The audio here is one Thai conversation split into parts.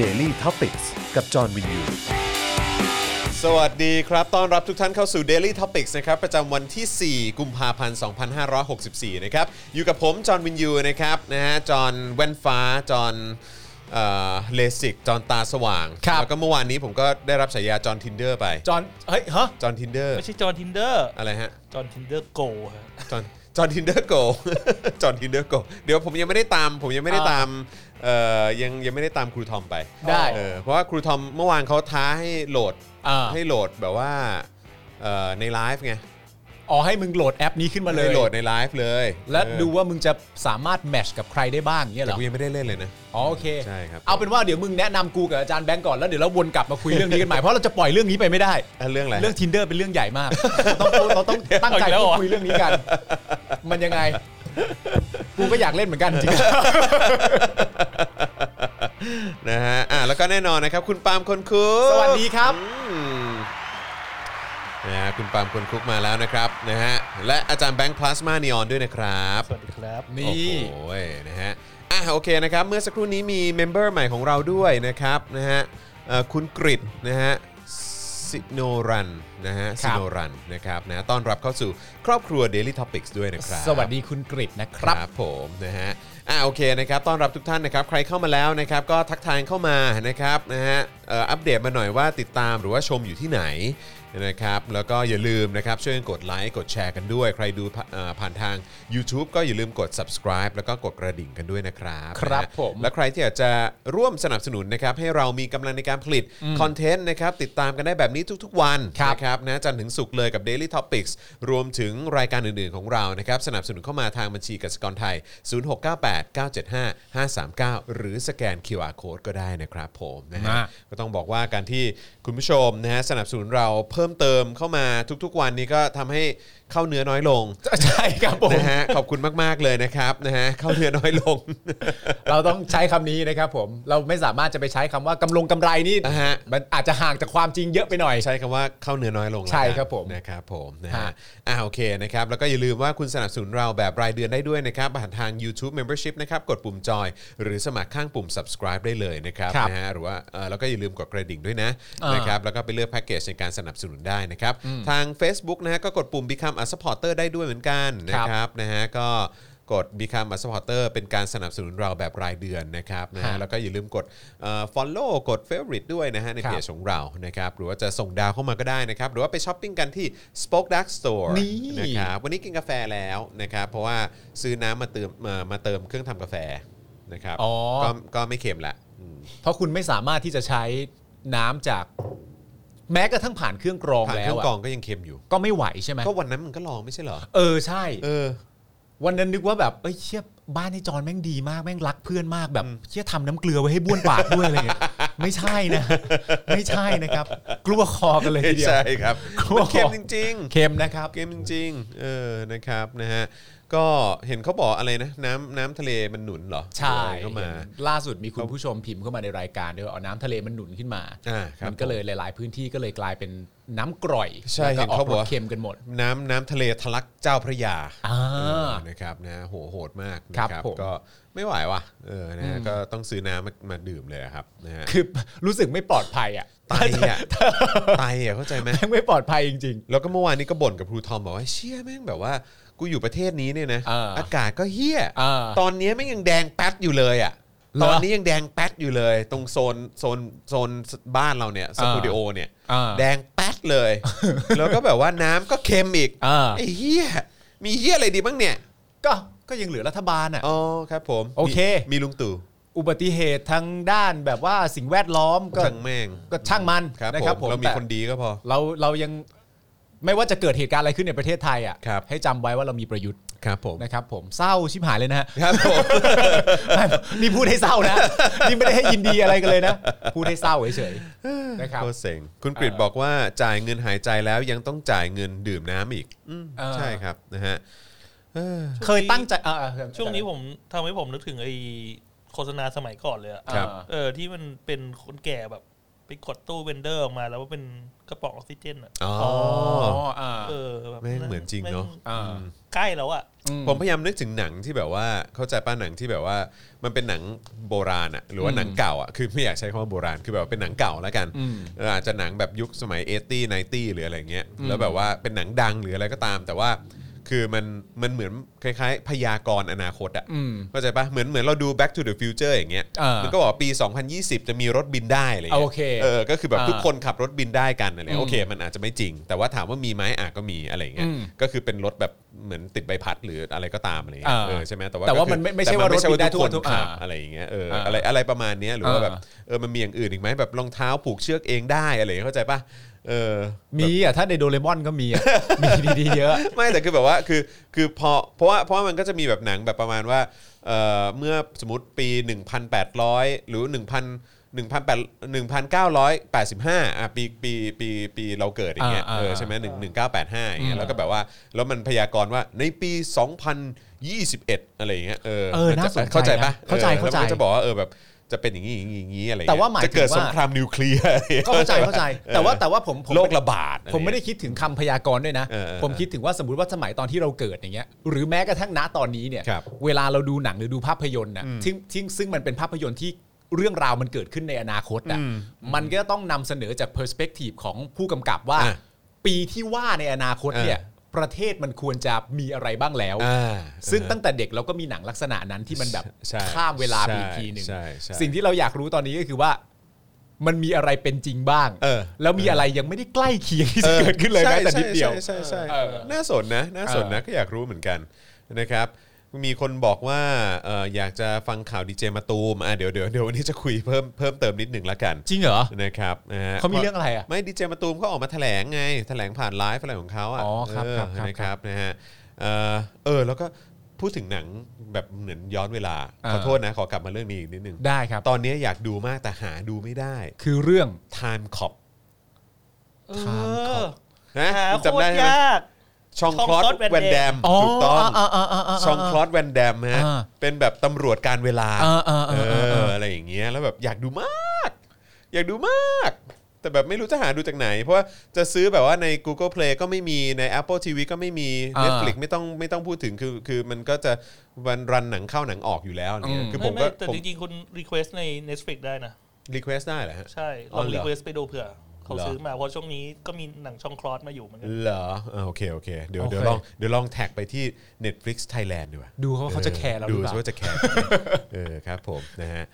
Daily t o p i c กกับจอห์นวินยู สวัสดีครับ ต้อนรับทุกท่านเข้าสู่ Daily Topics นะครับ ประจำวันที่ 4 กุมภาพันธ์ 2564 นะครับ อยู่กับผม จอห์นวินยู นะครับ นะฮะ จอห์นแว่นฟ้า จอห์นเอ่อเลสิก จอห์นตาสว่าง ครับ แล้วก็เมื่อวานนี้ผมก็ได้รับฉายาจอห์นทินเดอร์ไป จอห์นเฮ้ยฮะ จอห์นทินเดอร์ ไม่ใช่จอห์นทินเดอร์ อะไรฮะ จอห์นทินเดอร์โกฮะ จอห์นจอห์นทินเดอร์ โก จอห์นทินเดอร์โก เดี๋ยวผมยังไม่ได้ตาม ผมยังไม่ได้ อ่า ตาม เอ่อ ยังยังไม่ได้ตามครูทอมไป ได้ เออเพราะว่าครูทอมเมื่อวานเขาท้าให้โหลด อ่า ให้โหลดแบบว่า เอ่อ ในไลฟ์ไง อ๋อให้มึงโหลดแอปนี้ขึ้นมาเลย ให้โหลดในไลฟ์เลย และ เออ ดูว่ามึงจะสามารถแมทชกับใครได้บ้างเนี่ยเห แต่ รอ กูยังไม่ได้เล่นเลยนะ อ๋อโอเค ใช่ครับ เอาเป็นว่าเดี๋ยวมึงแนะนำกูกับอาจารย์แบงก์ก่อนแล้วเดี๋ยวเราวนกลับมาคุยเรื่องนี้กันใหม่เพราะเราจะปล่อยเรื่องนี้ไปไม่ได้ อ่ะเรื่องอะไร เรื่อง tinder เป็นเรื่องใหญ่มากต้องต้องเราต้องตั้งใจ เอาอีกแล้วเหรอ พูดคุยเรื่องนี้กัน มันยังไง กูก็อยากเล่นเหมือนกันจริง นะฮะอ่ะแล้วก็แน่นอนนะครับ คุณปาล์มคนคุก สวัสดีครับ อืมนะฮะคุณปาล์มคนคุกมาแล้วนะครับนะฮะและอาจารย์แบงค์พลาสมานีออนด้วยนะครับ สวัสดีครับ ๆ โอ้ นี่ โหนะฮะอ่ะโอเคนะครับ เมื่อสักครู่นี้มีเมมเบอร์ใหม่ของเราด้วยนะครับนะฮะเอ่อคุณกริดนะฮะสิโนรันนะฮะ ค สิ รับ โนรันนะครับนะต้อนรับเข้าสู่ครอบครัว Daily Topics ด้วยนะครับ สวัสดีคุณกริตนะครั ค บ รับผมนะฮะอ่าโอเคนะครับต้อนรับทุกท่านนะครับใครเข้ามาแล้วนะครับก็ทักทายเข้ามานะครับนะฮะเอ่ออัปเดตมาหน่อยว่าติดตามหรือว่าชมอยู่ที่ไหนนะครับแล้วก็อย่าลืมนะครับช่วยกันกดไลค์กดแชร์กันด้วย ใครดูผ่าเอ่อผ่านทาง YouTube ก็อย่าลืมกด subscribe แล้วก็กดกระดิ่งกันด้วยนะครับ ครับ นะฮะ ผม และใครที่อยากจะร่วมสนับสนุนนะครับให้เรามีกำลังในการผลิตคอนเทนต์นะครับติดตามกันได้แบบนี้ทุกๆ วัน ครับ นะ นะครับนะจันทร์ถึงศุกร์เลยกับ Daily Topics รวมถึงรายการอื่น ๆ ของเรานะครับสนับสนุนเข้ามาทางบัญชีกสิกรไทย 0698975539 หรือสแกน QR Code ก็ได้นะครับผมนะฮะ มา ก็ต้องบอกว่าการที่คุณผู้ชมนะฮะสนับสนุนเราเพิ่มเติมเข้ามาทุก ๆ วันนี้ก็ทำให้เข้าเนื้อน้อยลง ใช่ครับผม นะฮะขอบคุณมาก ๆ เลยนะครับนะฮะเข้าเนื้อน้อยลง เราต้องใช้คำนี้นะครับผมเราไม่สามารถจะไปใช้คำว่ากำลงกำไรนี่ อ่าฮะ มันอาจจะห่างจากความจริงเยอะไปหน่อย ใช้คำว่าเข้าเนื้อน้อยลงแล้ว ใช่ครับผม นะครับผมนะฮะ ฮะ อ่าโอเคนะครับแล้วก็อย่าลืมว่าคุณสนับสนุนเราแบบรายเดือนได้ด้วยนะครับผ่านทาง YouTube Membership นะครับกดปุ่มจอย หรือสมัครข้างปุ่ม subscribe ได้เลยนะครับ ครับ นะฮะหรือว่าเอ่อแล้วก็อย่าลืมกดกระดิ่งด้วยนะ อ่าน นะครับแล้วก็ไปเลือกแพ็กเกจในการสนับสนุนได้นะครับทาง Facebook นะฮะก็กดปุ่ม Become a supporter ได้ด้วยเหมือนกันนะครับนะฮะก็กด Become a supporter เป็นการสนับสนุนเราแบบรายเดือนนะครับนะฮะ ฮะ แล้วก็อย่าลืมกดเอ่อ follow กด favorite ด้วยนะฮะ ใน ครับ เพจของเรานะครับ หรือว่าจะส่งดาวเข้ามาก็ได้นะครับ หรือว่าไปช้อปปิ้งกันที่ Spoke Dark Store นี่ นะครับ วันนี้กินกาแฟแล้วนะครับ เพราะว่าซื้อน้ำมาเติมมามาเติมเครื่องทำกาแฟนะครับ อ๋อ ก็ก็ไม่เค็มละอืม เพราะคุณไม่สามารถที่จะใช้น้ำจาก แม้กระทั่งผ่านเครื่องกรอง ผ่าน แล้ เครื่ ว อง อะ กรองก็ยังเค็มอยู่ ก็ไม่ไหวใช่ไหม ก็วันนั้นมันก็ลองไม่ใช่เหรอ เออใช่ เออ วันนั้นนึกว่าแบบเอ้ยเชี่ยบ้านไอ้จอนแม่งดีมากแม่งรักเพื่อนมากแบบเชี่ยทำน้ำเกลือไว้ให้บ้วนปากด้วยอะไรเงี้ ยไม่ใช่นะ ไม่ใช่นะครับ กลัวคอกันเลยทีเดียว ใช่ ครับ กลัว มันเค็มจริง ๆ เค็มนะครับ เกมจริงๆ เออ นะครับ นะฮะ ก็เห็นเขาบอกอะไรนะ น้ำน้ำทะเลมันหนุนเหรอ ใช่ อะไรเข้ามา ล่าสุดมีคุณผู้ชมพิมพ์เข้ามาในรายการด้วยว่าเอาน้ำทะเลมันหนุนขึ้นมา อ่าครับ มันก็เลยหลาย ๆ พื้นที่ก็เลยกลายเป็นน้ำกร่อย ใช่ แล้วก็ เห็น ออ เขา ก บอก ร ว่า สเค็มกันหมด น้ำน้ำทะเลทะลักเจ้าพระยา อ่า เออนะครับนะโหโหดมากนะครับ ผม ก็ไม่ไหวว่ะเออนะฮะก็ต้องซื้อน้ำมามาดื่มเลยอะครับนะฮะ คือ รู้สึกไม่ปลอดภัยอ่ะ ไตอ่ะไตอ่ะเข้าใจไหม แม่งไม่ปลอดภัยจริง แล้วก็เมื่อวานนี้ก็บ่นกับครูทอมบอกว่าเชี่ยแม่งแบบว่ากูอยู่ประเทศนี้เนี่ยนะ เอออ ากาศก็เฮี้ย เออ ตอนนี้แม่งยังแดงแป๊ดอยู่เลยอ่ะ เหรอ ตอนนี้ยังแดงแป๊ดอยู่เลย ตรงโซนโซนโซนบ้านเราเนี่ยสตูดิโอเนี่ย เออ แดงแป๊ดเลย แล้วก็แบบว่าน้ำก็เค็มอีก เออ ไอ้เฮี้ยมีเฮี้ยอะไรดีบ้างเนี่ย ๆ ก็ก็ยังเหลือรัฐบาลอ่ะ อ๋อครับผม โอเค มีมีลุงตู่ อุบัติเหตุทางด้านแบบว่าสิ่งแวดล้อมก็ ช่างแม่ง ก็ช่างมัน ครับผนะม ครับผม เรามี แต่ คนดีก็พอ เราเรายังไม่ว่าจะเกิดเหตุการณ์อะไรขึ้นในประเทศไทยอ่ะ ครับ ให้จำไว้ว่าเรามีประยุทธ์ ครับผม นะครับ ผมเศร้าชิบหายเลยนะฮะ ครับผม ไม่นี่พูดให้เศร้านะ นี่ไม่ได้ให้ยินดีอะไรกันเลยนะ พูดให้เศร้าเฉยๆนะครับ โคตรเซ็งคุณกริดบอกว่าจ่ายเงินหายใจแล้วยังต้องจ่ายเงินดื่มน้ำอีกอืม เออ ใช่ครับนะฮะเออ เคยตั้งใจอ่ะอ่ะ ช่วงนี้ผมทำให้ผมนึกถึงไอ้โฆษณาสมัยก่อนเลยอะ อ่า ครับ เออที่มันเป็นคนแก่แบบ ไปกดตู้เวนเดอร์ออกมาแล้วว่าเป็นกระป๋องออกซิเจนอ่ะ อ๋อ อ่า เออแบบ แม่งเหมือนจริงเนอะ แม่ อ่า ใกล้แล้วอ่ะ ผมพยายามนึกถึงหนังที่แบบว่าเข้าใจป้าหนังที่แบบว่ามันเป็นหนังโบราณอะหรือว่าหนังเก่าอะคือไม่อยากใช้คำว่าโบราณคือแบบว่าเป็นหนังเก่าแล้วกัน อืม เอออาจจะหนังแบบยุคสมัย 80 90 หรืออะไรเงี้ยแล้วแบบว่าเป็นหนังดังหรืออะไรก็ตาม แต่ว่าคือมันมันเหมือนคล้ายๆ พยากรณ์อนาคตอะ อืม เข้าใจปะเหมือนเหมือนเราดู back to the future อย่างเงี้ย อ่ามั มันก็บอกว่าปี 2020 จะมีรถบินได้อะไรเลย โอเค เออก็คือแบบ อ่า ทุกคนขับรถบินได้กันอะไรเงี้ย อืม โอเค มันอาจจะไม่จริง แต่ว่าถามว่ามีไหมอ่ะก็มีอะไรเงี้ย อืม ก็คือเป็นรถแบบเหมือนติดใบพัดหรืออะไรก็ตามอะไรเงี้ย อ่า เออใช่ไหมแต่ว่า แต่ว่า ก็คือ มันไม่ไม่ใช่ แต่ ว่ารถ ไม่ใช่ว่า ได้ ทุกคน ทั่วๆ ขับ อ่า อะไรอย่างเงี้ยเอออา อะไรอะไรประมาณเนี้ยหรือว่า อ่า แบบเออมันมีอย่างอื่นอีกไหมแบบรองเท้าผูกเชือกเองได้อะไรเงี้ยเข้าใจป่ะเออ มีอ่ะถ้าในโดเรมอนก็มี อ่ะ มีดีๆเยอะ ไม่แต่คือแบบว่าคือคือพอเพราะว่าเพราะว่ามันก็จะมีแบบหนังแบบประมาณว่าเออเมื่อสมมติปี 1,800 หรือ 1,000 1,985อ่ะปีปีปีปีเราเกิดอย่างเงี้ย อ่าอ่า เออใช่ไหมหนึ่งหนึ่งเก้าแปดห้าอย่างเงี้ยแล้วก็แบบว่าแล้วมันพยากรณ์ว่าในปี 2021 อะไรอย่างเงี้ยเออ เออน่าสนใจ เข้าใจปะ นะเข้าใจ ออแล้วมัน เข้า ก็ ใจ จะบอกว่าเออแบบจะเป็นอย่างนี้อย่างนี้อย่างนี้อะไร แต่ว่าหมายถึง จะเกิด ว่า สงครามนิวเคลียร์ ก็เข้าใจเข้าใจ แต่ว่าแต่ว่าผมผม โรคระบาด ผมไม่ได้คิดถึงคำพยากรณ์ด้วยนะ เออเออ ผมคิดถึงว่าสมมติว่าสมัยตอนที่เราเกิดอย่างเงี้ย หรือแม้กระทั่งณตอนนี้เนี่ย ครับ เวลาเราดูหนังหรือดูภาพยนตร์นะซึ่งซึ่งซึ่งมันเป็นภาพยนตร์ที่เรื่องราวมันเกิดขึ้นในอนาคตอ่ะ มันก็ต้องนำเสนอจากเพอร์สเปกทีฟของผู้กำกับว่า อ่ะ ปีที่ว่าในอนาคตเนี่ย อ่ ประเทศมันควรจะมีอะไรบ้างแล้ว อ่า ซึ่งตั้งแต่เด็กเราก็มีหนังลักษณะนั้นที่มันแบบ ใช่ ข้ามเวลาไปอีกทีหนึ่ง ใช่ใช่ สิ่งที่เราอยากรู้ตอนนี้ก็คือว่า มันมีอะไรเป็นจริงบ้าง เออ แล้วมีอะไรยังไม่ได้ใกล้เคียงที่จะเกิดขึ้นเลยแม้แต่นิดเดียว ใช่ใช่ใช่ เออ น่าสนนะน่าสนนะก็อยากรู้เหมือนกันนะครับ มีคนบอกว่าเอ่ออยากจะฟังข่าวดีเจมาตูมอ่ะเดี๋ยวเดี๋ยวเดี๋ยววันนี้จะคุยเพิ่มเพิ่มเติมนิดหนึ่งละกัน จริงเหรอ นะครับนะฮะ เขามีเรื่องอะไรอ่ะ ไม่ดีเจมาตูมเขาออกมาแถลงไง แถลงผ่านไลฟ์อะไรของเขาอ่ะ อ๋อครับ เออ ครับครับ นะครับนะฮะเออเออ แล้วก็พูดถึงหนังแบบเหมือนย้อนเวลา อ่า ขอโทษนะ ขอกลับมาเรื่องนี้อีกนิดนึง ได้ครับ ตอนนี้อยากดูมากแต่หาดูไม่ได้ คือเรื่อง Time Cop เอ ถามเขา อ นะ หา คุณ โค จำได้ใช่ตรไหม ยาก ชองคลอด Jean-Claude Van แวนแดม Damme ถูกต้องชองคลอ ด ดแวนแดมฮะ อ่า เป็นแบบตำรวจการเวลา อ่าอ่าอ่าอ่า เอออะไรอย่างเงี้ยแล้วแบบอยากดูมาก อยากดูมาก แต่แบบไม่รู้จะหาดูจากไหน เพราะว่าจะซื้อแบบว่าใน Google Play ก็ไม่มีใน Apple TV ก็ไม่มี อ่า Netflix ไม่ต้องไม่ต้องพูดถึงคือคือมันก็จะวันรันหนังเข้าหนังออกอยู่แล้วอะไรเงี้ย อืม คือผ ไม่ ม ไม่ ก็ แต่ ผม จริงๆ คุณรีเควสใน Netflix ได้นะ request ได้เหรอฮะ ใช่ อ๋อลอง เหรอ รีเควสไปดูเผื่อเขา เหรอ ซื้อมาเพราะช่วงนี้ก็มีหนังช่องคลอสมาอยู่เหมือนกัน เหรออ่าโอเคโอเคเดี๋ยว โอเค เดี๋ยวลองเดี๋ยวลองแท็กไปที่ Netflix Thailand ดีกว่า ดูเขาว่าเขาจะแคร์เราห ดู รือเปล่า สิว่าจะแค ร์ เออครับผมนะฮะ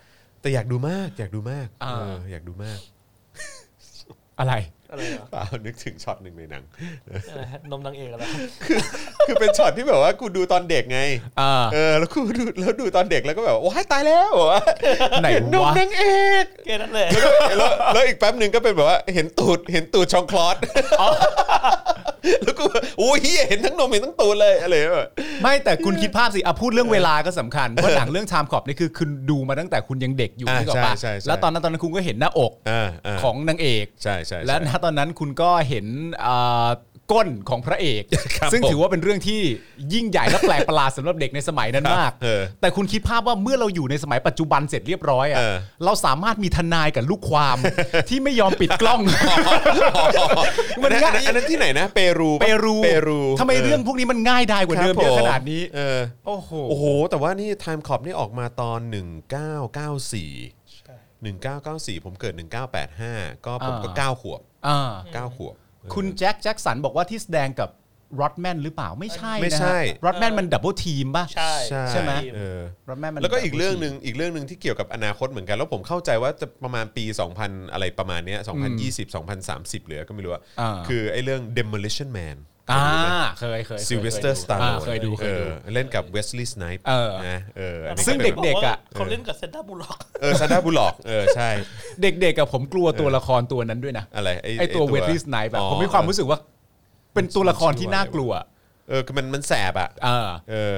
แต่อยากดูมากอยากดูมาก อ่า เอออยากดูมาก อะไร อะไรเหรอ เปล่านึกถึงช็อตหนึ่งในหนัง อะไรฮะนมนางเอกอะไร คือเป็นช็อตที่แบบว่ากูดูตอนเด็กไง อ่า เออแล้วกูดูแล้วดูตอนเด็กแล้วก็แบบว้ายตายแล้ว แบบว่า ไหน เห็นนม วะ นางเอก แค่นั้นแหละ แล้วแล้วอีกแป๊บหนึ่งก็เป็นแบบว่าเห็นตูดเห็นตูดชองคลอ สแล้วกูแบบโอ้ยเหี้ยเห็นทั้งนมเห็นทั้งตูดเลยอะไรแบบ ไม่แต่คุณคิดภาพสิอ่ะพูดเรื่องเวลาก็สำคัญ เพราะหนังเรื่อง Time Cop นี่คือคุณดูมาตั้งแต่คุณยังเด็กอยู่ อ่า นึกออกปะ ใช่ใช่ใช่ แล้วตอนนั้นตอนนั้นคุณก็เห็นหน้าอก อ่าา ของนางเอก ใช่ใช่ และ ใช่ ณตอนนั้นคุณก็เห็นอ่าก้นของพระเอก ครับ ซึ่ง ผม ถือว่าเป็นเรื่องที่ยิ่งใหญ่และแปลกประหลาดสำหรับเด็กในสมัยนั้นมาก ครับเออ แต่คุณคิดภาพว่าเมื่อเราอยู่ในสมัยปัจจุบันเสร็จเรียบร้อยอ่ะ เออ เราสามารถมีทนายกับลูกความ ที่ไม่ยอมปิดกล้อง มันง่าย อันนั้นที่ไหนนะ เปรูปะ เปรู เปรู ทำไมเรื่องพวกนี้มันง่ายดายกว่าเดิมเยอะ ครับผ ขนาดนี้ เออ โอ้โห โอ้โห แต่ว่านี่ Time Cop นี่ออกมาตอน 1994 ใช่ 1994 ผมเกิด 1985 ก็ผมก็ อ่า 9 ขวบ อ่า 9 ขวบ คุณแจ็คแจ็คสันบอกว่าที่แสดงกับรอดแมนหรือเปล่าไม่ใช่ ไม่ นะ ใช่ ฮะรอดแมนมันดับเบิลทีมป่ะ ใช่ ใช่ ใช่ไหม เออ รอดแมนมัน แล้วก็อีก double เรื่องห team นึ่งอีกเรื่องหนึ่งที่เกี่ยวกับอนาคตเหมือนกัน แล้วผมเข้าใจว่าจะประมาณปี 2000 อะไรประมาณเนี้ย2020 2030 เหลือก็ไม่รู้อะ อ่า คือไอ้เรื่อง Demolition Man อ่าเคยเคย ซิลเวสเตอร์สตาร์ อ่าเคยดูเคยดู เล่นกับเวสลีย์สไนป์ เออ นะเอออันนี้ ซึ่งเด็ก ป็นแบบ ๆอะ เขาเล่นกับเซนต้าบูล็อก เออซานดาบุลล็อกเออใช่ เด็กๆกับผมกลัวตัวละครตัวนั้นด้วยนะ อะไร ไอตัวเวทลิสไนแบบผมมีความรู้สึกว่า เป็นตัวละครที่น่ากลัว เออคือมันมันแสบอ่ะ เออ เออ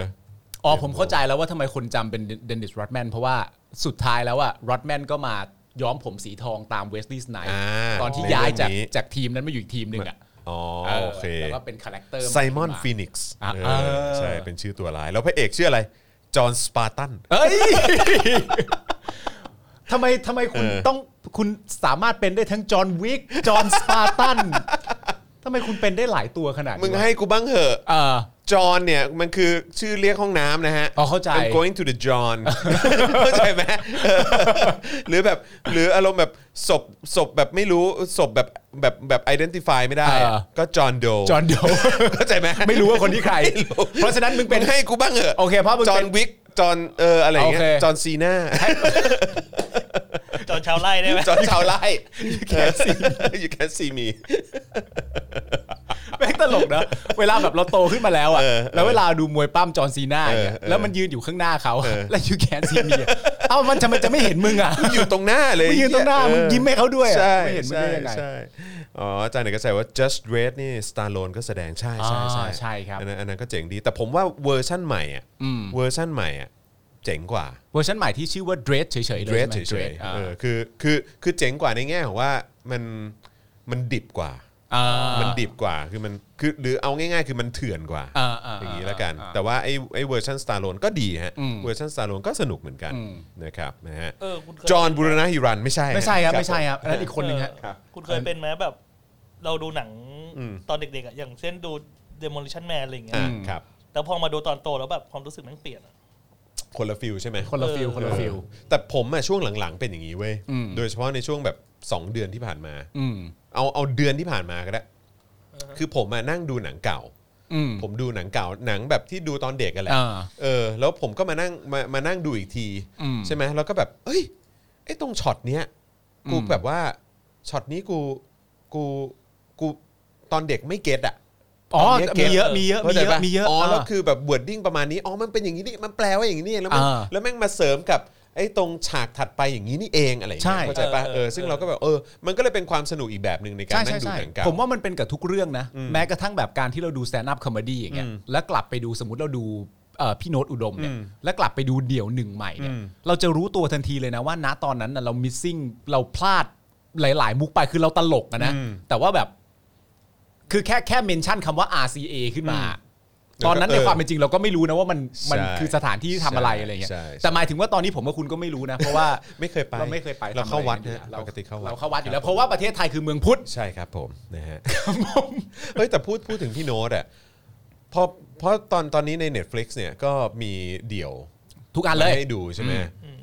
อ๋อผมเข้าใจแล้วว่าทำไมคนจำเป็นเดนนิสร d ดแมนเพราะว่าสุดท้ายแล้วอะร d ดแมนก็มาย้อมผมสีทองตามเวสลีย์สไน อ่า ตอนที่ ใน ย้าย เรื่อง จาก นี้ จากทีมนั้นมาอยู่อีกทีมหนึ่งอะ อ๋อโอเค แล้วก็เป็นคาแรคเตอร์ ไซมอนฟีนิกซ์ อ่ะ เอ เอ อ อ ใช่เป็นชื่อตัวร้าย แล้วพระเอกชื่ออะไร จอห์นสปาร์ตัน เอ้ยทำไมทำไมคุณ เออ ต้อง คุณสามารถเป็นได้ทั้งจอห์นวิกจอห์นสปาร์ตันทำไมคุณเป็นได้หลายตัวขนาดนี้ มึง วะ ให้กูบ้างเหอะ เออ จอนเนี่ย มันคือชื่อเรียกห้องน้ำนะฮะ อ๋อเข้าใจ I'm going to the John เข้าใจไหมเออหรือแบบหรืออารมณ์แบบศพศพแบบไม่รู้ศพแบบแบบแบบ identify ไม่ได้อะ เออ ก็จอนโด จอห์นโด เข้าใจไหม ไม่รู้ว่าคนที่ใคร เพราะฉะนั้นมึง เป็ เป็น น ให้กูบ้างเหอะ โอเคเพราะมึง จอ เป็น น วิกจอนเอออะไรอย่างเงี้ย โอเค จอนซีน่า จอนชาวไร่ ได้ไหม จอนชาวไร่ you can see you can see me แม่งตลกนะ เวลาแบบเราโตขึ้นมาแล้วอ่ะ เออ แล้วเวลาดูมวยปั้มจอห์นซีน่าอย่างเงี้ย เออเออ แล้วมันยืนอยู่ข้างหน้าเขา แล้วยูแคนซีมีเอ้ามันจะมันจะไม่เห็นมึงอ่ะ อยู่ตรงหน้าเลย มึงยืนตรงหน้า เออ มึงยิ้มให้เขาด้วยอะ ใช่ ไม่เห็นมึง ใช่ ได้ยังไง ใช่อ๋ออาจารย์เอกก็ใส่ว่า just red นี่ star l o n e ก็แสดงใช่ใช่ใช่ อ่าใช่ครับ อันนั้นอันนั้นก็เจ๋งดี แต่ผมว่าเวอร์ชั่นใหม่อ่ะ อืม เวอร์ชั่นใหม่อ่ะเจ๋งกว่า เวอร์ชันใหม่ที่ชื่อว่าเดรสเฉยๆเลย red ใช่ไหม เฉย Dread ๆ อ่า เออคือคือคือเจ๋งกว่าในแง่ของว่ามันมันดิบกว่า อ่า มันดิบกว่าคือมันคือหรือเอาง่ายๆ คือมันเถื่อนกว่า อ่าอ่า อย่างนี้ละกัน อ่า แต่ว่าไอ้ไอ้เวอร์ชัน Star l o n e ก็ดีฮะ อืม เวอร์ชัน Star l o n e ก็สนุกเหมือนกัน อืม นะครับนะฮะ เออคุณเคย จอห์นบูรณะฮิรันไม่ใช่ฮะ ไม่ใช่ครับไม่ใช่ครับอันนั้นอีกคนหนึ่งฮะ เออคุณเคยเป็นไหมแบบ เราดูหนังตอนเด็กๆอะอย่างเช่นดู demolition man อะไรอย่างเงี้ย อ่า อืม ครับ แต่พอมาดูตอนโตแล้วแบบความรู้สึกมันเปลี่ยนอะ คนละฟิลใช่ไหม คนละฟิลคนละฟิล เออแต่ผมอะช่วงหลังๆเป็นอย่างนี้เว้ย อืม โดยเฉพาะในช่วงแบบ 2 เดือนที่ผ่านมา อืม เอาเอาเดือนที่ผ่านมาก็ได้ คือผมอะนั่งดูหนังเก่า อืม ผมดูหนังเก่าหนังแบบที่ดูตอนเด็กกันแหละ อ่า เออแล้วผมก็มานั่งมามานั่งดูอีกที อืม ใช่ไหมแล้วก็แบบเอ้ยไอ้ตรงช็อตเนี้ยกู อืม แบบว่าช็อตนี้กูกูกูตอนเด็กไม่เก็ตอะ อ๋อ ตอนเนี้ยเก็ มี บ เยอะมีเยอะมีข้าเยอะใจป มีเยอะ อ๋อแล้ว า คือแบบบวดดิ้งประมาณนี้ อ๋อ มันเป็นอย่างนี้นี่ มันแปลว่าอย่างนี้นี่เองแล้วมัน อ่า แล้วแม่งมาเสริมกับไอ้ตรงฉากถัดไปอย่างนี้นี่เองอะไรอย่างเงี้ ใช่ ยเข้าใจปะ เออ เออ ซึ่งเราก็แบบเออ มันก็เลยเป็นความสนุกอีกแบบหนึ่งในการ ใช่ นั่งดูใช่ใช่ หนังเก่า ผมว่ามันเป็นกับทุกเรื่องนะ แม้กระทั่งแบบการที่เราดู s แ a น d ์อัพคอมเมดี้อย่างเงี้ย อืม แล้วกลับไปดูสมมติเราดูเอ่อพี่โน้ตอุดมเนี่ย อืม แล้วกลับไปดูเดี่ยวหนึ่งใหม่เนี่ย อืม เราจะรู้ตัวทันทีเลยนะว่าณตอนนั้นน่ะเรา missing เราพลาดหลาย ๆ มุกไปคือเราตลกอะนะ อืม แต่ว่าแบบ คือแค่แค่เมนชั่นคำว่า RCA ขึ้นมา ตอนนั้น เออ ในความเป็นจริงเราก็ไม่รู้นะว่ามันมัน ใช่ คือสถานที่ที่ทำอะไรอะไรเงี้ย ใช่ใช่ แต่หมายถึงว่าตอนนี้ผมกับคุณก็ไม่รู้นะเพราะว่า ไม่เคยไป เราไม่เคยไป เราเข้าวัด ทำอะไร นะ กันอยู่ ปกติเข้าวัด เราเข้าวัดอยู่แล้วเพราะว่าประเทศไทยคือเมืองพุทธ ใช่ครับผมนะฮะเฮ้ยแต่พูดพูดถึงพี่โน้ตอะเพราะเพราะตอนตอนนี้ใน Netflix เนี่ยก็มีเดี่ยว ทุกอันเลย มาให้ดูใช่ไหม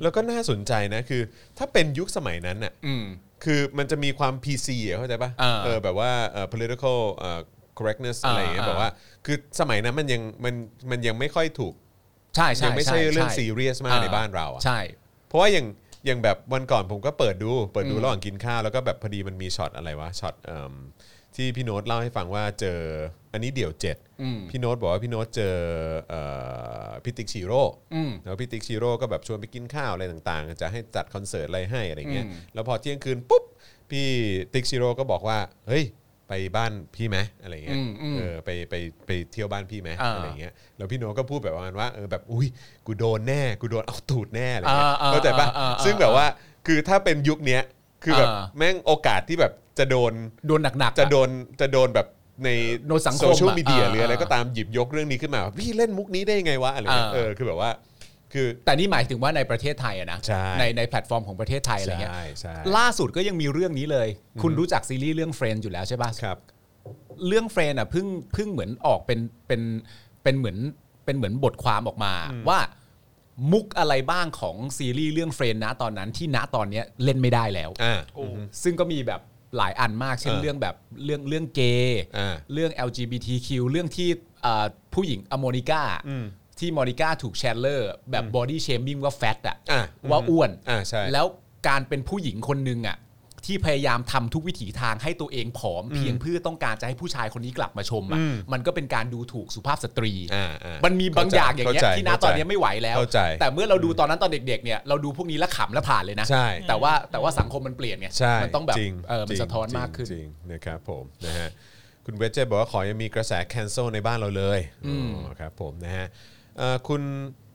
แล้วก็น่าสนใจนะคือ ถ้าเป็นยุคสมัยนั้นน่ะ อืม คือมันจะมีความ PC อ่ะเข้าใจป่ะ เออ เออแบบว่าเอ่อ political เอ่อ correctness อ่า อะไรอย่างเงี้ย อ่า แบบว่าคือสมัยนั้นมันยังมันมันยังไม่ค่อยถูก ใช่ใช่ ยังไม่ใช่เรื่อง ใช่ ซีเรียสมากในบ้านเราอ่ะ ใช่ เพราะว่าอย่างอย่างแบบวันก่อนผมก็เปิดดู เปิดดูระหว่างกินข้าว แล้วก็แบบพอดีมันมีช็อตอะไรวะช็อตเอิ่มที่พี่โน้ตเล่าให้ฟังว่าเจออันนี้เดี่ยวเจ็ด อืม พี่โน้ตบอกว่าพี่โน้ตเจอเอ่อพิติกชิโร่ อืม แล้วพิติกชิโร่ก็แบบชวนไปกินข้าวอะไรต่างๆ จะให้จัดคอนเสิร์ตอะไรให้อะไรเงี้ย อืม แล้วพอเที่ยงคืนปุ๊บพี่ติ๊กชิโร่ก็บอกว่าเฮ้ยไปบ้านพี่ไหมอะไรเงี้ย อืมอืม เออไปไปไปเที่ยวบ้านพี่ไหม อ่า อะไรเงี้ยแล้วพี่โน้ตก็พูดแบบประมาณว่าเออแบบอุ้ยกูโดนแน่กูโดนเอาตูดแน่อะไรเงี้ย อ่าอ่า เข้าใจปะ อ่าอ่า ซึ่งแบบว่าคือถ้าเป็นยุคเนี้ยคือแบบ อ่า แม่งโอกาสที่แบบจะโดน โดนหนักๆอ จะโดนจะโดนแบบใน โดนสังคม โซเชียลมีเดีย อ่า หรืออะไรก็ตามหยิบยกเรื่องนี้ขึ้นมาว่าพี่เล่นมุกนี้ได้ยังไงวะอะไรเงี้ย อ่า เออคือแบบว่าคือ แต่นี่หมายถึงว่าในประเทศไทยอะนะ ใช่ ในแพลตฟอร์มของประเทศไทยอะไรเงี้ย ใช่ใช่ ล่าสุดก็ยังมีเรื่องนี้เลย คุณรู้จักซีรีส์เรื่องเฟรนอยู่แล้วใช่ป่ะ ครับ เรื่องเฟรนอ่ะเพิ่งเพิ่งเหมือนออกเป็นเป็นเป็นเหมือนเป็นเหมือนบทความออกมา ว่ามุกอะไรบ้างของซีรีส์เรื่องเฟรนนะตอนนั้นที่ณตอนเนี้ยเล่นไม่ได้แล้ว อ่า โอ้ ซึ่งก็มีแบบหลายอันมาก เช่น เออ เรื่องแบบเรื่องเรื่องเกย์ อ่า เรื่อง LGBTQ เรื่องที่เอ่อผู้หญิงอโมนิก้า อืม ที่มอนิก้าถูกแชนเลอร์ แบบบอดี้เชมมิ่งว่าแฟตอ่ะ อ่า ว่าอ้วน อ่าใช่ แล้วการเป็นผู้หญิงคนหนึ่งอ่ะที่พยายามทำทุกวิถีทางให้ตัวเองผอม เพียงเพื่อต้องการจะให้ผู้ชายคนนี้กลับมาชมอ่ะมันก็เป็นการดูถูกสุภาพสตรี อ่าอ่า มันมีบางอย่างอย่างเงี้ย ข้ใจ ที่ณตอนเนี้ย เข้าใจ ไม่ไหวแล้ว เข้าใจ แต่เมื่อเราดูตอนนั้นตอนเด็กๆเนี่ยเราดูพวกนี้แล้วขำแล้วผ่านเลยนะ ใช่ แต่ว่าแต่ว่าสังคมมันเปลี่ยนไง ใช่ มันต้องแบบ จริง เออจมันริง สะท้อน จริง มากขึ้น จริงนะครับผมนะฮะคุณเวจเจบอกว่าขอยังมีกระแส cancel ในบ้านเราเลยอ๋อครับผมนะฮะเอ่อคุณ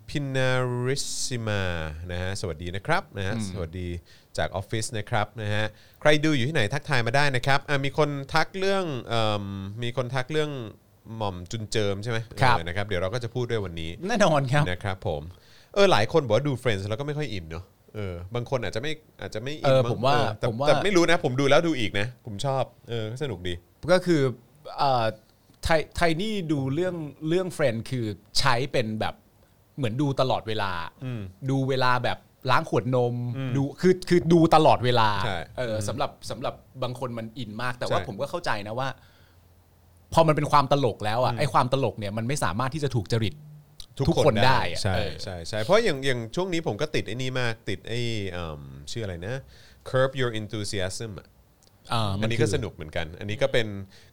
พินาริสิมานะฮะสวัสดีนะครับนะฮะสวัสดีจากออฟฟิศนะครับนะฮะใครดูอยู่ที่ไหนทักทายมาได้นะครับอ่ะมีคนทักเรื่องเอิ่มมีคนทักเรื่องหม่อมจุนเจิมใช่ไหม ครับ เออนะครับเดี๋ยวเราก็จะพูดด้วยวันนี้ แน่นอนครับ นะครับผมเออหลายคนบอกว่าดู Friends แล้วก็ไม่ค่อยอินเนาะ เออบางคนอาจจะไม่อาจจะไม่น เออ บ้ง ผมว่า เออแต่ ผมว่า แต่ไม่รู้นะ ผมดูแล้วดูอีกนะ ผมชอบเออสนุกดี ก็คือเอ่อไทยไทยนี่ดูเรื่องเรื่องเฟรนด์คือใช้เป็นแบบเหมือนดูตลอดเวลา ดูเวลาแบบล้างขวดนมดูคือคือดูตลอดเวลา ใช่ เอออสำหรับสำหรับบางคนมันอินมากแต่ว่า ใช่ ผมก็เข้าใจนะว่า พอมันเป็นความตลกแล้วอ่ะไอความตลกเนี่ยมันไม่สามารถที่จะถูกจริต ทุกคนได้อะ ใช่ เออ ใช่ใช่เพราะอย่างอย่างช่วงนี้ผมก็ติดไอ้นี่มากติดไอ้เอิ่มชื่ออะไรนะ curb your enthusiasm อะ เอ่อมั อันนี้ก็ คือ สนุกเหมือนกัน อันนี้ก็เป็น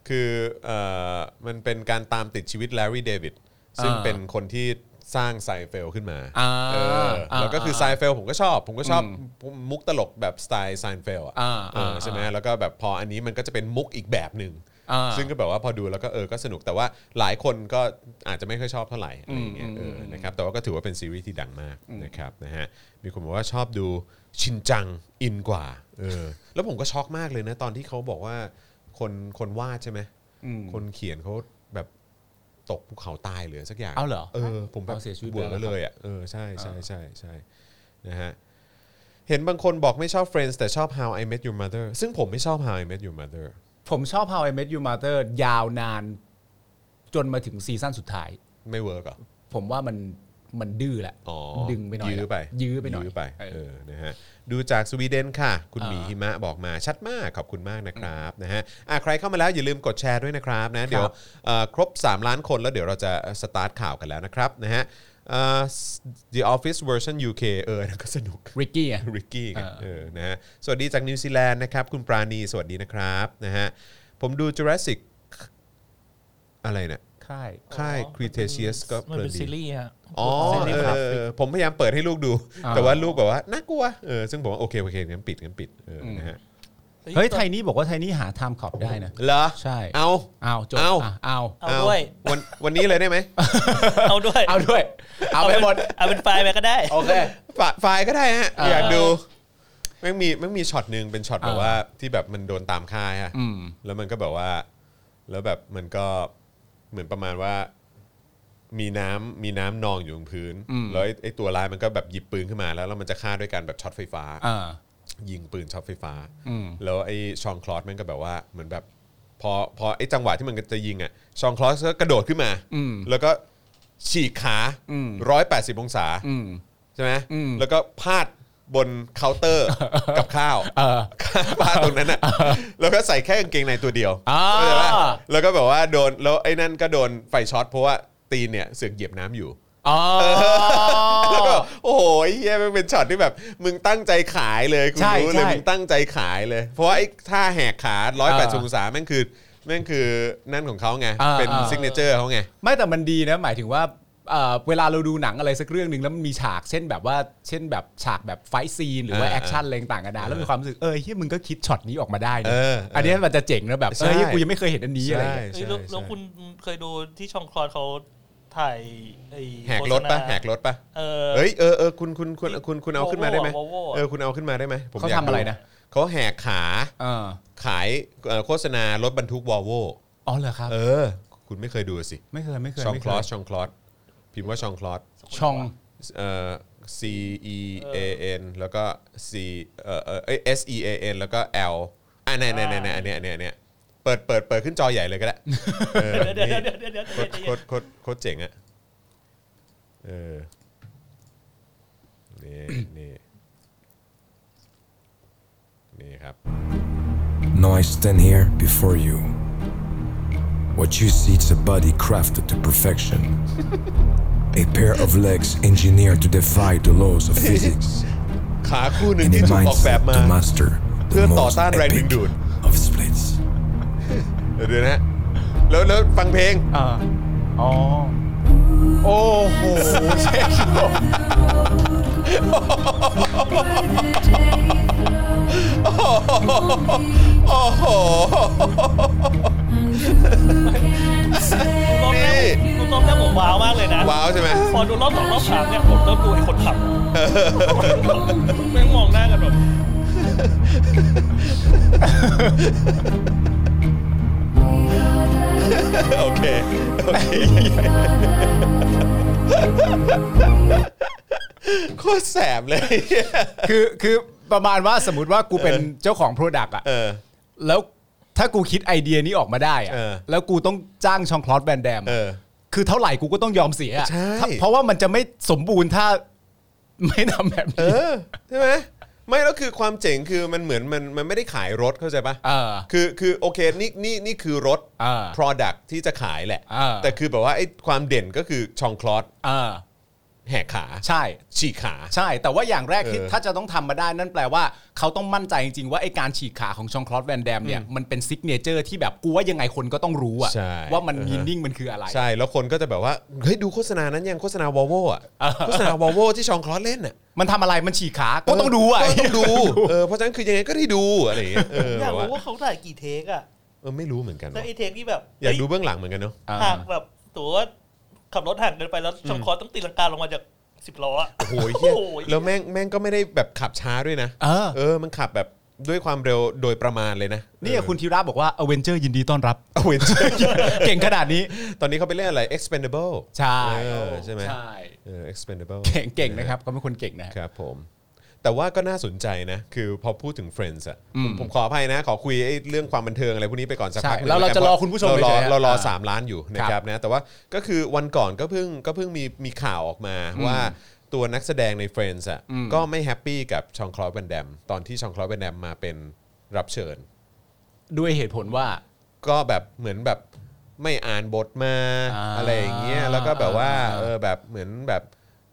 คือเอ่อมันเป็นการตามติดชีวิตแลร์รี่เดวิดซึ่ง อ่า เป็นคนที่สร้างไซเฟลขึ้นมา อ่า เออแล้วก็คืออา ไซเฟลผมก็ชอบ ผมก็ชอบมุกตลกแบบสไตล์ไซเฟลอ่ะ อ่า เออใช่ไหมแล้วก็แบบพออันนี้มันก็จะเป็นมุกอีกแบบหนึ่ง อ่า ซึ่งก็แบบว่าพอดูแล้วก็เออก็สนุกแต่ว่าหลายคนก็อาจจะไม่ค่อยชอบเท่าไหร่อะไรอย่างเงี้ย อืม เออนะครับแต่ว่าก็ถือว่าเป็นซีรีส์ที่ดังมากนะครับนะฮะมีคนบอกว่าชอบดูชินจังอินกว่าเออแล้วผมก็ช็อกมากเลยนะ ตอนที่เขาบอกว่าคนคนวาดใช่ไหมคนเขียนเขาแบบตกภูเขาตายหรือสักอย่าง เอาเหรอ เออผมแบบ เอาเสียชีวิต บวก ไปแล้ว เลยอ่ะเออใช่ใช่ใช่ใช่นะฮะ เห็นบางคนบอกไม่ชอบ Friends แต่ชอบ How I Met Your Mother ซึ่งผมไม่ชอบ How I Met Your Mother ผมชอบ How I Met Your Mother ยาวนานจนมาถึงซีซั่นสุดท้าย ไม่เวิร์กเหรอ ผมว่ามันมันดื้อแหละ อ๋อ ดึงไปหน่อย ยื้อไป ยื้อไปหน่อย ยื้อไป เออ เออนะฮะดูจากสวีเดนค่ะ คุณ อ่า หมีหิมะบอกมาชัดมากขอบคุณมากนะครับนะฮะอ่ะใครเข้ามาแล้วอย่าลืมกดแชร์ด้วยนะครับนะเดี๋ยวเอ่อครบ 3 ล้านคนแล้วเดี๋ยวเราจะสตาร์ทข่าวกันแล้วนะครับนะฮะเอ่อ The Office Version UK เอ อนั่นก็สนุก ริกกี้อ่ะ ริกกี้กัน อ่า เออนะฮะสวัสดีจากนิวซีแลนด์นะครับ คุณปราณีสวัสดีนะครับนะฮะผมดู Jurassic อะไรเนี่ย ค่าย ค่าย Cretaceous ก็เพ มัน ลิน เป็น ดี ซีรีส์ฮะ อ๋อ ซีรี เอ ส์ อ ครับ เออผมพยายามเปิดให้ลูกดู อ่า แต่ว่าลูกแบบว่าน่ากลัวเออซึ่งผมว่าโอเคโอเคงั้นปิดงั้นปิดเออนะฮะ เฮ้ยไทยนี่บอกว่าไทยนี่หาไทม์ขอบได้นะ เหรอ ใช่ เอา เอาจบ เอา อ่ะเอา เอาด้วย วันวันนี้เลยได้ไหม เอาด้วย เอาด้วย เอาไป เป็น หมด เอาเป็นไฟล์ไปก็ได้ โอเค ฝไฟล์ก็ได้ฮะ อ่า อยากดูแม่งมีแม่งมีช็อตหนึ่งเป็นช็อตแบบว่าที่แบบมันโดนตามค่ายฮะ อืม แล้วมันก็แบบว่า แล้วแบบมันก็เหมือนประมาณว่า มีน้ำมีน้ำนองอยู่บนพื้น อืม แล้วไอ้ไอ้ตัวร้ายมันก็แบบหยิบปืนขึ้นมาแล้วแล้วมันจะฆ่าด้วยการแบบช็อตไฟฟ้า อ่า ยิงปืนช็อตไฟฟ้า อืม แล้วไอ้ชองคลอสมันก็แบบว่าเหมือนแบบ พอพอไอ้จังหวะที่มันจะยิงอ่ะชองคลอสก็กระโดดขึ้นมา อืม แล้วก็ฉีกขา อืม ร้อยแปดสิบองศา อืม ใช่ไหม อืม แล้วก็พาดบนเคาน์เตอร์ กับข้าว เออ พาดตรงนั้นอ่ะแล้วก็ใส่แค่กางเกงในตัวเดียว อ่า เข้าใจปะแล้วก็แบบว่าโดนแล้วไอ้นั่นก็โดนไฟช็อตเพราะว่าตีนเนี่ยเสือกเหยียบน้ำอยู่ อ๋อ แล้วก็โอ้โหไอ้เฮียมันเป็นช็อตที่แบบ มึงตั้งใจขายเลยกู ใช่ รู้เลย ใช่ มึงตั้งใจขายเลย เพราะว่าไอ้ท่าแหกขาร้อยแปด อ่า องศาแม่งคือแม่งคือนั่นของเขาไง อ่า เป็น อ่า ซิกเนเจอร์เขาไง ไม่แต่มันดีนะ หมายถึงว่าเอ่อเวลาเราดูหนังอะไรสักเรื่องหนึ่งแล้วมันมีฉากเช่นแบบว่า เช่นแบบฉากแบบไฟท์ซีนหรือว่า เออ แอคชั่นอะไรต่างๆกันานะแล้วมีความรู้สึกเออเฮียมึงก็คิดช็อตนี้ออกมาได้นะ เอออั นนี้มันจะเจ๋งนะแบบ ใช่ เออเฮียกูยังไม่เคยเห็นอันนี้อะไรอย่างเงี้ย เอ้ยแล้วแล้วคุณเคยดูที่ช่องคลอนเขาถ่ายไอ้ แหก โฆ ร ษ ถ ณา ปะแหกรถปะ เออ เอ้ยเออเออคุณคุณคุณคุณคุณเอาขึ้นมาได้ไหม Volvo อะ เออคุณเอาขึ้นมาได้ไหมผม เขา ยก ทำอะไรนะ เขาแหกขา เออ ขายเอ่อโฆษณารถบรรทุกวอลโว อ๋อเหรอครับ เออ คุณไม่เคยดูสิ ไม่เคยไม่เคย ชอง ไม่ ค เค ลอย สชองคลอสพิมพ์ว่าชองคลอส ช่อง เอ่อ C E A N แล้วก็ C เอ่อเอ่อเอ้ย S E A N แล้วก็ L อ่ะเนี่ยเนี่ยเนี่ยเนี่ยอันเนี้ยอันเนี้ยอันเนี้ยเปิดเปิดเปิดขึ้นจอใหญ่เลยก็ได้เออ เดี๋ยวเดี๋ยว นี่ เดี๋ยวเดี๋ยวเดี๋ยว โคตร เดี๋ยว โคตรโคตรโคตรเจ๋งอะเออนี่นี่นี่ครับ No, I stand here before you. What you see is a body crafted to perfection. a pair of legs engineered to defy the laws of physics. ขาคู่หนึ่ง and a ที่ถูกออกแบบ mindset มา to master เพื่อ the ต่อ most ต้านแรงดึ epic งดูด of splits. เออเดี๋ยวนะฮะแล้วแล้วฟังเพลง อ่าอ๋อ โอ้โหเชฟ รอบแรกผมรอบแรกผมว้าวมากเลยนะ ว้าวใช่ไหม พอดูรอบสองรอบสามเนี่ยผมเริ่มดูไอ้คนขับ แม่งมองหน้ากันแบบ โอเค โอเค โคตรแสบเลย คือคือประมาณว่าสมมติว่ากูเป็นเจ้าของ Product อะ เออ แล้วถ้ากูคิดไอเดียนี้ออกมาได้อะ เออ แล้วกูต้องจ้างชองคลอสแบนแดม เออ คือเท่าไหร่กูก็ต้องยอมเสียอะ ใช่ ถ้าเพราะว่ามันจะไม่สมบูรณ์ถ้าไม่ทำแบบ เอ นี้ อใช่ไหมไม่แล้วคือความเจ๋งคือมันเหมือนมันมันไม่ได้ขายรถเข้าใจปะ เออ คือคือโอเคนี่นี่นี่คือรถ เออ product ที่จะขายแหละ เออ แต่คือแบบว่าไอ้ความเด่นก็คือชองคลอส เออ แหกขา ใช่ ฉีกขา ใช่ แต่ว่าอย่างแรกที่ เออ ถ้าจะต้องทำมาได้นั่นแปลว่า เขาต้องมั่นใจจริง ๆ ว่าไอการฉีกขาของชองคลอสแวนแดมเนี่ยมันเป็นซิกเนเจอร์ที่แบบกูว่ายังไงคนก็ต้องรู้อะ ใช่ ว่ามัน เออ มีนิ่งมันคืออะไร ใช่ แล้วคนก็จะแบบว่า เฮ้ย ดูโฆษณานั้นยังโฆษณาวอลโวอ่ะ โฆษณาวอลโวที่ชองคลอสเล่นอ่ะ มันทำอะไรมันฉีกขาก็ต้องดูอะ ก็ต้อง ดูเออเพราะฉะนั้นคือยังไงก็ได้ดูอะไรอย่างเงี้ยเออ อ แบ ยาก บว่า รู้ว่าเขาถ่ายกี่เทคอะ เออไม่รู้เหมือนกัน แต่ ว่ะ ไอเทคที่แบบ อยากดูเบื้องหลังเหมือนกันเนาะ เออ ห่างแบบตัวขับรถห่างกันไปแล้วชองคอต้องตีลังกาลงมาจากสิบล้ออะ โอ้โหเหี้ย โอ้โห แล้วแม่งแม่งก็ไม่ได้แบบขับช้าด้วยนะ เออ เออ มันขับแบบด้วยความเร็วโดยประมาณเลยนะ เนี่ยคุณธีระบอกว่าอเวนเจอร์ยินดีต้อนรับ เออ Avenger เก่งขนาดนี้ ตอนนี้เขาไปเล่นอะไร expendable ใช่ เออใช่ไหม ใช่ เออ expendable เก่งเก่งนะครับเขาเป็นคนเก่งนะ ครับผม แต่ว่าก็น่าสนใจนะ คือพอพูดถึง Friends อะผมผมขออภัยนะ ขอคุยไอ้เรื่องความบันเทิงอะไรพวกนี้ไปก่อนสัก ใช่ พักหนึ่ง แล้วเราจะรอคุณผู้ชม เรารอ เฉยๆอะ เรารอ อ่า สามล้านอยู่นะค ครั รับบนะแต่ว่าก็คือวันก่อนก็เพิ่งก็เพิ่งมีมีข่าวออกมาว่าตัวนักแสดงใน Friends อะก็ไม่แฮปปี้กับชองคลอสแวนแดมตอนที่ชองคลอสแวนแดมมาเป็นรับเชิญ ด้วยเหตุผลว่า ก็แบบเหมือนแบบไม่อ่านบทมา อ่า อะไรอย่างเงี้ยแล้วก็แบบว่า อ่า เออแบบเหมือนแบบ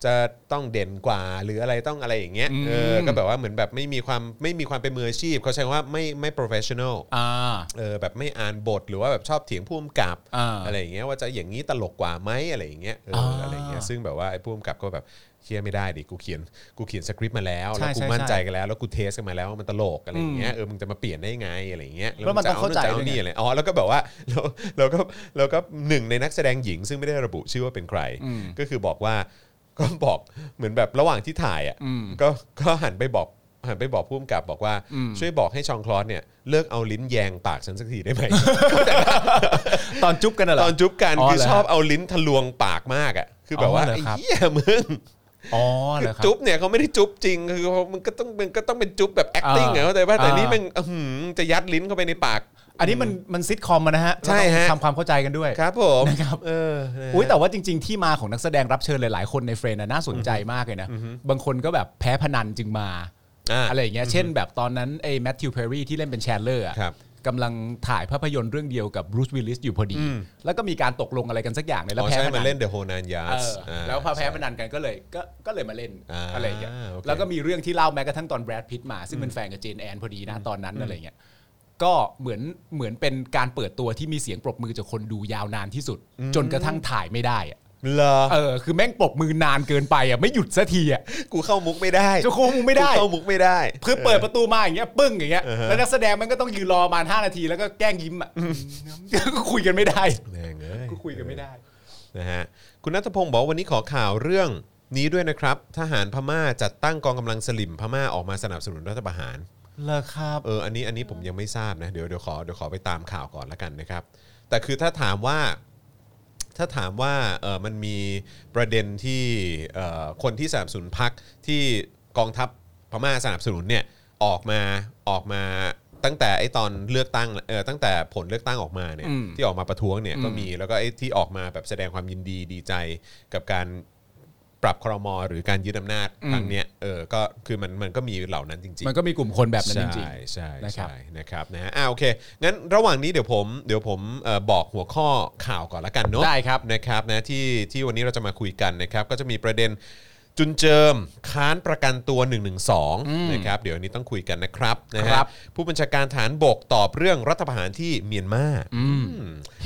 จะต้องเด่นกว่าหรืออะไรต้องอะไรอย่างเงี้ย อืม เออก็แบบว่าเหมือนแบบไม่มีความไม่มีความเป็นมืออาชีพ เขาใช้คำว่าไม่ไม่ professional อ่า เออแบบไม่อ่านบทหรือว่าแบบชอบเถียงผู้กำกับ อ่า ไรอย่างเงี้ยว่าจะอย่างนี้ตลกกว่าไหมอะไรอย่างเงี้ยเอออาอะไรอย่างเงี้ยซึ่งแบบว่าไอ้ผู้กำกับก็แบบเชื่อไม่ได้ดิกูเขียนกูเขียนสคริปต์มาแล้ว ใช่ แล้วกู ใช่ มั่นใจ ใช่ กันแล้วแล้วกูเทสกันมาแล้วว่ามันตลกอะไรอย่างเงี้ยเออมึงจะมาเปลี่ยนได้ไงอะไรอย่างเงี้ย แล้วมันต้องเข้าใจ แล้ว ด้วย นี่ ไง อะไรอ๋อแล้วก็แบบว่า เราเราก็เราก็หนึ่งในนักแสดงหญิง ซึ่งไม่ได้ระบุชื่อว่าเป็นใคร ก็คือบอกว่า ก็บอกเหมือนแบบระหว่างที่ถ่ายอ่ะก็ก็หันไปบอกหันไปบอกผู้กำกับบอกว่าช่วยบอกให้ชองคลอสเนี่ยเลิกเอาลิ้นแยงปากฉันสักทีได้ไหม ตอนจุ๊บกันน่ะเหร ต อ อนจุ๊บกัน อ๋อ คือ เหรอ ชอบเอาลิ้นทะลวงปากมากอ่ะคือแบบว่า อ๋อเหรอ ไอ้ ครับ เหี้ยมึง อ๋อ คื เหร อ อครับ จุ๊บเนี่ยเขาไม่ได้จุ๊บจริงคือเขามันก็ต้องมันก็ต้องเป็นจุ๊บแบบ acting อ่า ไงเข้าใจป่ะแต่ อ่านี่ นี่มันอื้อหือจะยัดลิ้นเข้าไปในปาก อันนี้มันมันซิทคอมมานะฮะ ใช่ฮะ ทำความเข้าใจกันด้วย ครับผม นะครับ เออนะฮะ อุ้ยแต่ว่าจริง ๆ ที่มาของนักแสดงรับเชิญหลาย ๆ คนในเฟรนด์น่ะน่าสนใจมากเลยนะ บางคนก็แบบแพ้พนันจึงมา อ่า อะไรอย่างเงี้ยเช่นแบบตอนนั้นไอ้แมทธิวเพอร์รี่ที่เล่นเป็นแชนเลอร์อะ ครับ กำลังถ่ายภาพยนตร์เรื่องเดียวกับบรูซวิลลิสอยู่พอดี แล้วก็มีการตกลงอะไรกันสักอย่างเนี่ยแล้ อ๋ ว อ แพ้ ใช่ พ มั นั น น เล่น The Honan เอ Yards อ อ่า แล้วพอแพ้พนันกันก็เลยก็ก็เลยมาเล่น อ่า อะไรอย่างเงี้ย โอเค แล้วก็มีเรื่องที่เล่าแม้กระทั่งตอนแบรดพิตมา ซึ่งเป็นแฟนกับเจนแอนพอดีนะตอนนั้นอะไรอย่างเงี้ยก็เหมือนเหมือนเป็นการเปิดตัวที่มีเสียงปรบมือจากคนดูยาวนานที่สุด จนกระทั่งถ่ายไม่ได้อะ เหรอ เออคือแม่งปรบมือนานเกินไปอ่ะไม่หยุดสักทีอ่ะ กูเข้ามุกไม่ได้ จะควบคุมไม่ได้ กูเข้ามุกไม่ได้ คือเปิดประตูมาอย่างเงี้ยปึ้งอย่างเงี้ย เออฮะ แล้วนักแสดงมันก็ต้องยืนรอประมาณห้านาทีแล้วก็แกล้งยิ้มอ่ะก็คุยกันไม่ได้ แม่งเอ้ย ก็คุยกันไม่ได้ นะฮะคุณนัทพงศ์บอกว่าวันนี้ขอข่าวเรื่องนี้ด้วยนะครับ ทหารพม่าจัดตั้งกองกำลังสลิมพม่าออกมาสนับสนุนรัฐประหาร เลอครับ เอออันนี้อันนี้ผมยังไม่ทราบนะ เดี๋ยวเดี๋ยวขอเดี๋ยวขอไปตามข่าวก่อนละกันนะครับ แต่คือถ้าถามว่าถ้าถามว่าเออมันมีประเด็นที่เอ่อคนที่สนับสนุนพักที่กองทัพพม่าสนับสนุนเนี่ยออกมาออกมาตั้งแต่ไอ้ตอนเลือกตั้งเออตั้งแต่ผลเลือกตั้งออกมาเนี่ย อืม ที่ออกมาประท้วงเนี่ยก็มีแล้วก็ไอ้ที่ออกมาแบบแสดงความยินดีดีใจกับการ ปรับครมหรือการยึดอำนาจครั้งเนี้ยเออก็คือมันมันก็มีเหล่านั้นจริง ๆ มันก็มีกลุ่มคนแบบนั้นจริง ใช่ใช่ นะครั ใช่ บ นะครับนะฮะอ่าโอเค งั้นระหว่างนี้เดี๋ยวผมเดี๋ยวผมเอ่อบอกหัวข้อข่าวก่อนละกันเนาะ ได้ครับ นะครับนะที่ที่วันนี้เราจะมาคุยกันนะครับก็จะมีประเด็นจุนเจิมค้านประกันตัว 1 1 2นะครับเดี๋ยวอันนี้ต้องคุยกันนะครับนะฮะผู้บัญชาการฐานบกตอบเรื่องรัฐประหารที่เมียนมาอืม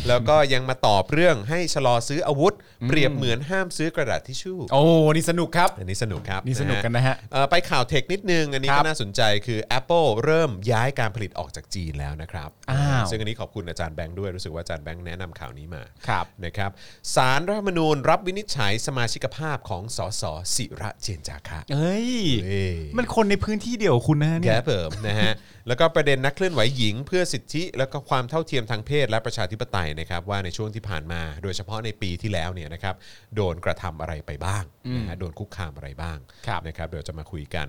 แล้วก็ยังมาตอบเรื่องให้ชะลอซื้ออาวุธ เปรียบเหมือนห้ามซื้อกระดาษทิชชู่ ๆ โอ้นี่สนุกครับ อันนี้สนุกครับ นี่สนุกกันนะฮะ เอ่อไปข่าวเทคนิดนึง อันนี้ ครั ก็ บ น่าสนใจคือ Apple เริ่มย้ายการผลิตออกจากจีนแล้วนะครับ อ้าว ซึ่งอันนี้ขอบคุณอาจารย์แบงค์ด้วยรู้สึกว่าอาจารย์แบงค์แนะนำข่าวนี้มา ครับ นะครับสารรัฐธรรมนูญรับวินิจฉัยสมาชิกภาพของสสศิระเจนจาคะ เอ้ย เอ้ย มันคนในพื้นที่เดียวกับคุณนะฮะ แก เนี่ย เปิมนะฮะ แล้วก็ประเด็นนักเคลื่อนไหวหญิง เพื่อสิทธิ และก็ความเท่าเทียมทางเพศและประชาธิปไตยนะครับว่าในช่วงที่ผ่านมา โดยเฉพาะในปีที่แล้วเนี่ยนะครับโดนกระทำอะไรไปบ้างนะฮะโดนคุกคามอะไรบ้าง ครับ นะครับเดี๋ยวจะมาคุยกัน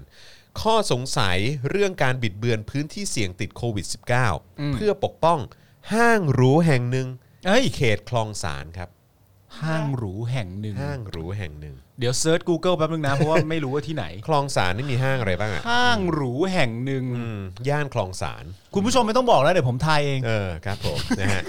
ข้อสงสัยเรื่องการบิดเบือนพื้นที่เสี่ยงติดโควิด -19 เพื่อปกป้องห้างหรูแห่งหนึ่ง เอ้ย เขตคลองสารครับ ห้างหรูแห่งหนึ่ง ห้างหรูแห่งหนึ่ง เดี๋ยวเซิร์ช Google แป๊บนึงนะ เพราะว่าไม่รู้ว่าที่ไหน คลองสารนี่มีห้างอะไรบ้างอ่ะ ห้างหรูแห่งหนึ่ง อืมย่านคลองสาร คุณผู้ชมไม่ต้องบอกแล้วเดี๋ยวผมทายเอง เออครับผม นะฮ ะ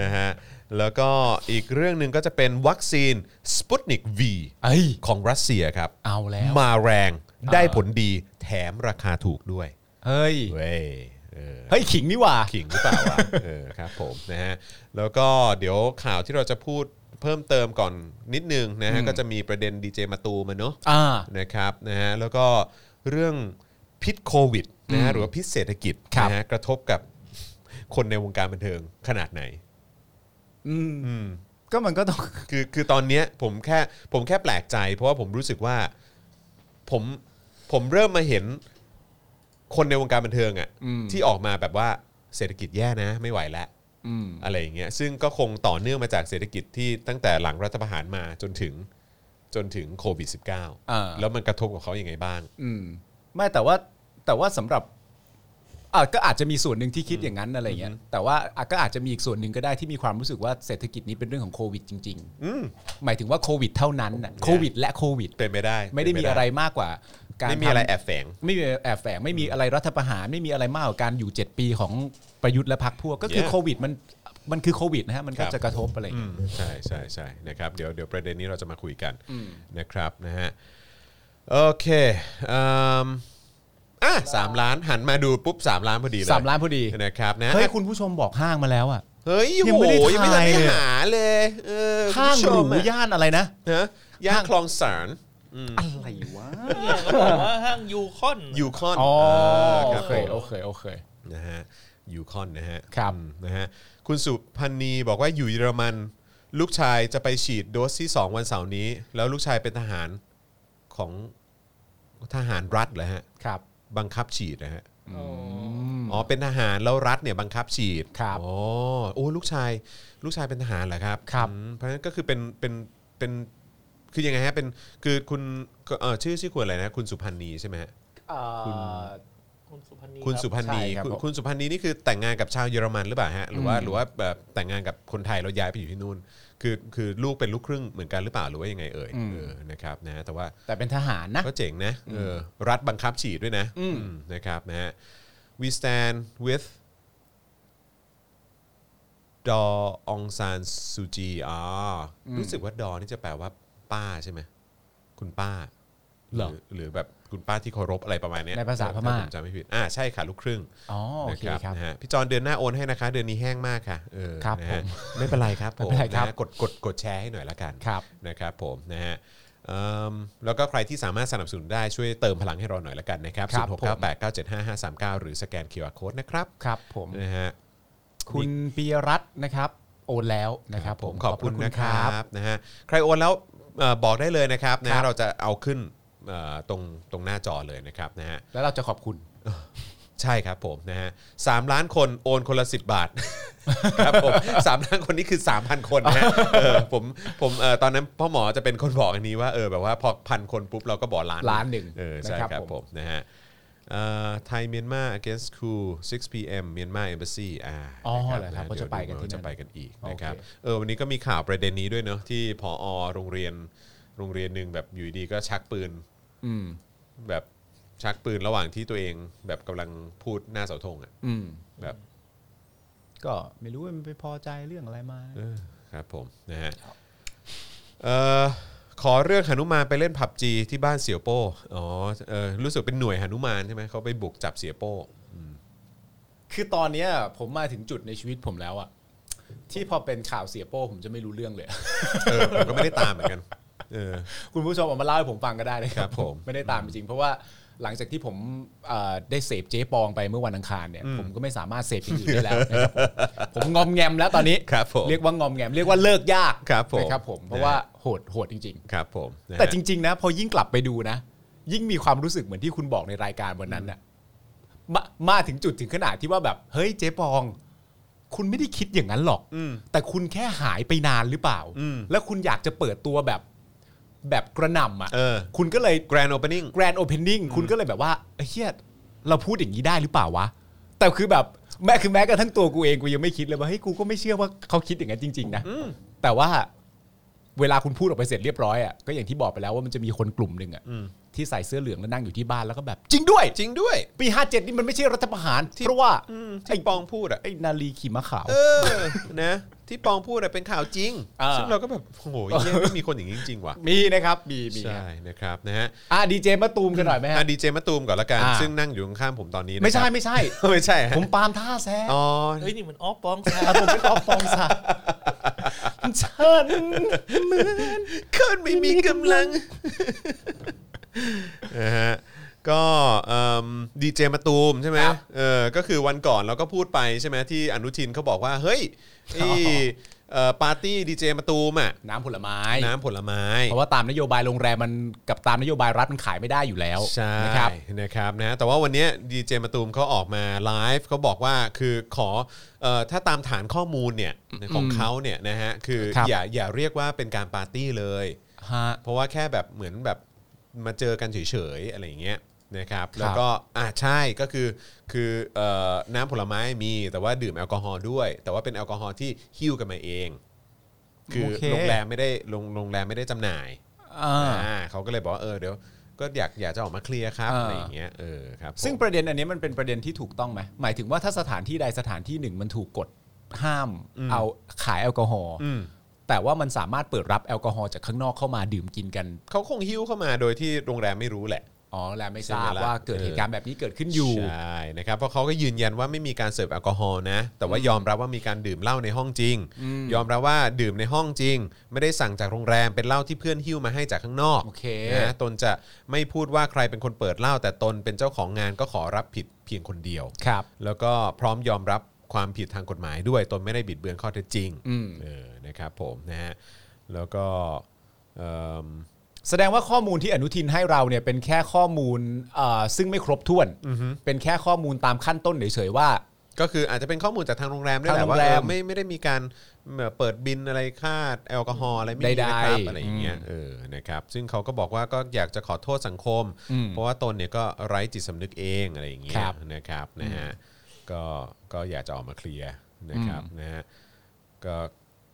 นะฮะแล้วก็อีกเรื่องหนึ่งก็จะเป็นวัคซีนสปุตนิก V เอ้ย ของรัสเซียครับ เอาแล้ว มาแรงได้ผลดีแถมราคาถูกด้วย เฮ้ย เว้ยเออ เฮ้ย ขิงนี่หว่า ขิงหรือเปล่าวะ เออครับผมนะฮะแล้วก็เดี๋ยวข่าวที่เราจะพูดเพิ่มเติมก่อนนิดนึงนะฮะก็จะมีประเด็นดีเจมาตูมาเนอะ อ่า นะครับนะฮะแล้วก็เรื่องพิษโควิดนะฮะหรือว่าพิษเศรษฐกิจ ครับ นะฮะกระทบ กับคนในวงการบันเทิงขนาดไหน อืมก็มันก็ต้อง คือคือตอนเนี้ยผมแค่ผมแค่แปลกใจ เพราะว่าผมรู้สึกว่าผมผมเริ่มมาเห็นคนในวงการบันเทิงอะ่ะ อืม ที่ออกมาแบบว่าเศรษฐกิจแย่นะ ไม่ไหวแล้ว อืม อะไรอย่างเงี้ยซึ่งก็คงต่อเนื่องมาจากเศรษฐกิจที่ตั้งแต่หลังรัฐประหารมาจนถึงจนถึงโควิด อ่า -19 แล้วมันกระทบกับเขายัางไงบ้าง อืมไม่แต่ว่าแต่ว่าสำหรับอ่ะก็อาจจะมีส่วนหนึ่งที่คิดอย่างนั้นอะไรเงี้ยแต่ว่าอ่ะก็อาจจะมีอีกส่วนหนึ่งก็ได้ที่มีความรู้สึกว่าเศรษฐกิจนี้เป็นเรื่องของโควิดจริง อืม ๆ หมายถึงว่าโควิดเท่านั้นน่ะโควิดและโควิด เป็นไปได้ ไม่ได้มีอะไรมากกว่า การ ไม่มีอะไร ทำ แอบแฝง ไม่มีแอบแฝงไม่มีอะไรรัฐประหารไม่มีอะไรมากกว่าการอยู่ 7 ปีของประยุทธ์และพรรคพวกก็คือ Yeah โควิดมันมันคือโควิดนะฮะมันก็ ครับ จะกระทบอะไรเงี้ย ใช่ใช่ใช่นะครับเดี๋ยวเดี๋ยวประเด็นนี้เราจะมาคุยกัน อืม นะครับนะฮะโอเคอืมอ่ะสามล้านหันมาดูปุ๊บสามล้านพอดีเลย สามล้านพอดี นะครับนะ เฮ้ย อ่ะ คุณผู้ชมบอกห้างมาแล้วอ่ะ เฮ้ยโอ้ ยังไม่ โห ได้ ยังไม่ทันได้ ถ่ายหาเลยเลยเออคุณ ห้าง ผู้ ห ช รู มอะ ย่านอะไรนะ นะย่านคลองสาร อะไรวะ เนี่ยเขาบอกว่าห้างยูคอน ยูคอน อ๋อ ครับ โอเค ผ โอ ม เคโอเค นะฮะยูคอนนะฮะ ครับ อืมนะฮะคุณสุพันธ์นีบอกว่าอยู่เยอรมัน ลูกชายจะไปฉีดโดสที่ 2 วันเสาร์นี้ แล้วลูกชายเป็นทหารของทหารรัฐเหรอฮะ ครับ บังคับฉีดนะฮะอ๋อเป็นทหารแล้วรัฐเนี่ยบังคับฉีด ครับ อ๋อโอ้ลูกชายลูกชายเป็นทหารเหรอครับ ครับ อืมเพราะฉะนั้นก็คือเป็นเป็นเป็นคือยังไงฮะเป็นคือคุณเอ่อชื่อชื่อคุณอะไรนะคุณสุพันธ์นีใช่ไหมฮะ คุณสุพรรณี คุณสุพันธ์นี ใช่ครับ คุณ ผม คุณสุพันธ์นีนี่คือแต่งงานกับชาวเยอรมันหรือเปล่าฮะหรือว่าหรือว่าแบบแต่งงานกับคนไทยแล้วย้ายไปอยู่ที่นู่น คือคือลูกเป็นลูกครึ่งเหมือนกันหรือเปล่าหรือว่ายังไงเอ่ยเออนะครับนะแต่ว่า แต่เป็นทหารนะ ก็เจ๋งนะเออรัฐบังคับฉีดด้วยนะอืมนะครับนะฮะ we stand with ดอองซานซูจีอ๋ออรู้สึกว่าดอนี่จะแปลว่าป้าใช่ไหมคุณป้า เหรอ หรือแบบคุณป้าที่เคารพอะไรประมาณเนี้ย ในภาษาพม่า ถ้ผจำไม่ผิดอ่าใช่ค่ะลูกครึ่ง อ๋อโอเค นะครับ นะฮะพี่จอนเดือนหน้าโอนให้นะคะ เดือนนี้แห้งมากค่ะเออ ครับ นะฮะ ผม ไม่เป็นไรครับผม ไม่เป็นไรครับ ะฮะกดกดกดแชร์ให้หน่อยละกัน ครับ นะครับผมนะฮะเอิ่มแล้วก็ใครที่สามารถสนับสนุนได้ช่วยเติมพลังให้เราหน่อยละกันนะครับ ครับผม 0698975539 หรือสแกน QR Code นะครับ ครับผม นะฮะ คุณปียรัตน์นะครับ โอนแล้วนะครับผม ขอบคุณ พะ นะครับนะฮะใครโอนแล้วเอ่อบอกได้เลยนะครับนะ ครั ฮะ บ เราจะเอาขึ้นเอ่อตรงตรงหน้าจอเลยนะครับนะฮะ แล้วเราจะขอบคุณ ใช่ครับผมนะฮะสามล้านคนโอนคนละสิบบาท ครับผมสามล้านคนนี่คือ 3,000 คน นะฮะเออผมผมเออตอนนั้นพ่อหมอจะเป็นคนบอกอันนี้ว่าเออแบบว่าพอพันคนปุ๊บเราก็บอกล้าน ล้านหนึ่ง เออใช่ นะครับ ครับ ผม ผมนะฮะไทยเมียนมา against c u 6 p.m. เมียนมา embassy อ่า อ๋อ นะ เหรอครับ น เขาจะไปกัน เดี๋ยว ที่นั่น จะไปกันอีกนะครับ โอเค เออวันนี้ก็มีข่าวประเด็นนี้ด้วยเนาะที่พอโรงเรียนโรงเรียนหนึ่งแบบอยู่ดีก็ชักปืน อืม แบบชักปืนระหว่างที่ตัวเองแบบกำลังพูดหน้าเสาธงอ่ะ อืม แบบ ก็ไม่รู้ว่ามันไปพอใจเรื่องอะไรมา เออครับผมนะฮะเอ่อขอเรื่องหนุมานไปเล่นผับจีที่บ้านเสียวโป้อ๋อเออรู้สึกเป็นหน่วยหนุมานใช่ไหมเขาไปบุกจับเสียโป้ คือตอนเนี้ยผมมาถึงจุดในชีวิตผมแล้วอะที่พอเป็นข่าวเสียโป้ผมจะไม่ รู้เรื่องเลย เออผมก็ไม่ได้ตามเหมือนกัน เออ คุณผู้ชมเอามาเล่าให้ผมฟังก็ได้นะค ครั รับบ ผม ไม่ได้ตามจริงๆเพราะว่าหลังจากที่ผมเอ่อได้เสพเจ๊ปองไปเมื่อวันอังคารเนี่ยผมก็ไม่สามารถเสพอย่างอื่นได้แล้วนะครับ ผมผมงอมแงมแล้วตอนนี้ ครับผม เรียกว่างอมแงมเรียกว่าเลิกยาก ครับผม นะครับผมเพราะ นะฮะ ว่าโหดโหดจริง ครับผมนะ ๆ ฮะ แต่จริง ๆ นะ พอยิ่งกลับไปดูนะ ยิ่งมีความรู้สึกเหมือนที่คุณบอกในรายการวันนั้นน่ะ มามาถึงจุดถึงขนาดที่ว่าแบบ เฮ้ยเจ๊ปอง คุณไม่ได้คิดอย่างนั้นหรอก แต่คุณแค่หายไปนานหรือเปล่า อืม แล้วคุณอยากจะเปิดตัวแบบแบบกระหน่ำอ่ะ เออ คุณก็เลย แกรนด์โอเพนนิ่ง แกรนด์โอเพนนิ่งคุณก็เลยแบบว่าเอ้ยเฮียเราพูดอย่างนี้ได้หรือเปล่าวะ แต่คือแบบแม้คือแม้กระทั่งตัวกูเองกูยังไม่คิดเลยว่าเฮ้ยกูก็ไม่เชื่อว่าเขาคิดอย่างนั้นจริง ๆ นะแต่ว่าเวลาคุณพูดออกไปเสร็จเรียบร้อยอ่ะก็อย่างที่บอกไปแล้วว่ามันจะมีคนกลุ่มหนึ่งอ่ะที่ใส่เสื้อเหลืองแล้วนั่งอยู่ที่บ้านแล้วก็แบบ จริงด้วย จริงด้วย ปีห้าเจ็ดนี่มันไม่ใช่รัฐประหารเพราะว่าไอ้ ที่ปองพูดอ่ะ ไอ้นาลีขี่ม้าขาว เออ นะ ที่ปองพูดอะเป็นข่าวจริง อ่า ซึ่งเราก็แบบ โอ้โหเหี้ยไม่มีคนอย่างนี้จริงๆว่ะ มีนะครับมีมี ใช่นะครับนะฮะ อ่ะดีเจมาตูมกันหน่อยไหมฮะ อ่ะดีเจมะตูมก่อนละกัน อ่า ซึ่งนั่งอยู่ข้างๆผมตอนนี้นะครับ ไม่ใช่ไม่ใช่ ไม่ใช่ฮะ ผมปาล์มท่าแซะ อ๋อ เฮ้ยนี่เหมือนออฟปองแซม อ่ะผมเป็นออฟฟองซาฉันเหมือน คนไม่มีกำลังนะฮะก็ดีเจมาตูมใช่ไหม ครับ เออก็คือวันก่อนเราก็พูดไปใช่ไหมที่อนุทินเขาบอกว่า เฮ้ยไอ้เอ่อปาร์ตี้ดีเจมาตูมอ่ะ น้ำผลไม้ น้ำผลไม้ เพราะว่าตามนโยบายโรงแรมมันกับตามนโยบายรัฐมันขายไม่ได้อยู่แล้ว ใช่ นะครับ นะครับนะแต่ว่าวันเนี้ดีเจมาตูมเขาออกมาไลฟ์เขาบอกว่าคือขอเอ่อถ้าตามฐานข้อมูลเนี่ยของเขาเนี่ยนะฮะคือ ครับ อย่าอย่าเรียกว่าเป็นการปาร์ตี้เลย ฮะ เพราะว่าแค่แบบเหมือนแบบมาเจอกันเฉยๆอะไรอย่างเงี้ยนะครับแล้วก็อ่าใช่ก็คือคือเอ่อน้ำผลไม้มีแต่ว่าดื่มแอลกอฮอล์ด้วย แต่ว่าเป็นแอลกอฮอล์ที่หิ้วกันมาเอง คือ โอเค โรงแรมไม่ได้โรงโรงแรมไม่ได้จำหน่าย อ่า อ่าเขาก็เลยบอกว่าเออเดี๋ยวก็อยากอยากจะออกมาเคลียร์ครับ อ่า อะไรอย่างเงี้ยเออครับผม ซึ่งประเด็นอันนี้มันเป็นประเด็นที่ถูกต้องไหมหมายถึงว่าถ้าสถานที่ใดสถานที่หนึ่งมันถูกกฎห้ามเอาขายแอลกอฮอล์ อืม แต่ว่ามันสามารถเปิดรับแอลกอฮอล์จากข้างนอกเข้ามาดื่มกินกัน เขาคงหิ้วเข้ามาโดยที่โรงแรมไม่รู้แหละ อ๋อแล้วไม่ทรา ใช่ บ ไหมล่ะ ว่าเกิดเหตุการณ์แบบนี้เกิดขึ้นอยู่ ใช่นะครับเพราะเขาก็ยืนยันว่าไม่มีการเสิร์ฟแอลกอฮอล์นะ แต่ว่ายอมรับว่ามีการดื่มเหล้าในห้องจริง ยอมรับว่าดื่มในห้องจริง ไม่ได้สั่งจากโรงแรมเป็นเหล้าที่เพื่อนหิ้วมาให้จากข้างนอก โอเค นะตนจะไม่พูดว่าใครเป็นคนเปิดเหล้าแต่ตนเป็นเจ้าของงานก็ขอรับผิดเพียงคนเดียว ครับ แล้วก็พร้อมยอมรับความผิดทางกฎหมายด้วย ตนไม่ได้บิดเบือนข้อเท็จจริง อืม เออนะครับผมนะฮะแล้วก็เอิ่ม แสดงว่าข้อมูลที่อนุทินให้เราเนี่ยเป็นแค่ข้อมูลเอ่อซึ่งไม่ครบถ้วน เป็นแค่ข้อมูลตามขั้นต้นเฉยๆว่า ก็คืออาจจะเป็นข้อมูลจากทางโรงแรมด้วยแห ทา ละ งโร ว่าง แรม เออไม่ไม่ได้มีการเปิดบินอะไรค่าแอลกอฮอล์อะไรไม่มี ใดๆ นะครับอะไรอย่างเงี้ย อืม เออนะครับซึ่งเขาก็บอกว่าก็อยากจะขอโทษสังคม อืม เพราะว่าตนเนี่ยก็ไร้จิตสำนึกเองอะไรอย่างเงี้ ค ย รับ นะครับนะฮะก็ก็อยากจะออกมาเคลียร์นะครับนะฮะ ก็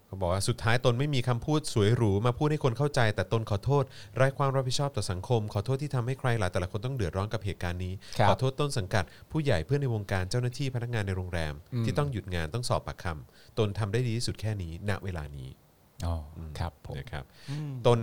เขาบอกว่าสุดท้ายตนไม่มีคำพูดสวยหรูมาพูดให้คนเข้าใจ แต่ตนขอโทษไร้ความรับผิดชอบต่อสังคม ขอโทษที่ทำให้ใครหลายแต่ละคนต้องเดือดร้อนกับเหตุการณ์นี้ ครับ ขอโทษต้นสังกัด ผู้ใหญ่เพื่อนในวงการเจ้าหน้าที่พนักงานในโรงแรม ที่ต้องหยุดงานต้องสอบปากคำตนทำได้ดีที่สุดแค่นี้ณเวลานี้ อ๋อครับผม นะครับตน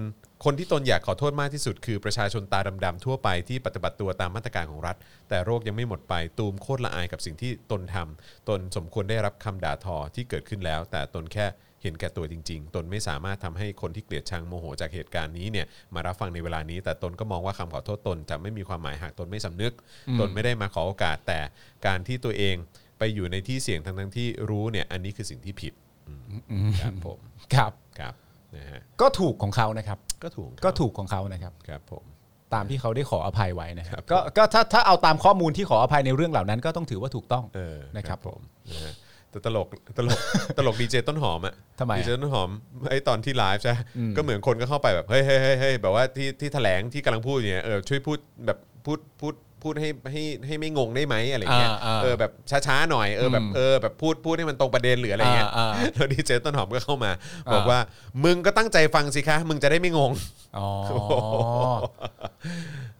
คนที่ตนอยากขอโทษมากที่สุด คือประชาชนตาดำๆทั่วไปที่ปฏิบัติตัวตามมาตรการของรัฐ แต่โรคยังไม่หมดไปตูมโคตรละอายกับสิ่งที่ตนทำตนสมควรได้รับคำด่าทอที่เกิดขึ้นแล้ว แต่ตนแค่เห็นแก่ตัวจริง ๆ ตนไม่สามารถทำให้คนที่เกลียดชังโมโหจากเหตุการณ์นี้เนี่ยมารับฟังในเวลานี้ แต่ตนก็มองว่าคำขอโทษตนจะไม่มีความหมายหากตนไม่สำนึก ตนไม่ได้มาขอโอกาส แต่การที่ตัวเองไปอยู่ในที่เสี่ยงทั้งๆที่รู้เนี่ยอันนี้คือสิ่งที่ผิดอืมครับผม ครับ ครับนะฮะ ก็ถูกของเขานะครับ ก็ถูก ก็ถูกของเขานะครับ ครับผม ตามที่เขาได้ขออภัยไว้นะครั ครับ บ ก็ก็ถ้าถ้าเอาตามข้อมูลที่ขออภัยในเรื่องเหล่านั้นก็ต้องถือว่าถูกต้อง เออ นะครับผม นะฮะแต่ตลกต ลกตลกดีเจต้นหอมอ่ะ ทำไมอะ ดีเจต้นหอมไอ้ตอนที่ไลฟ์ใช่ไหมก็เหมือนคนก็เข้าไปแบบเฮ้ยเฮ้ยเฮ้ยเฮ้ยแบบว่าที่ที่แถลงที่กำลังพูดอยู่เนี่ยเออช่วยพูดแบบพูดพูดพูดให้ให้ให้ไม่งงได้ไหมอะไรเงี้ย อ่าอ่า เออแบบช้าๆหน่อยเออแบบ อืม เออแบบพูดพูดให้มันตรงประเด็นหรืออะไรเงี้ย อ่าอ่า แล้วดีเจต้นหอมก็เข้ามา บอกว่ามึงก็ตั้งใจฟังสิคะมึงจะได้ไม่งง อ๋อ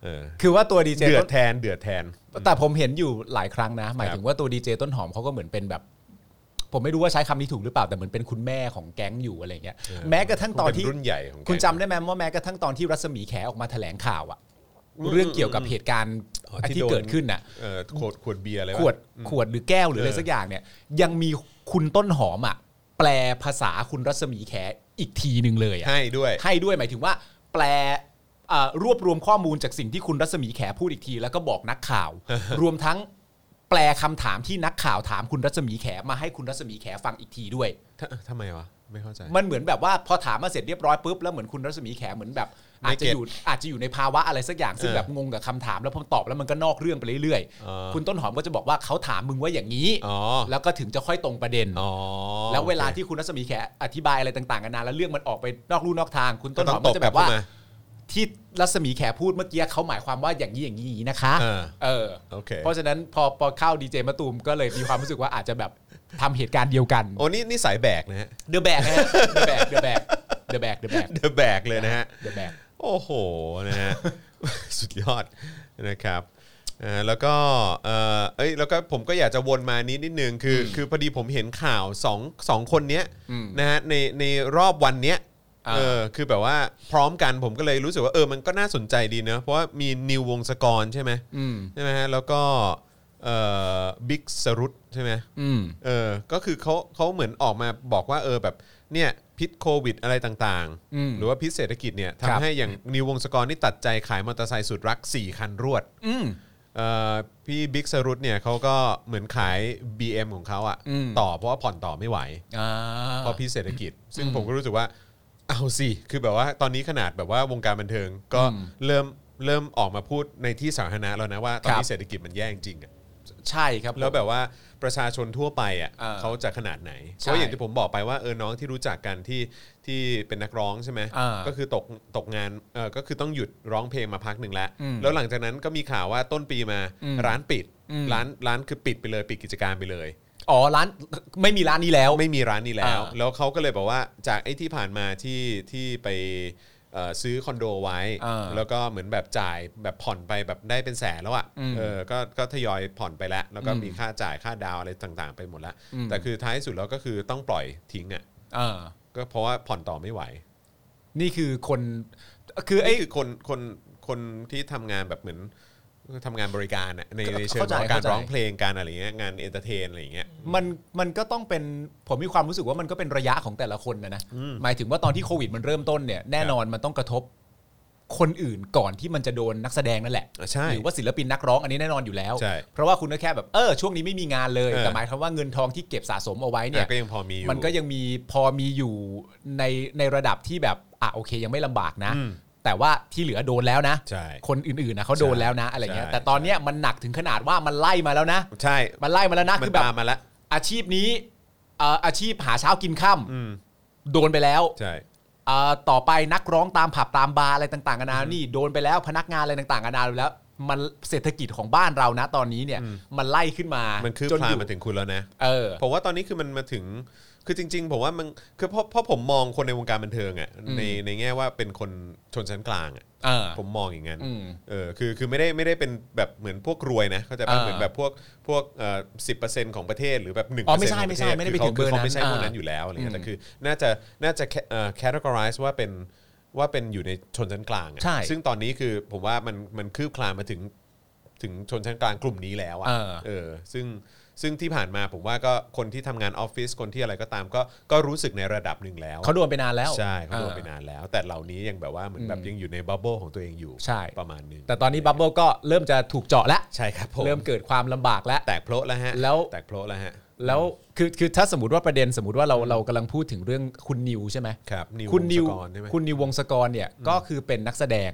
เออ คือว่าตัวดีเจ เดือ ต้ ด น แทนเดือดแทน แต่ผมเห็นอยู่หลายครั้งนะ หมายถึงว่าตัวดีเจต้นหอมเขาก็เหมือนเป็นแบบ ผมไม่รู้ว่าใช้คำนี้ถูกหรือเปล่าแต่เหมือนเป็นคุณแม่ของแก๊งอยู่อะไรเงี้ยแม้กระทั่งตอนที่ เป็นรุ่นใหญ่ของแก๊ง คุณจำได้ไหมว่าแม้กระทั่งตอนที่รัศมีแขออกมาแถลงข่าวอะเรื่องเกี่ยวกับเหตุการณ์ อ๋อที่ ที่ โดน เกิดขึ้นน่ะ เออขวดขวดเบียร์อะไร ข วะ วดขวดหรือแก้วหรืออะไร เออ สักอย่างเนี่ย ยังมีคุณต้นหอมอ่ะ แปลภาษาคุณรัศมีแขอีกทีหนึ่งเลยอะ ให้ด้วย ให้ด้วยหมายถึงว่า แปลเอ่อรวบรวมข้อมูลจากสิ่งที่คุณรัศมีแขพูดอีกที แล้วก็บอกนักข่าว รวมทั้ง แปลคำถามที่นักข่าวถามคุณรัศมีแขมาให้คุณรัศมีแขฟังอีกทีด้วย ททำไมวะ ไม่เข้าใจ มันเหมือนแบบว่าพอถามมาเสร็จเรียบร้อยปุ๊บแล้วเหมือนคุณรัศมีแขเหมือนแบบ อาจจะอยู่อาจจะอยู่ในภาวะอะไรสักอย่างซึ่ง เออ แบบงงกับคำถามแล้วพอตอบแล้วมันก็นอกเรื่องไปเรื่อย อ๋อ ๆ คุณต้นหอมก็จะบอกว่าเขาถามมึงว่าอย่างนี้ อ๋อ แล้วก็ถึงจะค่อยตรงประเด็น อ๋อ แล้วเวลา โอค ที่คุณรัศมีแขอธิบายอะไรต่างๆกันานาแล้วเรื่องมันออกไปนอกลู่นอกทาง คุณต้นหอม ต ก็ บ จะ ก แบ ลับบ ว่า เข้ม ที่รัศมีแขพูดเมื่อกี้เขาหมายความว่าอย่างนี้อย่างนี้อย่างนี้นะคะ เออ เออ โอเค เพราะฉะนั้นพอพอเข้าดีเจมะตูมก็เลยมีความรู้สึกว่าอาจจะแบบทำเหตุการณ์เดียวกัน โอ้นี่นี่สายแบกนะฮะ เดอะแบกนะฮะเดอะแบกเดอะแบกเดอะแบกเดอะแบก The b a g เลยนะฮะ เดอะแบก โอ้โห นะฮ ะ สุดยอดนะครับเอ่อแล้วก็เอ่อเอ้ย แล้วก็ผมก็อยากจะวนมานี้นิดนึง คือ คือพอดีผมเห็นข่าวสองสองคนเนี้ยนะฮะ ใน ในรอบวันเนี้ย อ่า เออ คือแบบว่าพร้อมกันผมก็เลยรู้สึกว่า เออ มันก็น่าสนใจดีเนอะ เพราะว่ามีนิววงศกรใช่ไหม อืม ใช่ไหมฮะ แล้วก็ เอ่อ บิ๊กสรุตใช่ไหม อืม เออ ก็คือเขาเขาเหมือนออกมาบอกว่าเออแบบเนี่ยพิษโควิดอะไรต่าง อืม หรือว่าพิษเศรษฐกิจเนี่ย ครับ ทำให้อย่างนิววงศกรนี่ตัดใจขายมอเตอร์ไซค์สุดรัก 4 คันรวด อืม เอ่อพี่บิ๊กสรุตเนี่ยเขาก็เหมือนขาย BM ของเขาอะ อืม ต่อเพราะว่าผ่อนต่อไม่ไหว อ่า เพราะพิษเศรษฐกิจ ซึ่งผมก็รู้สึกว่าเอาสิคือแบบว่าตอนนี้ขนาดแบบว่าวงการบันเทิงก็ อืม เริ่มเริ่มออกมาพูดในที่สาธารณะแล้วนะว่าตอน ครั นี้ บ เศรษฐกิจมันแย่จริงๆอะ ใช่ครับ แล้วแบบว่าประชาชนทั่วไปอ่ะ เออ เขาจะขนาดไหนเพใช่ราะอย่างที่ผมบอกไปว่าเออน้องที่รู้จักกันที่ที่เป็นนักร้องใช่ไหม เออ ก็คือตกตกงานเออก็คือต้องหยุดร้องเพลงมาพักหนึ่งแล้ว อืม แล้วหลังจากนั้นก็มีข่าวว่าต้นปีมา อืม ร้านปิด อืม ร้านร้านคือปิดไปเลยปิดกิจการไปเลย อ๋อร้านไม่มีร้านนี้แล้ว ไม่มีร้านนี้แล้ว อ่า แล้วเขาก็เลยบอกว่าจากไอ้ที่ผ่านมาที่ที่ไปเอ่อซื้อคอนโดไว้ อ่า แล้วก็เหมือนแบบจ่ายแบบผ่อนไปแบบได้เป็นแสนแล้วอะ อืม เออก็ก็ทยอยผ่อนไปแล้ว แล้วก็ อืม มีค่าจ่ายค่าดาวอะไรต่างๆ ไปหมดแล้ว อืม แต่คือท้ายสุดแล้วก็คือต้องปล่อยทิ้งอะ เออ ก็เพราะว่าผ่อนต่อไม่ไหว นี่คือคนคือไอ้ นี่คือคนคนคนที่ทำงานแบบเหมือนทำงานบริการอะในในเชิง เข้าใจ ของการ เข้าใจ ร้องเพลงการอะไรเงี้ยงานเอนเตอร์เทนอะไรเงี้ย มันมันก็ต้องเป็นผมมีความรู้สึกว่ามันก็เป็นระยะของแต่ละคนนะนะหมายถึงว่าตอนที่โควิดมันเริ่มต้นเนี่ยแน่นอนมันต้องกระทบคนอื่นก่อนที่มันจะโดนนักแสดงนั่นแหละ ใช่ หรือว่าศิลปินนักร้องอันนี้แน่นอนอยู่แล้ว ใช่ เพราะว่าคุณก็แค่แบบเออช่วงนี้ไม่มีงานเลย เออ แต่หมายความว่าเงินทองที่เก็บสะสมเอาไว้เนี่ย แต่ก็ยังพอมีอยู่ มันก็ยังมีพอมีอยู่ในในระดับที่แบบอ่ะโอเคยังไม่ลำบากนะ อืม แต่ว่าที่เหลือโดนแล้วนะ ใช่ คนอื่นๆนะเขาโดนแล้วนะอะไรเงี้ย ใช่ แต่ตอนเนี้ยมันหนักถึงขนาดว่ามันไล่มาแล้วนะ ใช่ มันไล่มาแล้วนะ มัน คือแบบ ตามมาแล้ว อาชีพนี้เอ่ออาชีพหาเช้ากินค่ อืม ำโดนไปแล้ว ใช่ เอ่อต่อไปนักร้องตามผับตามบาร์อะไรต่างๆกันานานี่โดนไปแล้วพนักงานอะไรต่างๆกันานาแล้ว มันเศรษฐกิจของบ้านเรานะตอนนี้เนี่ย มันไล่ขึ้นมา มันคืบ จน คลาน อยู่ มาถึงคุณแล้วนะ เออ ผมว่าตอนนี้คือมันมาถึง คือจริง ๆ ผมว่ามันคือเพราะเพราะผมมองคนในวงการบันเทิงอ่ะในในแง่ว่าเป็นคนชนชั้นกลางอ่ะ เออ ผมมองอย่างนั้น อืม เออคือคือไม่ได้ไม่ได้เป็นแบบเหมือนพวกรวยนะเขาใจะเป็น อ่า เหมือนแบบพวกพวกเอ่อสิบเปอร์เซ็นต์ของประเทศหรือแบบหนึ่งเปออ๋อ ร์ ไม่ เซ็นต์ของประเทศใช่ไม่ใช่ไม่ได้ไป คือเขาคือถึงเบอร์ เขาไม่ใช่ นั้น พวกนั้น อ่า อยู่แล้วอะไรเงี้ย อืม แต่คือน่าจะน่าจะเอ่อ categorize ว่าเป็นว่าเป็นอยู่ในชนชั้นกลางอะ ใช่ ซึ่งตอนนี้คือผมว่ามันมันคืบคลานมาถึงถึงชนชั้นกลางกลุ่มนี้แล้ว เอ อ่ะ อ เออซึ่งซึ่งที่ผ่านมาผมว่าก็คนที่ทำงานออฟฟิศคนที่อะไรก็ตามก็ก็รู้สึกในระดับหนึ่งแล้ว เขาโดนไปนานแล้ว ใช่เขาโดนไป ออ นานแล้ว แต่เหล่านี้ยังแบบว่าเหมือนแบบ อืม ยังอยู่ในบับเบิลของตัวเองอยู่ ใช่ ประมาณหนึง แต่ตอนนี้บับเบิลก็เริ่มจะถูกเจาะแล้ว ใช่ครับผม เริ่มเกิดความลำบากแล้ว แตกโพละแล้วฮะ แล้ว แตกโพละแล้วฮะ แล้วคือคือถ้าสมมติว่าประเด็นสมมติว่าเราเรากำลังพูดถึงเรื่องคุณนิวใช่ไหม ครับนิว คุณนิว วงศกรใช่ไหม คุณนิววงศกรเนี่ยก็คือเป็นนักแสดง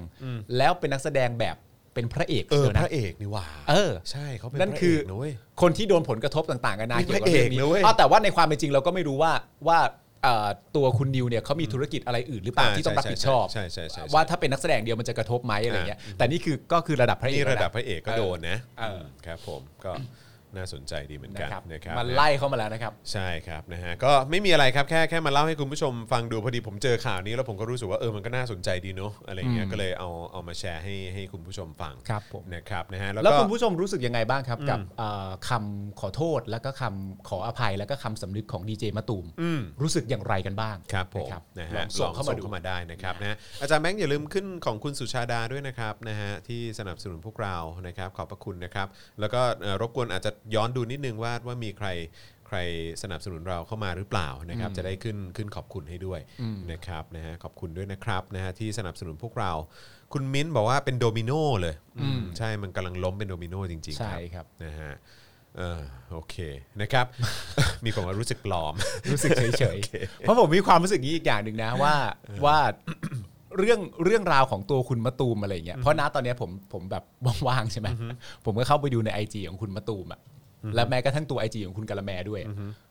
แล้วเป็นนักแสดงแบบเป็นพระเอก เออ ลย พ นะ ระเอกนี่หว่า เออ ใช่เขาเป็น นั่น พระ คือ เกนะเว้ย คนที่โดนผลกระทบต่างๆกันานา นี่ เกี่ยวกับเรื่องนี้ พระเอกนะเว้ย อ้าวแต่ว่าในความเป็นจริงเราก็ไม่รู้ว่าว่าเอ่อตัวคุณนิวเนี่ยเขามีธุรกิจอะไรอื่นหรือเปล่า อ่า ที่ต้องรับผิดชอบ ใช่ใช่ใช่ใช่ ว่าถ้าเป็นนักแสดงเดียวมันจะกระทบไหมอะไรเงี้ยแต่นี่คือก็คือระดับพระเอ นี่ ก ระดับพแล้ว ระเอกก็ เออ โดนนะ เอออื มครับผมก็น่าสนใจดีเหมือนกัน นะครับ นะครับ มันไล่เข้ามาแล้วนะครับ ใช่ครับนะฮะก็ไม่มีอะไรครับแค่แค่มาเล่าให้คุณผู้ชมฟังดูพอดีผมเจอข่าวนี้แล้วผมก็รู้สึกว่าเออมันก็น่าสนใจดีเนาะอะไรเงี้ย อืม ก็เลยเอาเอามาแชร์ให้ให้คุณผู้ชมฟัง ครับผม นะครับนะฮะแล้ว แล้ว ก็ คุณผู้ชมรู้สึกยังไงบ้างครับ กับเอ่อคำขอโทษแล้วก็คำขออภัยแล้วก็คำสำนึกของดีเจมะตูม อืม รู้สึกอย่างไรกันบ้าง ครับผม นะ นะ ล ฮะ องส่งเข้ามาดู ได้นะครับนะฮะอาจารย์แบงค์อย่าลืมขึ้นของคุณสุชาดาด้วยนะครับนะฮะที่สนับสนุนพวกเรานะครับขอบพระคุณนะครับ แล้วก็เอ่อรบกวนอาจจะย้อนดูนิดนึงว่าว่ามีใครใครสนับสนุนเราเข้ามาหรือเปล่านะครับจะได้ขึ้นขึ้นขอบคุณให้ด้วยนะครับนะฮะขอบคุณด้วยนะครับนะฮะที่สนับสนุนพวกเรา คุณมิ้นบอกว่าเป็นโดมิโนเลย ใช่ มันกำลังล้มเป็นโดมิโนจริงๆ ใช่ครับ นะฮะ เออโอเคนะครับ มีคนว่ารู้สึกปลอม รู้สึกเฉยๆ เพราะผมมีความรู้สึกนี้อีกอย่างหนึ่งนะว่าว่า เรื่องเรื่องราวของตัวคุณมะตูมอะไรเงี้ยเพราะนะตอนเนี้ยผมผมแบบ ว่างๆใช่ไหมผมก็เข้าไปดูในไอจของคุณมะตูมอะและแม้กระทั่งตัวไอจของคุณกะละแมด้วย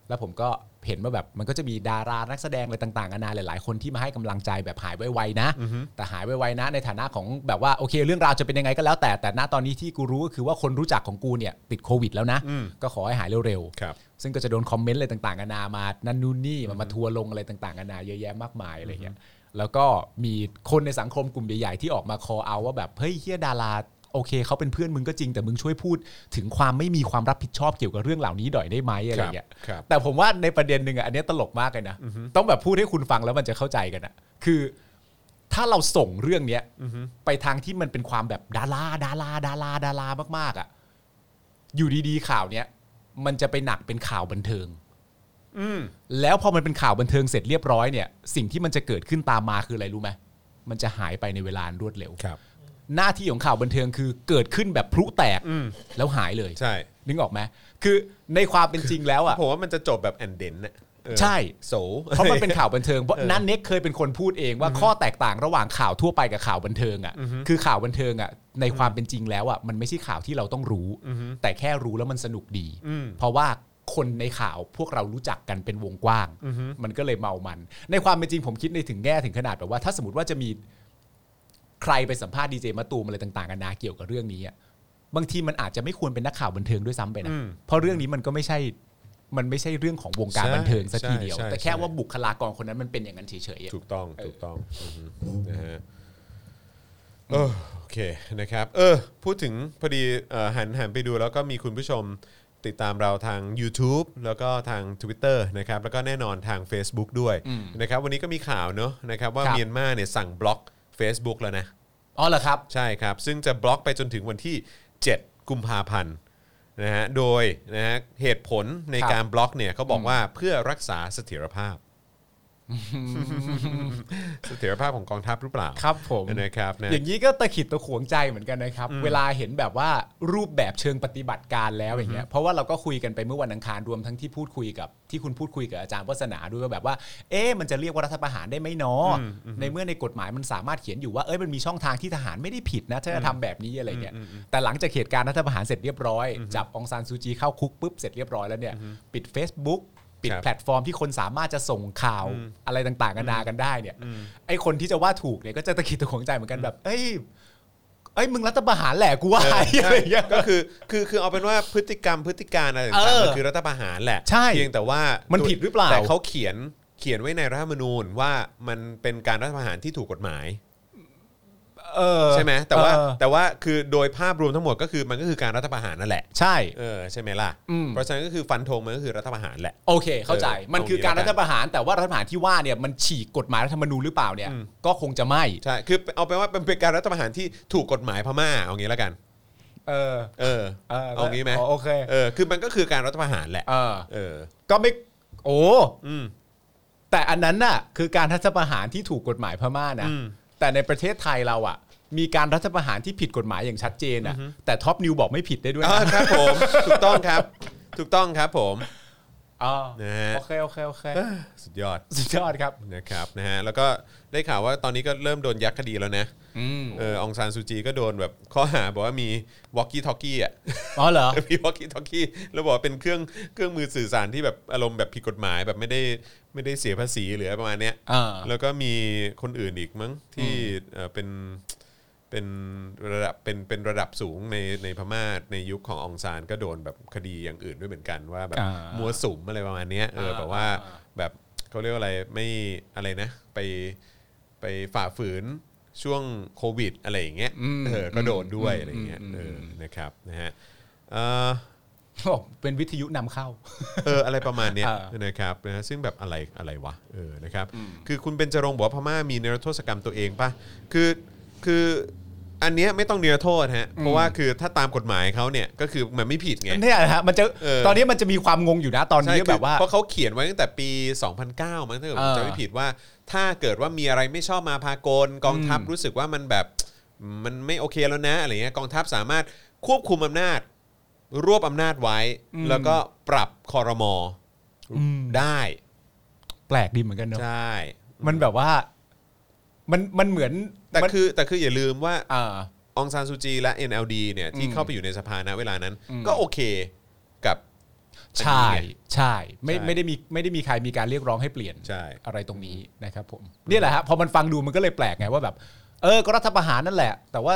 แล้วผมก็เห็นว่าแบบมันก็จะมีดารานักแสดงอะไรต่างๆนานาหลายๆ คนที่มาให้กำลังใจแบบหายไวๆนะ แต่หายไวๆนะ ในฐานะของแบบว่าโอเค เรื่องราวจะเป็นยังไงก็แล้วแต่แต่ณตอนนี้ที่กูรู้ก็คือว่าคนรู้จักของกูเนี่ยติดโควิดแล้วนะ ก็ขอให้หายเร็วๆ ครับ ซึ่งก็จะโดนคอมเมนต์อะไรต่างๆกันานามา นั่นนู่นนี่มามาทัวร์ลงอะไรต่างๆกันานาเยอะแยะมากมายอะไรเงี้ย แล้วก็มีคนในสังคมกลุ่มใหญ่ๆที่ออกมาคอเอาว่าแบบ เฮ้ยเฮียดาราโอเคเขาเป็นเพื่อนมึงก็จริงแต่มึงช่วยพูดถึงความไม่มีความรับผิดชอบเกี่ยวกับเรื่องเหล่านี้หน่อยได้ไหมอะไรเงี้ย ครับ แต่ผมว่าในประเด็นหนึ่งอ่ะอันเนี้ยตลกมากเลยนะ ต้องแบบพูดให้คุณฟังแล้วมันจะเข้าใจกันอ่ะ คือ ถ้าเราส่งเรื่องเนี้ยไปทางที่มันเป็นความแบบดาราดาราดาราดารามากๆอ่ะ อยู่ดีๆข่าวเนี้ยมันจะไปหนักเป็นข่าวบันเทิง อืม แล้วพอมันเป็นข่าวบันเทิงเสร็จเรียบร้อยเนี่ย สิ่งที่มันจะเกิดขึ้นตามมาคืออะไรรู้ไหมมันจะหายไปในเวลาอันรวดเร็ว ครับ หน้าที่ของข่าวบันเทิงคือเกิดขึ้นแบบพลุแตก อืม แล้วหายเลย ใช่ นึกออกไหมคือในความเป็นจริงแล้วอ่ะ ผมว่ามันจะจบแบบแอนเดนน่ะเออ ใช่ โส เพราะมันเป็นข่าวบันเทิงเพราะนั่นเน็กเคยเป็นคนพูดเองว่าข้อแตกต่างระหว่างข่าวทั่วไปกับข่าวบันเทิงอ่ะคือข่าวบันเทิงอ่ะในความเป็นจริงแล้วอ่ะมันไม่ใช่ข่าวที่เราต้องรู้ แต่แค่รู้แล้วมันสนุกดี อืม เพราะว่าคนในข่าวพวกเรารู้จักกันเป็นวงกว้าง มันก็เลยเมามัน ในความเป็นจริงผมคิดในถึงแง่ถึงขนาดแบบว่า ถ้าสมมติว่าจะมีใครไปสัมภาษณ์ดีเจมะตูมอะไรต่างๆกันานาเกี่ยวกับเรื่องนี้อ่ะบางทีมันอาจจะไม่ควรเป็นนักข่าวบันเทิงด้วยซ้ำไปนะ อืม เพราะเรื่องนี้มันก็ไม่ใช่ มันไม่ใช่เรื่องของวงการ ใช่ บันเทิงซะทีเดียว ใช่ใช่ แต่แค่ว่า ใช่ บุคลากรคนนั้นมันเป็นอย่างนั้นเฉยๆอะ ถูกต้อง เออ ถูกต้องอือฮึนะฮะเออโอเคนะครับ เออ พูดถึงพอดีเอ่อหันหันไปดูแล้วก็มีคุณผู้ชมติดตามเราทาง YouTube แล้วก็ทาง Twitter นะครับ แล้วก็แน่นอนทาง Facebook ด้วยนะครับ วันนี้ก็มีข่าวเนอะนะครับ ว่าเมียนมาเนี่ยสั่งบล็อก Facebook แล้วนะ อ๋อเหรอครับ ใช่ครับ ซึ่งจะบล็อกไปจนถึงวันที่ 7 กุมภาพันธ์นะฮะ โดยนะฮะเหตุผลใน ครับ การบล็อกเนี่ยเขาบอกว่าเพื่อรักษาเสถียรภาพ เสถียรภาพของกองทัพหรือเปล่า ครับผม นะครับนะ อย่างนี้ก็ตะขิดตะขวงใจเหมือนกันนะครับ เวลาเห็นแบบว่ารูปแบบเชิงปฏิบัติการแล้วอย่างเงี้ยเพราะว่าเราก็คุยกันไปเมื่อวันอังคารรวมทั้งที่พูดคุยกับที่คุณพูดคุยกับอาจารย์วัฒนาด้วยว่าแบบว่า เอ๊ะมันจะเรียกว่ารัฐประหารได้ไหมเนาะในเมื่อในกฎหมายมันสามารถเขียนอยู่ว่าเอ้ยมันมีช่องทางที่ทหารไม่ได้ผิดนะถ้าจะทำแบบนี้อะไรเงี้ยแต่หลังจากเหตุการณ์รัฐประหารเสร็จเรียบร้อยจับองซานซูจีเข้าคุกปุ๊บเสร็จเรียบร้อยแล้วเนี่ยปิด Facebook ปิคดรับ แพลตฟอร์มที่คนสามารถจะส่งข่าวอะไรต่างๆกันานากันได้เนี่ยไอคนที่จะว่าถูกเนี่ยก็จะตะขิดตะขวงใจเหมือนกันแบบ เอ้ยเอ้ยมึงรัฐประหารแหละกูว่า เออ อะ ใช่ ไรอย่างเงี้ย ก็คือคือคือเอาเป็นว่าพฤติกรรมพฤติการอะไรต่าง เอ ๆ อ มันคือรัฐประหารแหละ ใช่ เพียงแต่ว่ามัน ผิดหรือเปล่า แต่เขาเขียนเขียนไว้ในรัฐธรรมนูญว่ามันเป็นการรัฐประหารที่ถูกกฎหมาย เออ ใช่ไหมแต่ว่า เออ แต่ว่าคือโดยภาพรวมทั้งหมดก็คือมันก็คือการรัฐประหารนั่นแหละ ใช่ เออใช่ไหมล่ะ อืม เพราะฉะนั้นก็คือฟันธงมันก็คือรัฐประหารแหละ โอเค เข้าใจ เออ มันคือการ เอา รั งี้ ฐ ละกัน ประหารแต่ว่ารัฐประหารที่ว่าเนี่ยมันฉีกกฎหมายรัฐธรรมนูญหรือเปล่าเนี่ย ก็คงจะไม่ ใช่คือเอาไปนว่าเป็นเป็นการรัฐประหารที่ถูกกฎหมายพม่าเอางี้แล้วกัน เออ เออ เออ เอางี้ไหม อ๋อโอเค เออคือมันก็คือการรัฐประหารแหละ เออ เออ ก็ไม่โอ้ อืม แต่อันนั้นน่ะคือการรัฐประหารที่ถูกกฎหมายพม่านะ อืม แต่ในประเทศไทยเราอ่ะ มีการรัฐประหารที่ผิดกฎหมายอย่างชัดเจนอ่ะ แต่ท็อปนิวบอกไม่ผิดได้ด้วย อ่า นะครับ ผมถูกต้องครับ ถูกต้องครับผม อ๋อ นะฮะ โอเคโอเคโอเค สุดยอด สุดยอดครับ นะครับนะฮะแล้วก็ได้ข่าวว่าตอนนี้ก็เริ่มโดนยัดคดีแล้วนะเออองซานซูจีก็โดนแบบข้อหาบอกว่ามีวอกกี้ทอกกี้อ่ะ อ๋อเหรอ มีวอกกี้ทอกกี้แล้วบอกว่าเป็นเครื่องเครื่องมือสื่อสารที่แบบอารมณ์แบบผิดกฎหมายแบบไม่ได้ไม่ได้เสียภาษีหรืออะไรประมาณเนี้ย อ่า แล้วก็มีคนอื่นอีกมั้งที่เอ่อเป็นเป็นระดับเป็นเป็นระดับสูงในในพม่าในยุคขององซานก็โดนแบบคดีอย่างอื่นด้วยเหมือนกันว่าแบบ อ่ามั มัวสุมอะไรประมาณเนี้ยเออแบบว่าแบบเขาเรียกว่าอะไรไม่อะไรนะ ไปไปฝ่าฝืนช่วงโควิดอะไรอย่างเงี้ย อืม เออก็โดนด้วยอะไรอย่างเงี้ยเออนะครับนะฮะเอ่อ บอกเป็นวิทยุนำเข้า เอออะไรประมาณเนี้ย เออ นะครับนะฮะซึ่งแบบอะไรอะไรวะเออนะครับ คือคุณเบญจรงค์บอกว่าพม่ามีเนรโทษกรรมตัวเองป่ะคือคืออันเนี้ยไม่ต้องเนรโทษฮะเพราะว่าคือถ้าตามกฎหมายเขาเนี่ยก็คือมันไม่ผิดไง เนี่ยนะฮะมันจะ เออ ตอนนี้มันจะมีความงงอยู่นะตอน ใช่ นี้ คือ แบบว่า เพราะเขาเขียนไว้ตั้งแต่ปี 2009 มั้งถ้าเกิดผม เออ จำไม่ผิดว่า ถ้าเกิดว่ามีอะไรไม่ชอบมาพากลกองทัพรู้สึกว่ามันแบบมันไม่โอเคแล้วนะอะไรเงี้ยกองทัพสามารถควบคุมอำนาจ รวบอำนาจไว้ แล้วก็ปรับคอรมอได้ แปลกดีเหมือนกันเนอะ ใช่ มันแบบว่า มันมันเหมือน แต่ มัน คือแต่คืออย่าลืมว่า อ่า องซานซูจีและ NLD เนี่ยที่เข้าไปอยู่ในสภาณเวลานั้น อืม ก็โอเคกับ ใช่ อันนี้ไง ใช่ไม่ ใช่ ไม่ได้มีไม่ได้มีใครมีการเรียกร้องให้เปลี่ยน ใช่ อะไรตรงนี้นะครับผมเนี่ยแหละฮะพอมันฟังดูมันก็เลยแปลกไงว่าแบบ เออก็รัฐประหารนั่นแหละ แต่ว่า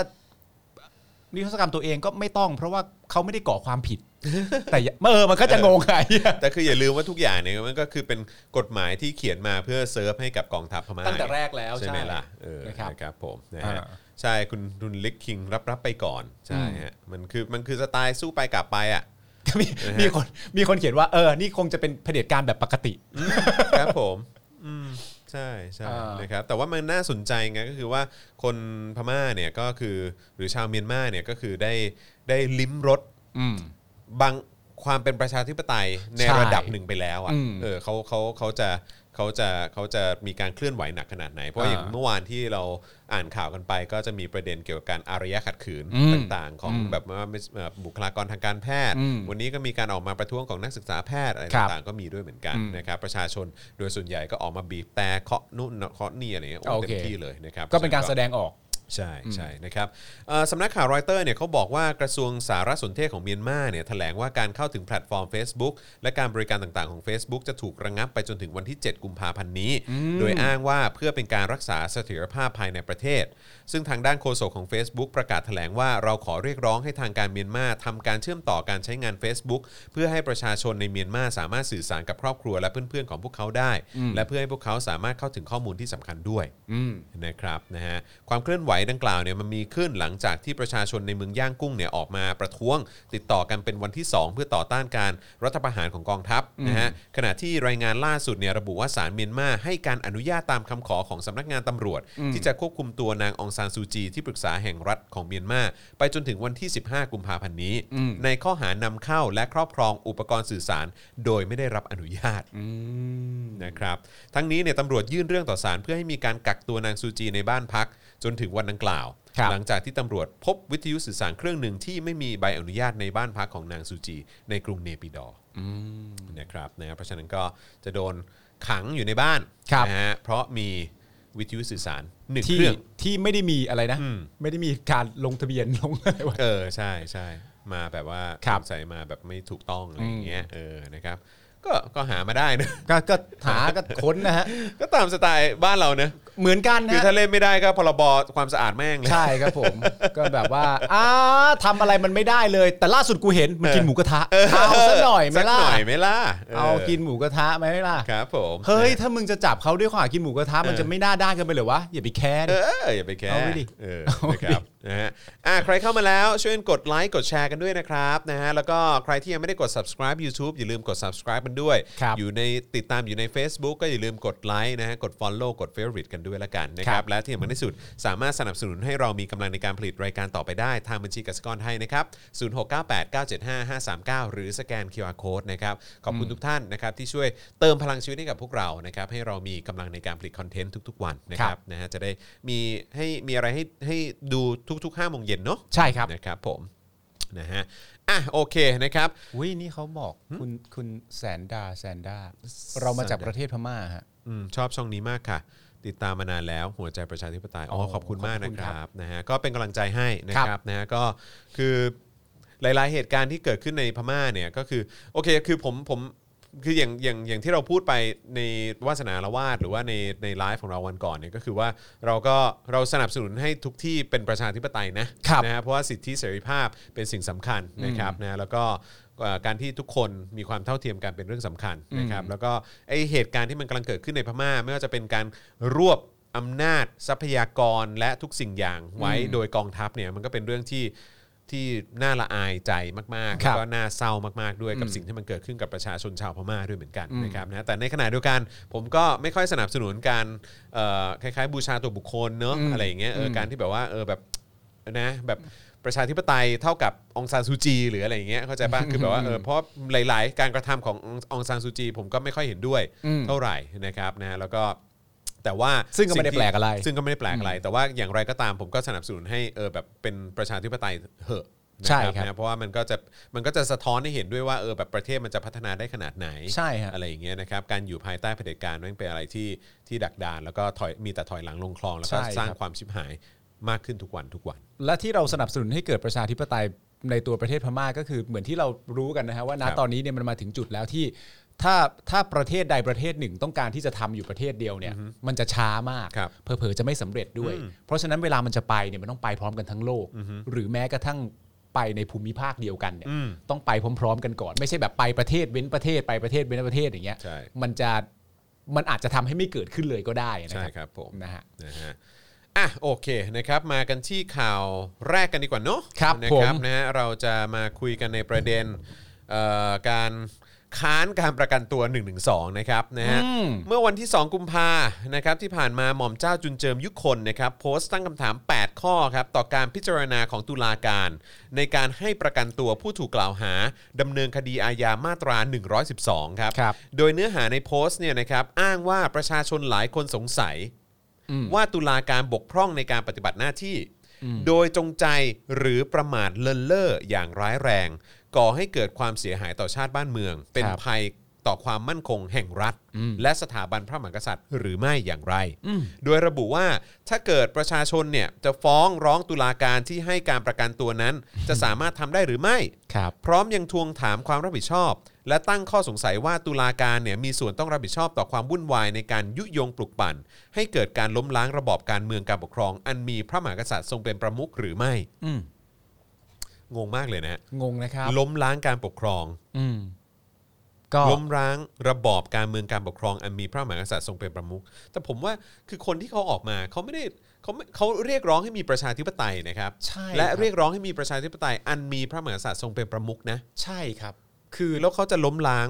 นิรโทรศกรรมตัวเองก็ไม่ต้อง เพราะว่าเขาไม่ได้ก่อความผิด แต่อย่าเออมันก็จะงงไง แต่คืออย่าลืมว่าทุกอย่างเนี่ยมันก็คือเป็นกฎหมายที่เขียนมาเพื่อเซิร์ฟให้กับกองทัพพม่า ตั้งแต่แรกแล้ว ใช่ไหม ใช่ ล่ะเออ นะครับ นะครับผมนะฮะ อ่า ใช่คุณดุนลิกคิงรับรับไปก่อน ใช่ฮะมันคือมันคือสไตล์สู้ไปกลับไปอ่ะ มีมีคนมีคนเขียนว่าเออ นี่คงจะเป็นเผด็จการแบบปกติ ครับผมอืมใช่ใช่ อ่าน นะครับแต่ว่ามันน่าสนใจไงก็คือว่าคนพม่าเนี่ยก็คือหรือชาวเมียนมาเนี่ยก็คือได้ได้ลิ้มรสบางความเป็นประชาธิปไตยใน ใช่ ระดับหนึ่งไปแล้วอ่ะ อืม เออเขาเขาเขาจะเขาจะเขาจะมีการเคลื่อนไหวหนักขนาดไหน เพราะอย่าง อ่า เมื่อวานที่เราอ่านข่าวกันไป ก็จะมีประเด็นเกี่ยวกับการอารยะขัดขืน อืม ต่างๆ ของแบบว่าไม่เอ่อบุคลากรทางการแพทย์ อืม วันนี้ก็มีการออกมาประท้วงของนักศึกษาแพทย์อะไร ครั ต่าง บ ๆ ก็มีด้วยเหมือนกันนะครับประชาชนโดยส่วนใหญ่ก็ออกมาบีบแต่เคาะนู่นเคาะนี่อะไรเงี้ยโอ้ โอ เต็ เค มที่เลยนะครับ ก็เป็นการแสดงออก ใช่ใช่นะครับเอ่อสำนักข่าวรอยเตอร์เนี่ยเขาบอกว่ากระทรวงสารสนเทศของเมียนมาเนี่ยแถลงว่าการเข้าถึงแพลตฟอร์ม Facebook และการบริการต่างๆของ Facebook จะถูกระงับไปจนถึงวันที่ 7 กุมภาพันธ์นี้ โดยอ้างว่าเพื่อเป็นการรักษาเสถียรภาพภายในประเทศ ซึ่งทางด้านโฆษกของ Facebook ประกาศแถลงว่าเราขอเรียกร้องให้ทางการเมียนมาทำการเชื่อมต่อการใช้งาน Facebook เพื่อให้ประชาชนในเมียนมาสามารถสื่อสารกับครอบครัวและเพื่อนๆของพวกเขาได้ และเพื่อให้พวกเขาสามารถเข้าถึงข้อมูลที่สำคัญด้วยนะครับนะฮะความเคลื่อนไหวดังกล่าวเนี่ยมันมีขึ้นหลังจากที่ประชาชนในเมืองย่างกุ้งเนี่ยออกมาประท้วง ติดต่อกันเป็นวันที่ 2 เพื่อต่อต้านการรัฐประหารของกองทัพนะฮะขณะที่รายงานล่าสุดเนี่ยระบุว่าศาลเมียนมาให้การอนุญาตตามคำขอของสำนักงานตำรวจ ที่จะควบคุมตัวนางองซานซูจี ที่ปรึกษาแห่งรัฐของเมียนมาไปจนถึงวันที่ 15 กุมภาพันธ์นี้ ในข้อหานำเข้าและครอบครองอุปกรณ์สื่อสาร โดยไม่ได้รับอนุญาต นะครับทั้งนี้เนี่ยตำรวจยื่นเรื่องต่อศาลเพื่อให้มีการกักตัวนางซูจีในบ้านพัก จนถึงวันดังกล่าว ครับ หลังจากที่ตำรวจพบวิทยุสื่อสารเครื่องหนึ่งที่ไม่มีใบอนุญาตในบ้านพักของนางซูจี ในกรุงเนปิดอร์นะครับนะเพราะฉะนั้นก็จะโดนขังอยู่ในบ้านนะฮะเพราะมีวิทยุสื่อสารหนึ่ง ที่ เครื่อง ที่ไม่ได้มีอะไรนะ อืม ไม่ได้มีการลงทะเบียน ลงอะไรไว้ เออใช่ใช่มาแบบว่า ครับ ใส่มาแบบไม่ถูกต้องอะไรอย่างเงี้ยเออนะครับก็ก็หามาได้นะ ก็ก็หาก็ค้นนะฮะ ก็ตามสไตล์บ้านเราเนะ เหมือนกัน คือ นะ ถ้าเล่นไม่ได้ก็พรบความสะอาดแม่งเลย ใช่ครับผม ก็แบบว่าอ้าทำอะไรมันไม่ได้เลย แต่ล่าสุดกูเห็นมันกินหมูกระทะเอาซะหน่อยไหม สัก ล่ะ หน่อยไหมล่ะ เอากินหมูกระทะไหมล่ะ ครับผม เฮ้ยถ้ามึงจะจับเขาด้วยข้อหากินหมูกระทะมัน เออ จะไม่น่าด้านกันไปเหรอวะอย่าไปแคร์ เอออย่าไปแคร์ เอาไว้ดิ เออ เอาไว้ นะค ดิ รับนะฮะอ่ะใครเข้ามาแล้วช่วยกดไลค์กดแชร์กันด้วยนะครับนะฮะแล้วก็ใครที่ยังไม่ได้กด subscribe YouTube อย่าลืมกด subscribe กันด้วย ครับ อยู่ในติดตามอยู่ใน Facebook ก็อย่าลืมกดไลค์นะฮะกด follow กด favorite กันด้วยละกันนะค ค รั รับ บ และที่สำคัญที่สุดสามารถสนับสนุนให้เรามีกำลังในการผลิตรายการต่อไปได้ ทางบัญชีกสิกรไทยนะครับ 0698975539 หรือสแกน QR Code นะครับ ขอบคุณทุกท่านนะครับที่ช่วยเติมพลังชีวิตให้กับพวกเรานะครับให้เรามีกำลังในการผลิตคอนเทนต์ทุกๆวันนะค ค รั รั บบ นะฮะจะได้มีให้มีอะไรให้ให้ดูทุกๆ5โมงเย็นเนาะ ใช่ครับ นะครับผมนะฮะอ่ะโอเคนะครับ อุ้ยนี่เขาบอกคุณคุณแสนดาแสนดา เรามาจากประเทศพม่าฮะ อืมชอบช่องนี้มากค่ะ ติดตามมานานแล้วหัวใจประชาธิปไตยอ๋อ โอ้ ขอบคุณมาก ขอบ นะ คุณ ค ครั รับบ นะฮะก็เป็นกำลังใจให้นะค ครั รับบ นะฮะก็คือหลายๆเหตุการณ์ที่เกิดขึ้นในพม่าเนี่ยก็คือโอเคคือผมผมคืออย่างอย่างอย่างที่เราพูดไปในวาสนาละวาดหรือว่าในในไลฟ์ของเราวันก่อนเนี่ยก็คือว่าเราก็เราสนับสนุนให้ทุกที่เป็นประชาธิปไตยนะครับ นะฮะเพราะว่าสิทธิเสรีภาพเป็นสิ่งสำคัญนะครับนะฮะแล้วก็เอ่อการที่ทุกคนมีความเท่าเทียมกันเป็นเรื่องสำคัญนะครับ แล้วก็ไอเหตุการณ์ที่มันกำลังเกิดขึ้นในพม่า ไม่ว่าจะเป็นการรวบอำนาจทรัพยากรและทุกสิ่งอย่างไว้โดยกองทัพเนี่ยมันก็เป็นเรื่องที่ที่น่าละอายใจมากๆ ครั แล้วบก็น่าเศร้ามากๆด้วยกับสิ่งที่มันเกิดขึ้นกับประชาชนชาวพม่าด้วยเหมือนกันนะครับนะแต่ในขณะเดียวกัน ผมก็ไม่ค่อยสนับสนุนการเอ่อคล้ายๆ บูชาตัวบุคคลเนอะ อืม อะไรอย่างเงี้ยเอออ ม การที่แบบว่าเออแบบ นะแบบประชาธิปไตยเท่ากับองซานซูจีหรืออะไรอย่างเงี้ยเข้าใจป่ะ คือแบบว่าเออเพราะหลาย ๆ การกระทำขององซานซูจี ผมก็ไม่ค่อยเห็นด้วย อืม เท่าไหร่นะครับนะแล้วก็แต่ว่า ซึ่งก็ไม่ได้ ที่ แปลกอะไร ซึ่งก็ไม่ได้แปลกอะไร แต่ว่าอย่างไรก็ตามผมก็สนับสนุนให้เออแบบเป็นประชาธิปไตยเหอะ นะ ใช่ครับ นะเพราะว่ามันก็จะมันก็จะสะท้อนให้เห็นด้วยว่าเออแบบประเทศมันจะพัฒนาได้ขนาดไหน ใช่ฮะ อะไรอย่างเงี้ยนะครับการอยู่ภายใต้เผด็จการมันเป็นอะไรที่ที่ดักดาน แล้วก็ถอยมีแต่ถอยหลังลงคลองแล้วก็ ใช่ครับ สร้างความชิบหายมากขึ้นทุกวันทุกวัน และที่เราสนับสนุนให้เกิดประชาธิปไตยในตัวประเทศพม่าก็คือเหมือนที่เรารู้กันนะฮะว่าคณรับ ตอนนี้เนี่ยมันมาถึงจุดแล้วที่ ถ้าถ้าประเทศใดประเทศหนึ่งต้องการที่จะทำอยู่ประเทศเดียวเนี่ยมันจะช้ามาก ครับ เผลอๆจะไม่สำเร็จด้วย เพราะฉะนั้นเวลามันจะไปเนี่ยมันต้องไปพร้อมกันทั้งโลก หรือแม้กระทั่งไปในภูมิภาคเดียวกันเนี่ย อืม ต้องไปพร้อม ๆ กันก่อน ไม่ใช่แบบไปประเทศเว้นประเทศไปประเทศเว้นประเทศอย่างเงี้ย ใช่ มันจะมันอาจจะทำให้ไม่เกิดขึ้นเลยก็ได้นะ ใช่ ค ครับ รับผม นะฮะ นะฮะอ่ะโอเคนะครับมากันที่ข่าวแรกกันดีกว่าเนาะ ครับ นะ ผม นะฮะเราจะมาคุยกันในประเด็นเอ่อการค้านการประกันตัว 112 นะครับนะฮะ อืม เมื่อวันที่ 2 กุมภานะครับที่ผ่านมาหม่อมเจ้าจุนเจิมยุคน นะครับ โพสต์ตั้งคำถาม 8 ข้อครับ ต่อการพิจารณาของตุลาการ ในการให้ประกันตัวผู้ถูกกล่าวหาดำเนินคดีอาญามาตรา 112 ครับ ครับ โดยเนื้อหาในโพสต์เนี่ยนะครับอ้างว่าประชาชนหลายคนสงสัย ว่าตุลาการบกพร่องในการปฏิบัติหน้าที่ โดยจงใจหรือประมาทเลินเล่ออย่างร้ายแรง ก่อให้เกิดความเสียหายต่อชาติบ้านเมือง เป็น ครับ ภัยต่อความมั่นคงแห่งรัฐ และสถาบันพระมหากษัตริย์หรือไม่อย่างไร โดยระบุว่าถ้าเกิดประชาชนเนี่ยจะฟ้องร้องตุลาการที่ให้การประกันตัวนั้น จะสามารถทำได้หรือไม่ ครับ พร้อมยังทวงถามความรับผิดชอบ และตั้งข้อสงสัยว่าตุลาการเนี่ยมีส่วนต้องรับผิดชอบต่อความวุ่นวายในการยุยงปลุกปั่น ให้เกิดการล้มล้างระบอบการเมืองการปกครอง อันมีพระมหากษัตริย์ทรงเป็นประมุขหรือไม่ อืม งงมากเลยนะฮะ งงนะครับ ล้มล้างการปกครอง อืมก็ ล้มร้างระบอบการเมืองการปกครอง อันมีพระมหากษัตริย์ทรงเป็นประมุขแต่ผมว่าคือคนที่เขาออกมาเขาไม่ได้เขาไม่เขาเรียกร้องให้มีประชาธิปไตยนะครับ ใช่ และ ครับ เรียกร้องให้มีประชาธิปไตย อันมีพระมหากษัตริย์ทรงเป็นประมุขนะ ใช่ครับ คือ แล้วเขาจะล้มล้าง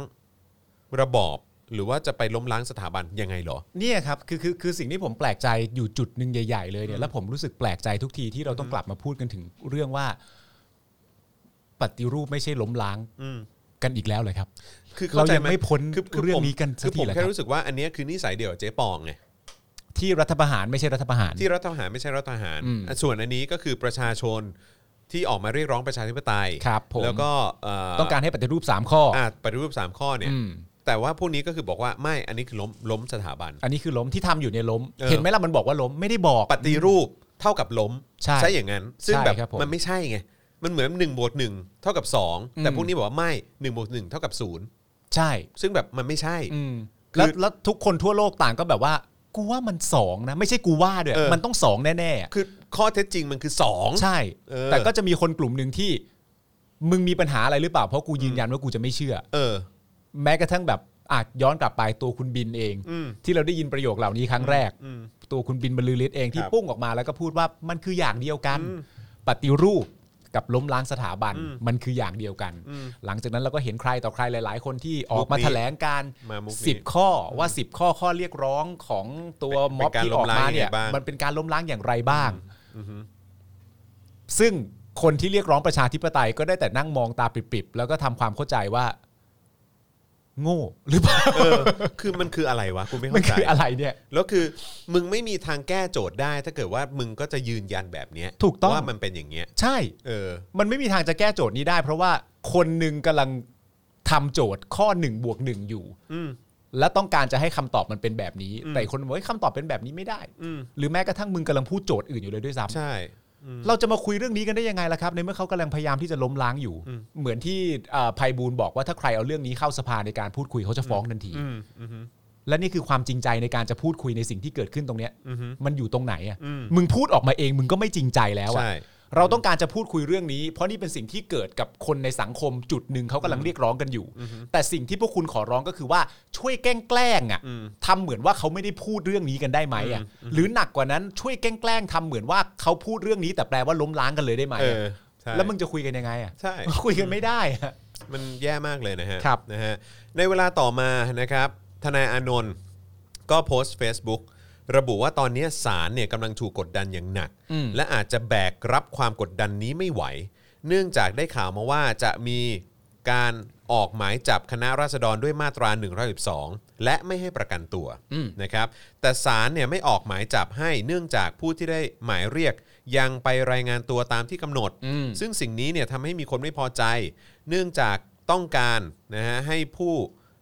ระบอบ หรือว่าจะไปล้มล้างสถาบันยังไงเหรอ เนี่ยครับคือคือคือสิ่งที่ผมแปลกใจอยู่จุดหนึ่งใหญ่ ๆ เลยเนี่ยแล้วผมรู้สึกแปลกใจทุกทีที่เราต้องกลับมาพูดกันถึงเรื่องว่า ปฏิรูปไม่ใช่ล้มล้างกันอีกแล้วเลยครับ คือเข้าใจ เรายังไม่พ้น คือคื เรื่องนี้กัน ผมคือ สักที ผม เหรอครั แค่ บ รู้สึกว่าอันเนี้ยคือนิสัยเดียวกับเจ๊ปองไง ที่รัฐประหารไม่ใช่รัฐประหาร ที่รัฐประหารไม่ใช่รัฐประหาร อืม ส่วนอันนี้ก็คือประชาชนที่ออกมาเรียกร้องประชาธิปไตย ครับผม แล้วก็เ ต้องการให้ปฏิรูปสามข้ออ อ่ะปฏิรูปสามข้อเนี่ย อืม แต่ว่าพวกนี้ก็คือบอกว่าไม่อันนี้คือล้มล้มสถาบัน อันนี้คือล้มที่ทำอยู่ในยล้ม เออ เห็นไหมล่ะมันบอกว่าล้มไม่ได้บอก ปฏิรูปเท่ากับล้ม ใช่ อย่างนั้น ซึ่ง ใช่ แบบ ครับผม มันไม่ใช่ไงมันเหมือน1นบวกหนึ่งเท่ากับ 2 แต่พวกนี้บอกว่าไม่1นบวกหนึ่งเท่ากับศูนย์ ใช่ ซึ่งแบบมันไม่ใช่ อืม คือ แล้วแล้วทุกคนทั่วโลกต่างก็แบบว่า กูว่ามันสองนะ ไม่ใช่กูว่าด้วย เออ มันต้องสองแน่ๆอะ คือข้อเท็จจริงมันคือ 2 ใช่ เออ แต่ก็จะมีคนกลุ่มหนึ่งที่ มึงมีปัญหาอะไรหรือเปล่าเพราะกูยืนยันว่ากูจะไม่เชื่อ เออ แม้กระทั่งแบบอาจย้อนกลับไปตัวคุณบินเอง อืม ที่เราได้ยินประโยคเหล่านี้ครั้งแรก อืม ตัวคุณบินบรรลือฤทธิ์เองที่ ครับ ปุ้งออกมาแล้วก็พูดว่ามันคืออย่างเดียวกัน ปฏิรูปกับล้มล้างสถาบันมันคืออย่างเดียวกัน หลังจากนั้นเราก็เห็นใครต่อใครหลาย ๆ คนที่ออกมา มุกนี้ แถลงการ มามุกนี้ สิบข้อว่า 10 ข้อข้อเรียกร้องของตัว เป็น ม็อบ เป็นการ ที่ออกมาเนี่ย ล้มล้างยังไงบ้าง มันเป็นการล้มล้างอย่างไรบ้าง ซึ่งคนที่เรียกร้องประชาธิปไตยก็ได้แต่นั่งมองตาปริบๆแล้วก็ทำความเข้าใจว่า โง่หรือเปล่า เออ คือมันคืออะไรวะกูไม่ มัน เข้าใจ คืออะไรเนี่ย แล้วคือมึงไม่มีทางแก้โจทย์ได้ ถ้าเกิดว่ามึงก็จะยืนยันแบบเนี้ย ถูกต้อง ว่ามันเป็นอย่างเงี้ย ใช่ เออ มันไม่มีทางจะแก้โจทย์นี้ได้ เพราะว่าคนหนึ่งกำลังทำโจทย์ข้อ1นบวกหนึ่งอยู่ อืม และต้องการจะให้คำตอบมันเป็นแบบนี้ อืม แต่อีกคนบอกว่าคำตอบเป็นแบบนี้ไม่ได้ อืม หรือแม้กระทั่งมึงกำลังพูดโจทย์อื่นอยู่เลยด้วยซ้ำ ใช่ เราจะมาคุยเรื่องนี้กันได้ยังไงล่ะครับ ในเมื่อเขากำลังพยายามที่จะล้มล้างอยู่ เหมือนที่เอ่อภัยบูลย์บอกว่าถ้าใครเอาเรื่องนี้เข้าสภาในการพูดคุยเขาจะฟ้องทันที อืมอืมอืม และนี่คือความจริงใจในการจะพูดคุยในสิ่งที่เกิดขึ้นตรงเนี้ย อือฮึ มันอยู่ตรงไหนอ่ะ อืม มึงพูดออกมาเองมึงก็ไม่จริงใจแล้วอ่ะ ใช่ เราต้องการจะพูดคุยเรื่องนี้ เพราะนี่เป็นสิ่งที่เกิดกับคนในสังคมจุดหนึ่งเขากำลังเรียกร้องกันอยู่ แต่สิ่งที่พวกคุณขอร้องก็คือว่าช่วยแกล้งแกล้งอ่ะทำเหมือนว่าเขาไม่ได้พูดเรื่องนี้กันได้ไหมอ่ะหรือหนักกว่านั้นช่วยแกล้งแกล้งทำเหมือนว่าเขาพูดเรื่องนี้ แต่แปลว่าล้มล้างกันเลยได้ไหม เอ อะ อใช่ แล้วมึงจะคุยกันยังไงอ่ะ ใช่ คุยกันไม่ได้อะ มันแย่มากเลยนะฮะ ครับ นะฮะในเวลาต่อมานะครับทนายอานนท์ก็โพสต์ Facebook ระบุว่าตอนนี้ศาลเนี่ยกำลังถูกกดดันอย่างหนัก อืม และอาจจะแบกรับความกดดันนี้ไม่ไหว เนื่องจากได้ข่าวมาว่าจะมีการออกหมายจับคณะราษฎรด้วยมาตรา 112 และไม่ให้ประกันตัวนะครับแต่ศาลเนี่ยไม่ออกหมายจับให้เนื่องจากผู้ที่ได้หมายเรียก ยังไปรายงานตัวตามที่กำหนด อืม ซึ่งสิ่งนี้เนี่ยทำให้มีคนไม่พอใจ เนื่องจากต้องการนะฮะให้ผู้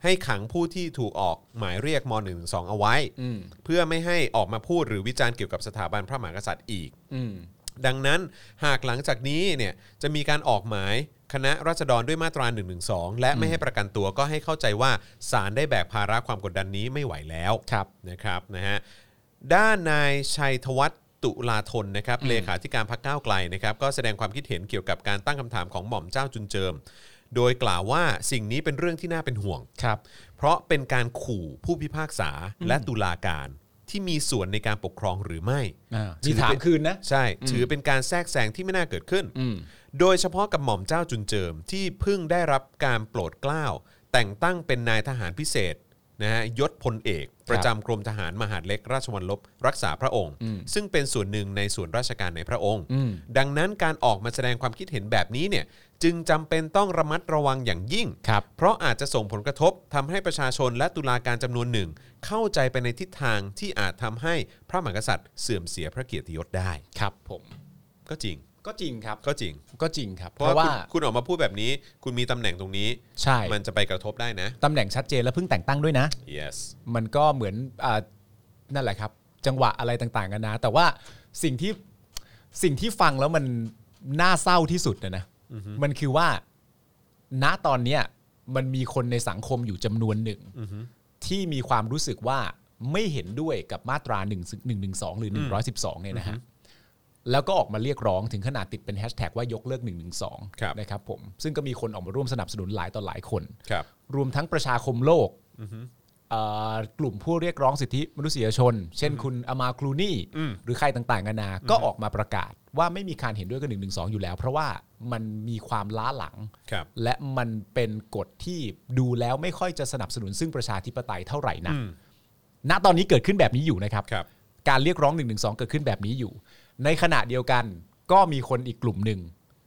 ให้ขังผู้ที่ถูกออกหมายเรียกม .112 เอาไว้ อืม เพื่อไม่ให้ออกมาพูดหรือวิจารณ์เกี่ยวกับสถาบันพระมหากษัตริย์อีก อืม ดังนั้นหากหลังจากนี้เนี่ยจะมีการออกหมายคณะราษฎรด้วยมาตรา1นึและไม่ให้ประกันตัวก็ให้เข้าใจว่าศาลได้แบกภาระความกดดันนี้ไม่ไหวแล้ว ครับ นะครับนะฮะด้านนายชัยธวัฒน์ตุลาธนนะครับเลขาธิการพรรคก้าวไกลนะครับก็แสดงความคิดเห็นเกี่ยวกับการตั้งคำถามของหม่อมเจ้าจุนเจิม โดยกล่าวว่าสิ่งนี้เป็นเรื่องที่น่าเป็นห่วง ครับ เพราะเป็นการขู่ผู้พิพากษาและตุลาการที่มีส่วนในการปกครองหรือไม่ อ่า ถือ นี่ถาม เป็ คืนนะ ใช่ ถือเป็นการแทรกแซงที่ไม่น่าเกิดขึ้น อืม โดยเฉพาะกับหม่อมเจ้าจุนเจิมที่เพิ่งได้รับการโปรดเกล้า แต่งตั้งเป็นนายทหารพิเศษนะฮะยศพลเอก ประจำกรมทหารมหาดเล็กราชวัลลบรักษาพระองค์ ซึ่งเป็นส่วนหนึ่งในส่วนราชการในพระองค์ ดังนั้นการออกมาแสดงความคิดเห็นแบบนี้เนี่ยจึงจำเป็นต้องระมัดระวังอย่างยิ่ง ครับ เพราะอาจจะส่งผลกระทบทำให้ประชาชนและตุลาการจำนวนหนึ่ง เข้าใจไปในทิศทางที่อาจทำให้พระมหากษัตริย์เสื่อมเสียพระเกียรติยศได้ ครับผม ก็จริง ก็จริงครับ ก็จริง ก็จริงครับ เพ เพ ราะ ราะ ว่า ว่า คุณคุณออกมาพูดแบบนี้ คุณมีตำแหน่งตรงนี้ ใช่ มันจะไปกระทบได้นะ ตำแหน่งชัดเจนและเพิ่งแต่งตั้งด้วยนะ yes มันก็เหมือนอานั่นแหละครับ จังหวะอะไรต่างๆกันนะ แต่ว่าสิ่งที่สิ่งที่ฟังแล้วมันน่าเศร้าที่สุดนะนะมันคือว่าณตอนเนี้ยมันมีคนในสังคมอยู่จำนวนหนึ่ง ที่มีความรู้สึกว่าไม่เห็นด้วยกับมาตรา1 1 1 2 หรือ 112เนี่ยนะฮะแล้วก็ออกมาเรียกร้องถึงขนาดติดเป็นแฮชแท็กว่ายกเลิก1นึ ครับ นะครับผมซึ่งก็มีคนออกมาร่วมสนับสนุนหลายต่อหลายคน ครับ รวมทั้งประชาคมโลกเอ่อกลุ่มผู้เรียกร้องสิทธิมนุษยชน เช่นคุณอามาคลูนี่ อืม หรือใครต่างๆกันานาก็ออกมาประกาศว่าไม่มีการเห็นด้วยกับหนึ่งหนึ่งสองอยู่แล้ว เพราะว่ามันมีความล้าหลัง ครับ และมันเป็นกฎที่ดูแล้วไม่ค่อยจะสนับสนุนซึ่งประชาธิปไตยเท่าไหร่นะ อืม ณตอนนี้เกิดขึ้นแบบนี้อยู่นะครับ ครับ การเรียกร้อง1นึเกิดขึ้นแบบนี้อยู่ ในขณะเดียวกันก็มีคนอีกกลุ่มหนึ่ง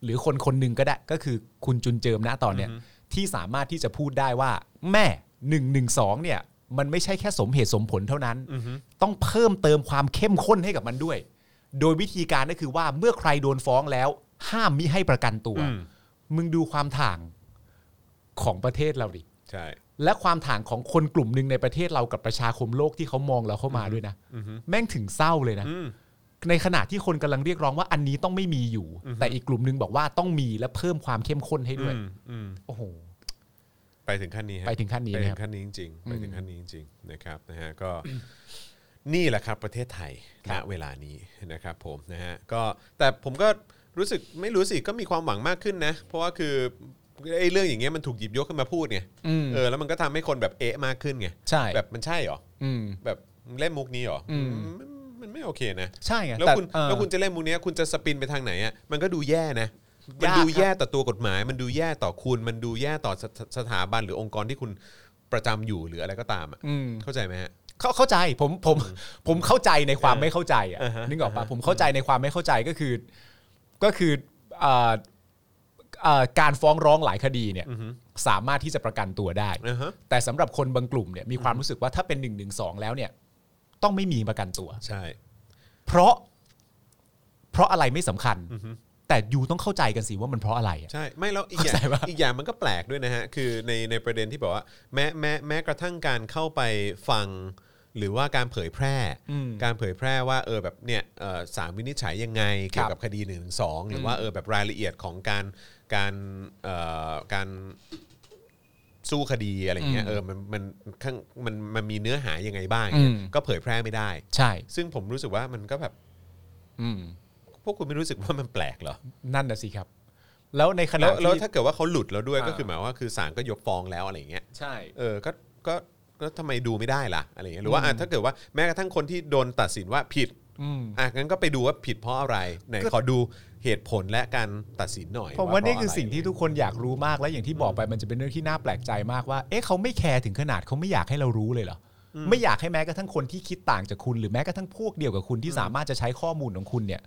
หรือคนคนหนึ่งก็ได้ก็คือคุณจุนเจิมนะตอนเนี้ยที่สามารถที่จะพูดได้ว่า แม่1นึเนี่ยมันไม่ใช่แค่สมเหตุสมผลเท่านั้น ต้องเพิ่มเติมความเข้มข้นให้กับมันด้วย โดยวิธีการก็คือว่าเมื่อใครโดนฟ้องแล้ว ห้ามมิให้ประกันตัว อืม มึงดูความถ่างของประเทศเราดิ ใช่ และความถ่างของคนกลุ่มหนึ่งในประเทศเรากับประชาคมโลกที่เขามองเราเข้ามาด้วยนะ แม่งถึงเศร้าเลยนะ อืม ในขณะที่คนกำลังเรียกร้องว่าอันนี้ต้องไม่มีอยู่ แต่อีกกลุ่มหนึ่งบอกว่าต้องมีและเพิ่มความเข้มข้นให้ด้วย อืมอืม โอ้โห ไปถึงขั้นนี้ฮะ ไปถึงขั้นนี้ ไป นะถึคงรับ ขั้นนี้จริงๆไปถึงขั้นนี้จริงๆนะครับนะฮะก็ นี่แหละครับประเทศไทยณเวลานี้นะครับผมนะฮะก็แต่ผมก็รู้สึกไม่รู้สิก็มีความหวังมากขึ้นนะ เพราะว่าคือไอ้เรื่องอย่างเงี้ยมันถูกหยิบยกขึ้นมาพูดไง อืม เออแล้วมันก็ทำให้คนแบบเอะมากขึ้นไง ใช่ แบบมันใช่เหรอ อืม แบบเล่นมุกนี้เหรออ ม มันมันไม่โอเคนะ ใช่ไง แล้วคุณ ต่เอ่อ แล้วคุณจะเล่นมุกเนี้ยคุณจะสปินไปทางไหนอ่ะมันก็ดูแย่นะมัน ยาก ดู ครับ แย่ต่อตัวกฎหมาย มันดูแย่ต่อคุณมันดูแย่ต่อสถสถาบันหรือองค์กรที่คุณประจำอยู่หรืออะไรก็ตามอ่ะ อืม เข้าใจไหมฮะ เข้าเข้าใจผมผมผมเข้าใจในความ เออ ไม่เข้าใจอ่ะ อ่าฮะ นึกออกปะผมเข้าใจในความไม่เข้าใจก็คือ ก็คือเอ่อเอ่อการฟ้องร้องหลายคดีเนี่ยสามารถที่จะประกันตัวได้ อ่าฮะ แต่สำหรับคนบางกลุ่มเนี่ยมีความรู้สึกว่าถ้าเป็นหนึ่งหนึ่งสองแล้วเนี่ย ต้องไม่มีประกันตัว ใช่ เพราะ เพราะอะไรไม่สำคัญ แต่ยูต้องเข้าใจกันสิว่ามันเพราะอะไรอะ ใช่ไม่แล้วอีกอย่าง เข้าใจปะ อีกอย่างมันก็แปลกด้วยนะฮะคือในในประเด็นที่บอกว่าแม้แม้แม้กระทั่งการเข้าไปฟัง หรือว่าการเผยแพร่ อืม การเผยแพร่ว่าเออแบบเนี่ยเอ่อสามวินิจฉัยยังไงเกี่ยวกับคดีหนึ่งสองหรือว่าเออแบบรายละเอียดของการการเอ่อการสู้คดีอะไรเงี้ย อืม เออมันมันข้างมันมันมีเนื้อหายังไงบ้างเงี้ย อืม ก็เผยแพร่ไม่ได้ ใช่ ซึ่งผมรู้สึกว่ามันก็แบบ อืม พวกคุณไม่รู้สึกว่ามันแปลกเหรอ นั่นนะสิครับ แล้วในขณะ แล้วแล้ว ที่ ถ้าเกิดว่าเขาหลุดแล้วด้วย อ่า ก็คือหมายว่าคือศาลก็ยกฟ้องแล้วอะไรอย่างเงี้ย ใช่ เออ ก็ ก็ ก็ทำไมดูไม่ได้ล่ะ อะไรอย่างเงี้ย หรือว่าอ่ะถ้าเกิดว่าแม้กระทั่งคนที่โดนตัดสินว่าผิด อืม อ่ะงั้นก็ไปดูว่าผิดเพราะอะไร ไหน ก็ ขอดูเหตุผลและการตัดสินหน่อย ผมว่านี่คือ เพระะไร สิ่งที่ทุกคนอยากรู้มากและอย่างที่บอกไปมันจะเป็นเรื่องที่น่าแปลกใจมากว่า เอ๊ะเขาไม่แคร์ถึงขนาดเขาไม่อยากให้เรารู้เลยเหรออไม่อยากให้แม้กระทั่งคนที่คิดต่างจากคุณ หรือแม้กระทั่งพวกเดียวกับคุณที่สามารถจะใช้ข้อมูลของคุณเนี่ย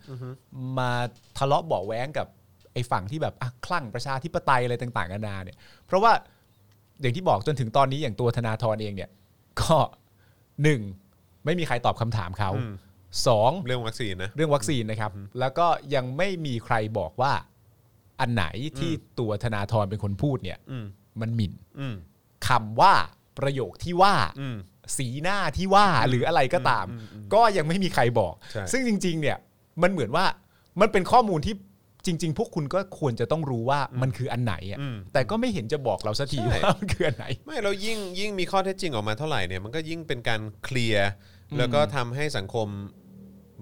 มาทะเลาะเบาะแว้งกับไอ้ฝั่งที่แบบอ่ะคลั่งประชาธิปไตยอะไรต่างๆนานาเนี่ย เพราะว่าอย่างที่บอกจนถึงตอนนี้อย่างตัวธนาธรเองเนี่ย ก็หนึ่งไม่มีใครตอบคำถามเขา สอง เรื่องวัคซีนนะ เรื่องวัคซีนนะครับ แล้วก็ยังไม่มีใครบอกว่าอันไหนที่ตัวธนาธรเป็นคนพูดเนี่ย อืม มันหมิ่น อืม คำว่าประโยคที่ว่า อืม สีหน้าที่ว่าหรืออะไรก็ตาม ก็ยังไม่มีใครบอก ใช่ ซึ่งจริง ๆ เนี่ยมันเหมือนว่ามันเป็นข้อมูลที่จริง ๆ พวกคุณก็ควรจะต้องรู้ว่ามันคืออันไหนอะแต่ก็ไม่เห็นจะบอกเราสักทีว่ามันคืออันไหน ไม่เรายิ่งยิ่งมีข้อเท็จจริงออกมาเท่าไหร่เนี่ยมันก็ยิ่งเป็นการเคลียร์แล้วก็ทำให้สังคม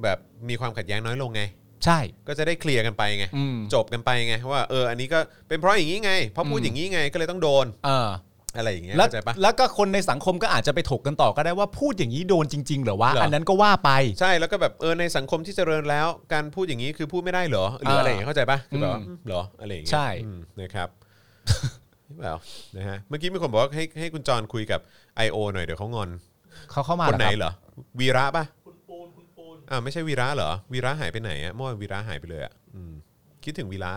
แบบมีความขัดแย้งน้อยลงไง ใช่ ก็จะได้เคลียร์กันไปไง อืม จบกันไปไงว่าเอออันนี้ก็เป็นเพราะอย่างนี้ไง เพราะพูด อืม อย่างนี้ไงก็เลยต้องโดน เออ อะไรอย่างเงี้ย แล้ว เข้าใจปะ แล้วก็คนในสังคมก็อาจจะไปถกกันต่อก็ได้ว่าพูดอย่างนี้โดนจริง ๆ เหรอวะ เหรออั อันนั้นก็ว่าไป ใช่แล้วก็แบบเออในสังคมที่เจริญแล้ว การพูดอย่างนี้คือพูดไม่ได้เหรอหรือ เอออ อะไรอย่างเงี้ยเข้าใจปะคือแบบว่า อืม เหรออะไรอย่างเงี้ย ใช่ อืมนะครับเปล่านะฮะเมื่อกี้มีคนบอกว่าให้ให้คุณจรคุยกับ I.O. หน่อยเดี๋ยวเขางอน เขาเข้ามา คนไหน เหรอครับ เหรอวีระปะ คุณปูนคุณปูน อ่าวไม่ใช่วีระเหรอวีระหายไปไหนอะเมื่อวานวีระหายไปเลยอะอืมคิดถึงวีระ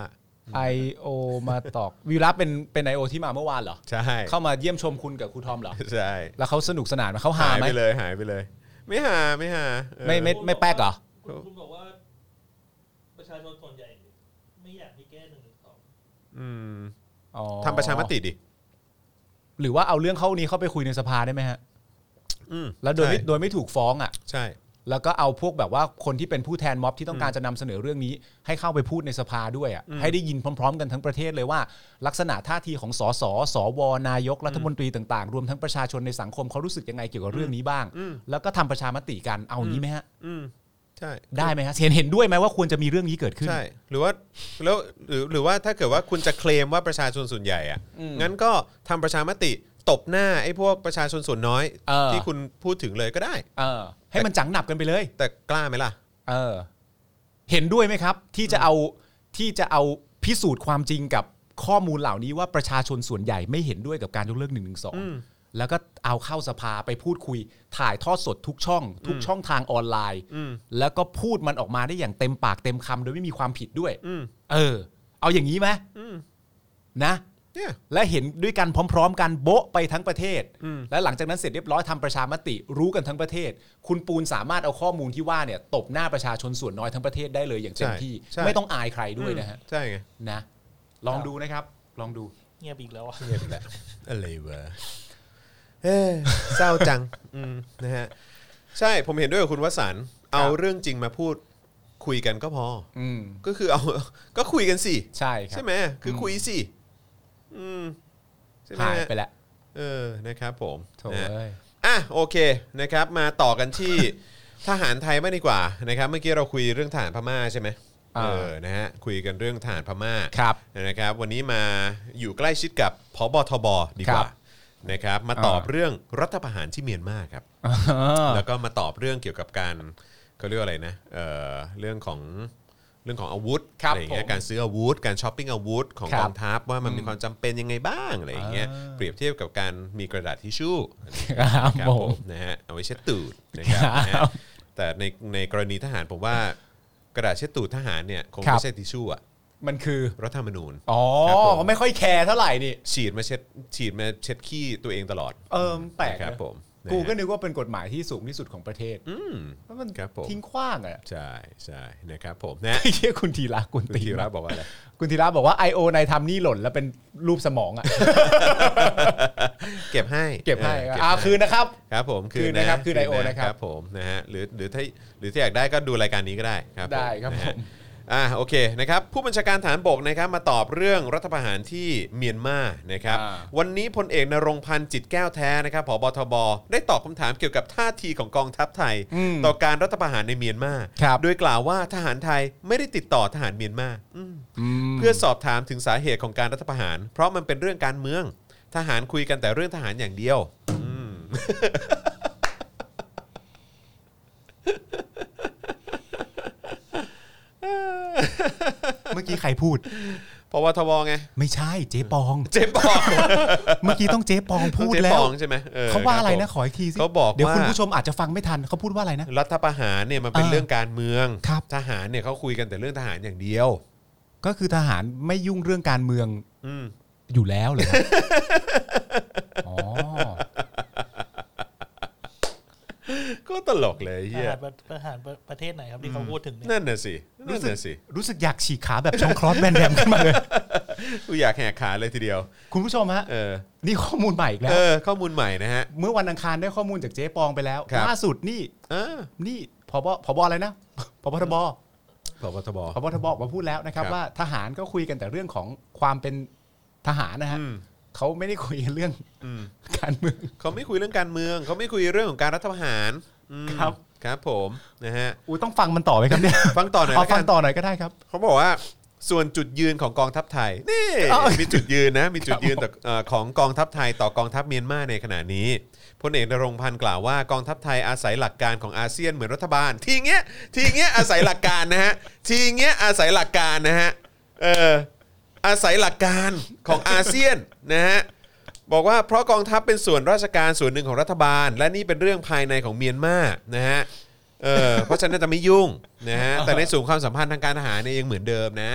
ไอโอมาตอกวีระเป็นเป็นไอโอที่มาเมื่อวานเหรอ ใช่ เข้ามาเยี่ยมชมคุณกับครูทอมเหรอ ใช่ แล้วเขาสนุกสนานไหมเขาหา หาย ไหม ไปเลยหายไปเลย ไม่หาไม่หาเออ ไม่ไม่ไม่แป๊กเหรอ คุณคุณบอกว่า ประชาชนส่วนใหญ่ ไม่อยากให้แก้หนึ่งหนึ่งสอง อืม อ๋อ ทำประชามติดิ หรือว่าเอาเรื่องเข้านี้เข้าไปคุยในสภาได้ไหมฮะ อืม แล้วโดยไม่ ใช่ โดยไม่ถูกฟ้องอ่ะ ใช่ แล้วก็เอาพวกแบบว่าคนที่เป็นผู้แทนม็อบที่ต้องการจะนำเสนอเรื่องนี้ ให้เข้าไปพูดในสภาด้วยอ่ะ ให้ได้ยินพร้อม ๆ กันทั้งประเทศเลยว่า ลักษณะท่าทีของสสสวนายกรัฐมนตรีต่างๆ รวมทั้งประชาชนในสังคมเขารู้สึกยังไงเกี่ยวกับเรื่องนี้บ้าง แล้วก็ทำประชามติกัน เอางี้ไหมฮะ อืมใช่ ได้ไหมฮะ เห็นเห็นด้วยไหมว่าควรจะมีเรื่องนี้เกิดขึ้น ใช่ หรือว่าแล้วหรือหรือว่าถ้าเกิดว่าคุณจะเคลมว่าประชาชนส่วนใหญ่อะงั้นก็ทำประชามติตบหน้าไอ้พวกประชาชนส่วนน้อย เออ ที่คุณพูดถึงเลยก็ได้ เออ ให้มันจังหนับกันไปเลย แต่กล้าไหมล่ะ เออเห็นด้วยไหมครับ ที่จะเอาที่จะเอาพิสูจน์ความจริงกับข้อมูลเหล่านี้ว่าประชาชนส่วนใหญ่ไม่เห็นด้วยกับการยกเลิกหนึ่งหนึ่งสองแล้วก็เอาเข้าสภาไปพูดคุย ถ่ายทอดสดทุกช่อง ทุกช่องทางออนไลน์ แล้วก็พูดมันออกมาได้อย่างเต็มปากเต็มคำโดยไม่มีความผิดด้วย อืม เออ เอาอย่างนี้ไหมนะ เนี่ย และเห็นด้วยกันพร้อม ๆ กันโบ๊ะไปทั้งประเทศ และหลังจากนั้นเสร็จเรียบร้อยทำประชามติรู้กันทั้งประเทศ คุณปูนสามารถเอาข้อมูลที่ว่าเนี่ยตบหน้าประชาชนส่วนน้อยทั้งประเทศได้เลยอย่างเต็มที่ ใช่ ไม่ต้องอายใครด้วยนะฮะ ใช่ไง นะ ลองดูนะครับ ลองดู เงียบอีกแล้วอ่ะ เงียบอีกแหละอะไรวะเอ้ยเศร้าจังอืมนะฮะใช่ผมเห็นด้วยกับคุณวสันต์เอาเรื่องจริงมาพูดคุยกันก็พอ อืม ก็คือเอา ก็คุยกันสิ ใช่ครับ ใช่ไหมคือคุยสิอืมใช่ไหม หาย ฮะ ไปแล้ว เออนะครับผม โถ่ นะฮะ เอ้ย อ่ะโอเคนะครับมาต่อกันที่ ทหารไทยมากดีกว่านะครับเมื่อกี้เราคุยเรื่องฐานพม่าใช่ไหม อ่า เออนะฮะคุยกันเรื่องฐานพม่า ครับ นะครับวันนี้มาอยู่ใกล้ชิดกับพบทบดีกว่า ครับ นะครับมาตอบ อ่า เรื่องรัฐประหารที่เมียนมาครับ แล้วก็มาตอบเรื่องเกี่ยวกับการเขาเรียกว่าอะไรนะเอ่อเรื่องของเรื่องของอาวุธ ครัอะบไรอย่างเงี้ย ผม การซื้ออาวุธ การช้อปปิ้งอาวุธของ คกรับ องทัพว่ามันมีความจำเป็นยังไงบ้างอะไรอย่างเงี้ย อ่า เปรียบเทียบกับการมีกระดาษทิชชู่ ครับ นะ ผม นะฮะเอาไว้เช็ดตูดนะครับ ครับ นะฮะแต่ในในกรณีทหารผมว่ากระดาษเช็ดตูดทหารเนี่ยคง ครั ไม่ บ ใช่ทิชชู่อะ มันคือ รัฐธรรมนูญ อ๋อ ครับผม ก็ไม่ค่อยแคร์เท่าไหร่นี่ ฉีดมาเช็ดฉีดมาเช็ดขี้ตัวเองตลอด เออแปลก ครับ นะ ผม กูก็ นะฮะ นึกว่าเป็นกฎหมายที่สูงที่สุดของประเทศ อืม แล้วมัน ครับผม ทิ้งขว้างอ่ะ ใช่ใช่นะครับผมนะ ฮะ ไอ้เหี้ยคุณธีระกุน คุณ ตี ธี น ระ มาก บอกว่า อะไร คุณธีระบอกว่า I.O. นายทำนี่หล่นแล้วเป็นรูปสมองอ่ะ เก็บให้ เก็บให้ ออ อ่าคืนนะครับ ครับผม คืนนะครับคืน IO นะครับ ครับผมนะฮะหรือหรือถ้าหรือถ้าอยากได้ก็ดูรายการนี้ก็ได้ครับผม ได้ครับ นะฮะ ผม อ่าโอเคนะครับผู้บัญชาการฐานบกนะครับมาตอบเรื่องรัฐประหารที่เมียนมานะครับ อ่า วันนี้พลเอกนรงค์พันธ์จิตแก้วแท้นะครับผบทบ ได้ตอบคำถามเกี่ยวกับท่าทีของกองทัพไทย ต่อการรัฐประหารในเมียนมา ครับ โดยกล่าวว่าทหารไทยไม่ได้ติดต่อทหารเมียนมาอืม เพื่ เพื่ อ อสอบถามถึงสาเหตุของการรัฐประหาร เพราะมันเป็นเรื่องการเมือง ทหารคุยกันแต่เรื่องทหารอย่างเดียวอืม เมื่อกี้ใครพูด พวทวไง ไม่ใช่เจ๊ปอง เจ๊ปอง เมื่อกี้ต้องเจ๊ปองพูด เจ๊ แล้ ป ว องใช่ไหมอ เขาว่าอะไร ค นะ บ ข ผม ออีกทีสิ เขาบอก เดี๋ยว ว่า คุณผู้ชมอาจจะฟังไม่ทันเขาพูดว่าอะไรนะ รัฐประหารเนี่ยมันเป็น อ่า เรื่องการเมือง ครับ ทหารเนี่ยเขาคุยกันแต่เรื่องทหารอย่างเดียว ก็คือทหารไม่ยุ่งเรื่องการเมือง อืม อยู่แล้ว เลยอ๋อ ก็ ตรตลกเลยเฮีย หารประประหารประประเทศไหนครับที่เขาพูดถึงเนี่ย นั่นน่ะสินั่นน่ะสิ รู้สึกอยากฉีกขาแบบชองคลอสแบนแดมขึ้นมาเลย กูอยากแหกขาเลยทีเดียว คุณผู้ชมฮะ เออ นี่ข้อมูลใหม่อีกแล้ เอ ว อ ข้อมูลใหม่นะฮะ เมื่อวันอังคารได้ข้อมูลจากเจ๊ปองไปแล้ว ครับ ล่าสุดนี่ เออ นี่พบพบอะไรนะพบทบ พบทบ พบทบออกมาพูดแล้วนะครับ ครับ ว่าทหารก็คุยกันแต่เรื่องของความเป็นทหารนะฮะ อืม เขาไม่ได้คุยกันเรื่อง อืม การเมือง เขาไม่คุยเรื่องการเมือง เขาไม่คุยเรื่องของการรัฐประหารอืม ครับ ครับผมนะฮะ อูต้องฟังมันต่อไหมครับเนี่ย ฟังต่อหน่อย เอา ละ ฟั กั ง น ต่อหน่อยก็ได้ครับ เขาบอกว่าส่วนจุดยืนของกองทัพไทยนี่มีจุดยืนนะมีจุดยืนต่อเอ่อของกองทัพไทยต่อกองทัพเมียนมาในขณะนี้พลเอกนรงค์พันธ์กล่าวว่ากองทัพไทยอาศัยหลักการของอาเซียนเหมือนรัฐบาล ทีเงี้ยทีเงี้ยอาศัยหลักการนะฮะทีเงี้ยอาศัยหลักการนะฮะเอออาศัยหลักการของอาเซียนนะฮะบอกว่าเพราะกองทัพเป็นส่วนราชการส่วนหนึ่งของรัฐบาล และนี่เป็นเรื่องภายในของเมียนมานะฮะเออเพราะฉะนั้นจะไม่ยุ่งนะฮะแต่ในส่วนของความสัมพันธ์ทางการทหารเนี่ยยังเหมือนเดิมนะ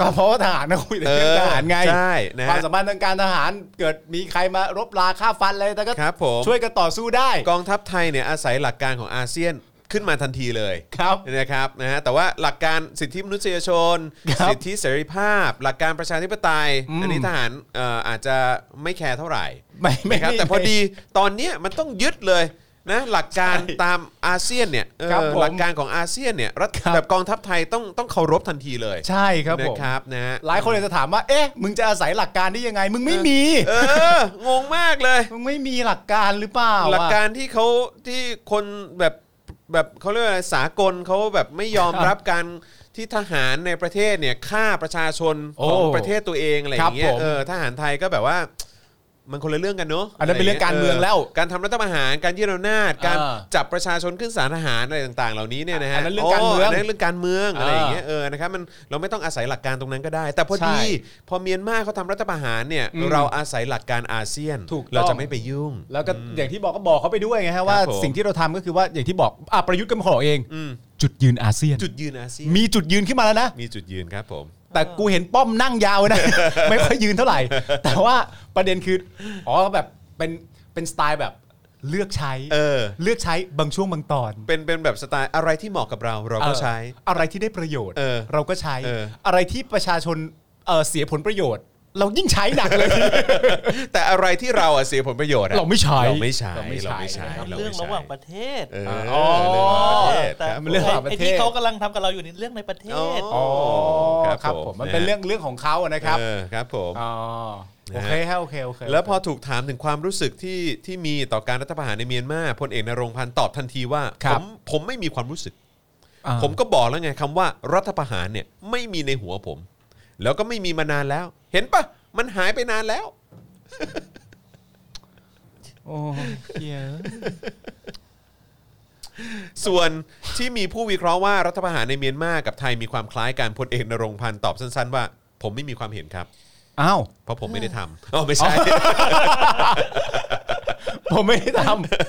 ก็เพราะว่าทหารนะคุยแต่เรื่องทหารไง เออใช่นะฮะ ความสามารถทางการทหารเกิดมีใครมารบราฆ่าฟันอะไรแต่ก็ ครับผม ช่วยกันต่อสู้ได้ กองทัพไทยเนี่ยอาศัยหลักการของอาเซียนขึ้นมาทันทีเลย ครับ นะครับนะฮะแต่ว่าหลักการสิทธิมนุษยชน ครับ สิทธิเสรีภาพ หลักการประชาธิปไตย อืม อันนี้ทหารเอ่ออาจจะไม่แคร์เท่าไหร่ ไม่ไม่ นะครับแต่พอดีตอนเนี้ยมันต้องยึดเลยนะหลักการตามอาเซียนเนี่ยเออ ครับผม หลักการของอาเซียนเนี่ยรัฐ ครับ แบบกองทัพไทยต้องต้องเคารพทันทีเลย ใช่ครับ นะ ผม ครับนะฮะ หลายคนเลยจะถามว่า เอ๊ะ มึงจะอาศัยหลักการได้ยังไง มึงไม่มี เอองงมากเลย มึงไม่มีหลักการหรือเปล่า หลักการอะที่เขาที่คนแบบแบบเขาเรียกว่าอะไรสากลเขาแบบไม่ยอม ครับ รับการที่ทหารในประเทศเนี่ยฆ่าประชาชน โอ้ ของประเทศตัวเองอะไรอย่างเงี้ ครั ย บผม เออทหารไทยก็แบบว่า มันคนละเรื่องกันเนอะ อันนั้นเป็นเรื่องการเมืองแล้ว การทำรัฐประหารการยึดอำนาจการ เออ จับประชาชนขึ้นศาลทหารอะไรต่าง ๆ เหล่านี้เนี่ยนะฮะ อันนั้นเรื่องการเมือง นนั้นเรื่องการเมืองอะไรอย่างเงี้ย เออ เออ นะครับ มันเราไม่ต้องอาศัยหลักการตรงนั้นก็ได้ แต่พอดี ใช่ พอเมียนมาเขาทำรัฐประหารเนี่ย อืม เราอาศัยหลักการอาเซียน ถูกต้อง เราจะไม่ไปยุ่ง แล้วก็อย่างที่บอกก็บอกเขาไปด้วยไงฮะว่า ครับผม สิ่งที่เราทำก็คือว่าอย่างที่บอกอ่ะประยุทธ์ก็มาขอเอง อืม จุดยืนอาเซียน จุดยืนอาเซียน มีจุดยืนขึ้นมาแล้วนะ มีจุดยืนครับผม แต่กูเห็นป้อมนั่งยาว นะ ไม่ค่อยยืนเท่าไหร่ แต่ว่าประเด็นคือ อ๋อแบบเป็นเป็นสไตล์แบบเลือกใช้ เออ เลือกใช้บางช่วงบางตอน เป็นเป็นแบบสไตล์อะไรที่เหมาะกับเราเราก็ใช้ เอออะไรที่ได้ประโยชน์ เออ เราก็ใช้ เออ อะไรที่ประชาชนเอ่อเสียผลประโยชน์ เรายิ่งใช้หนักเลย แต่อะไรที่เราอะเสียผลประโยชน์อะ เราไม่ใช้ เราไม่ใช้ เราไม่ใช้ เราไม่ใช้ เรื่องระหว่างประเทศ เออ อ๋อ เรื่องระหว่างประเทศครับผม เรื่อแต่งระหว่างประเทศ ไอ้ที่เขากำลังทำกับเราอยู่นี่เรื่องในประเทศ อ๋อ ครับผมมันเป็นเรื่องเรื่องของเขาอะนะครับ เออครับผม อ๋อโอเคฮะโอเคโอเค แล้วพอถูกถามถึงความรู้สึกที่ที่มีต่อการรัฐประหารในเมียนมาพลเอกนรงค์พันธ์ตอบทันทีว่าผมผมไม่มีความรู้สึก อ่า ผมก็บอกแล้วไงคำว่ารัฐประหารเนี่ยไม่มีในหัวผม แล้วก็ไม่มีมานานแล้ว เห็นปะมันหายไปนานแล้ว โอ้เหี้ย ส่วนที่มีผู้วิเคราะห์ว่ารัฐประหารในเมียนมากับไทยมีความคล้ายกันพลเอกนรงค์พันธ์ตอบสั้นๆว่า ผมไม่มีความเห็นครับ อ้าว เพราะผมไม่ได้ทำอ๋อไม่ใช่ ผมไม่ได้ท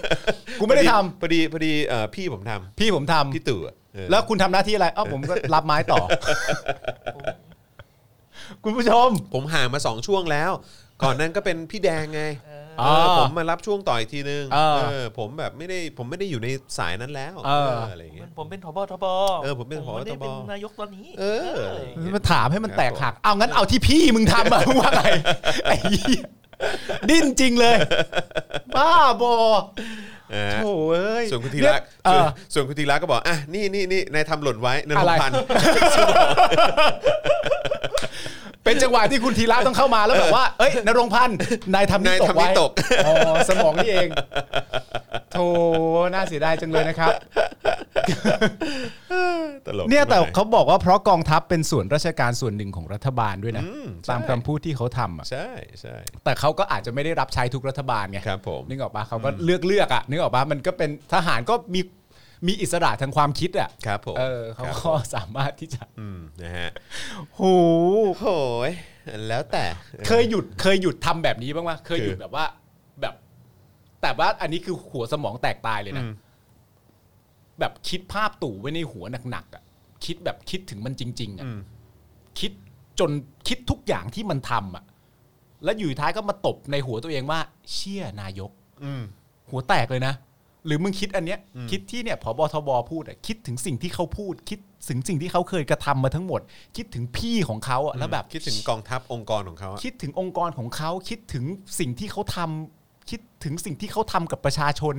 ำกูไม่ได้ท พอดีพอดีเอ่อพี่ผมท ำพี่ผมท ำพี่ตู่อะเออ ำแล้วคุณทำหน้าที่อะไรอ้าวผมก็รับไม้ ต่อ คุณผู้ชม ผมห่างมาสองช่วงแล้ว ก่อนนั้นก็เป็นพี่แดงไงเออผมมารับช่วงต่ออีกทีนึง เออ เออผมแบบไม่ได้ผมไม่ได้อยู่ในสายนั้นแล้ว เออ ไรย่างเงี้ย ผมเป็นทบทบ เออผมเป็นผบทบ ไม่ได้เป็นนายกตอนนี้ เอออะไรอย่างเงี้ย มาถามให้มันแตกหัก เอางั้นเอาที่พี่มึงทำอะมึงว่าไงไอ้เหี้ยดิ้นจริง เลย บ้าบอ เออ โถ่เอ้ย ส่วนคุณธี เย ระ เอ ส่วน อ ส่วนคุณธีระก็บอกอ่ะนี่นี่นี่นายทำหล่นไว้นร อะ ง ไร พันธ์ เป็นจังหวะที่คุณธีระต้องเข้ามาแล้วแบบว่า เอ้ยนรงค์พันธ์นายทำนี่ นาย ตก ทำนี่ ไว้ ตก อ๋อสมองนี่เองโธ่น่าเสียดายจังเลยนะครับ ตลก เนี่ยแต่ มาก เขาบอกว่าเพราะกองทัพเป็นส่วนราชการส่วนหนึ่งของรัฐบาลด้วยนะ อืมใช่ ตามคำพูดที่เขาทำอ่ะ ใช่ใช่ แต่เขาก็อาจจะไม่ได้รับใช้ทุกรัฐบาลไง ครับผม นึกออกปะเขาก็เลือกเลือกๆอ่ะนึกออกปะมันก็เป็นทหารก็มีมีอิสระทางความคิดอ่ะ ครับผม เออเขา ครับ ก็สามารถที่จะ อืมนะฮะ โห โอ้ยแล้วแต่ เคยหยุดเคยหยุดทำแบบนี้บ้างไหมเคยหยุดแบบว่าแบบ แต่ว่าอันนี้คือหัวสมองแตกตายเลย อื นะ ม แบบคิดภาพตู่ไว้ในหัวหนักๆอ่ะคิดแบบคิดถึงมันจริงๆอ่ะ อืม คิดจนคิดทุกอย่างที่มันทำอ่ะ แล้วอยู่ท้ายก็มาตบในหัวตัวเองว่า เชี่ยนายก อืม หัวแตกเลยนะ หรือมึงคิดอันเนี้ยคิดที่เนี่ยผบทบพูดอะคิดถึงสิ่งที่เขาพูด คิดถึงสิ่งที่เขาเคยกระทำมาทั้งหมด คิดถึงพี่ของเขาอะแล้วแบบ คิดถึงกองทัพองค์กรของเขาอะ คิดถึงองค์กรของเขาคิดถึงสิ่งที่เขาทำคิดถึงสิ่งที่เขาทำกับประชาชน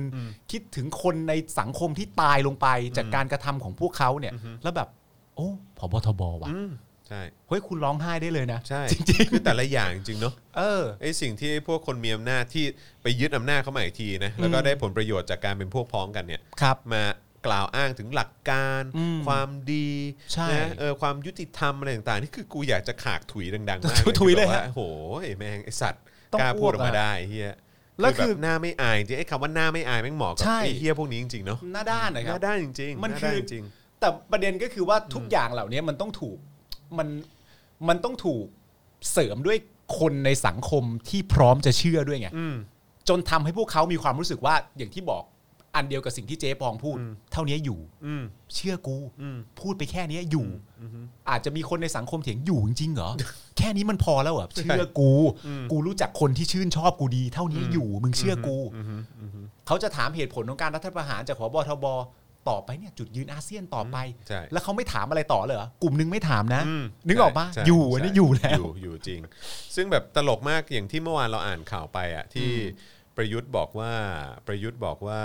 คิดถึงคนในสังคมที่ตายลงไปจากการกระทำของพวกเขาเนี่ย แล้วแบบ โอ้ผบทบว่ะ อืมใช่ เฮ้ยคุณร้องไห้ได้เลยนะ ใช่ จริง คือแต่ละอย่างจริงเนาะ ๆเออ ไอ้สิ่งที่พวกคนมีอำนาจที่ไปยึดอำนาจเข้ามาอีกทีนะแล้วก็ได้ผลประโยชน์จากการเป็นพวกพ้องกันเนี่ย ครับ มากล่าวอ้างถึงหลักการ ความดี ใช่ นะเออความยุติธรรมอะไรต่างๆนี่คือกูอยากจะขากถุยดังๆ มาก ถุยเลย คือแบบว่าฮะโอ้โหไอ้แม่งไอ้สัตว์ ต้อง กล้าพูดอ อ้วก อกมา อะ ได้เฮีย แล้วคือ บบหน้าไม่อายจริงไอ้คำว่าหน้าไม่อายแม่งเหมาะกับ ใช่ ไอ้เฮียพวกนี้จริงๆเนาะ หน้าด้านนะ ห ครั น้า บ ด้านจริงๆ มัน หาด้า คือ จริง แต่ประเด็นก็คือว่าทุกอย่างเหล่านี้มันต้องถูกมันมันต้องถูกเสริมด้วยคนในสังคมที่พร้อมจะเชื่อด้วยไง อืม จนทำให้พวกเขามีความรู้สึกว่าอย่างที่บอกอันเดียวกับสิ่งที่เจ๊ปองพูด เท่านี้อยู่ อืม เชื่อกู อืม พูดไปแค่เนี้ยอยู่ อาจจะมีคนในสังคมเถียงอยู่จริงๆเหรอ แค่นี้มันพอแล้วเหรอเชื่อกู กูรู้จักคนที่ชื่นชอบกูดี เท่านี้อยู่มึงเชื่อกูเขาจะถามเหตุผลของการรัฐประหารจากขบทบต่อไปเนี่ยจุดยืนอาเซียนต่อไป ใช่ แล้วเขาไม่ถามอะไรต่อเลยเหรอกลุ่มนึงไม่ถามนะ ม นึกออกปะ ใช่ อยู่ ใช่ อันนี้อยู่แล้ อ ว ยู่อยู่จริง ซึ่งแบบตลกมากอย่างที่เมื่อวานเราอ่านข่าวไปอ่ะที่ประยุทธ์บอกว่าประยุทธ์บอกว่า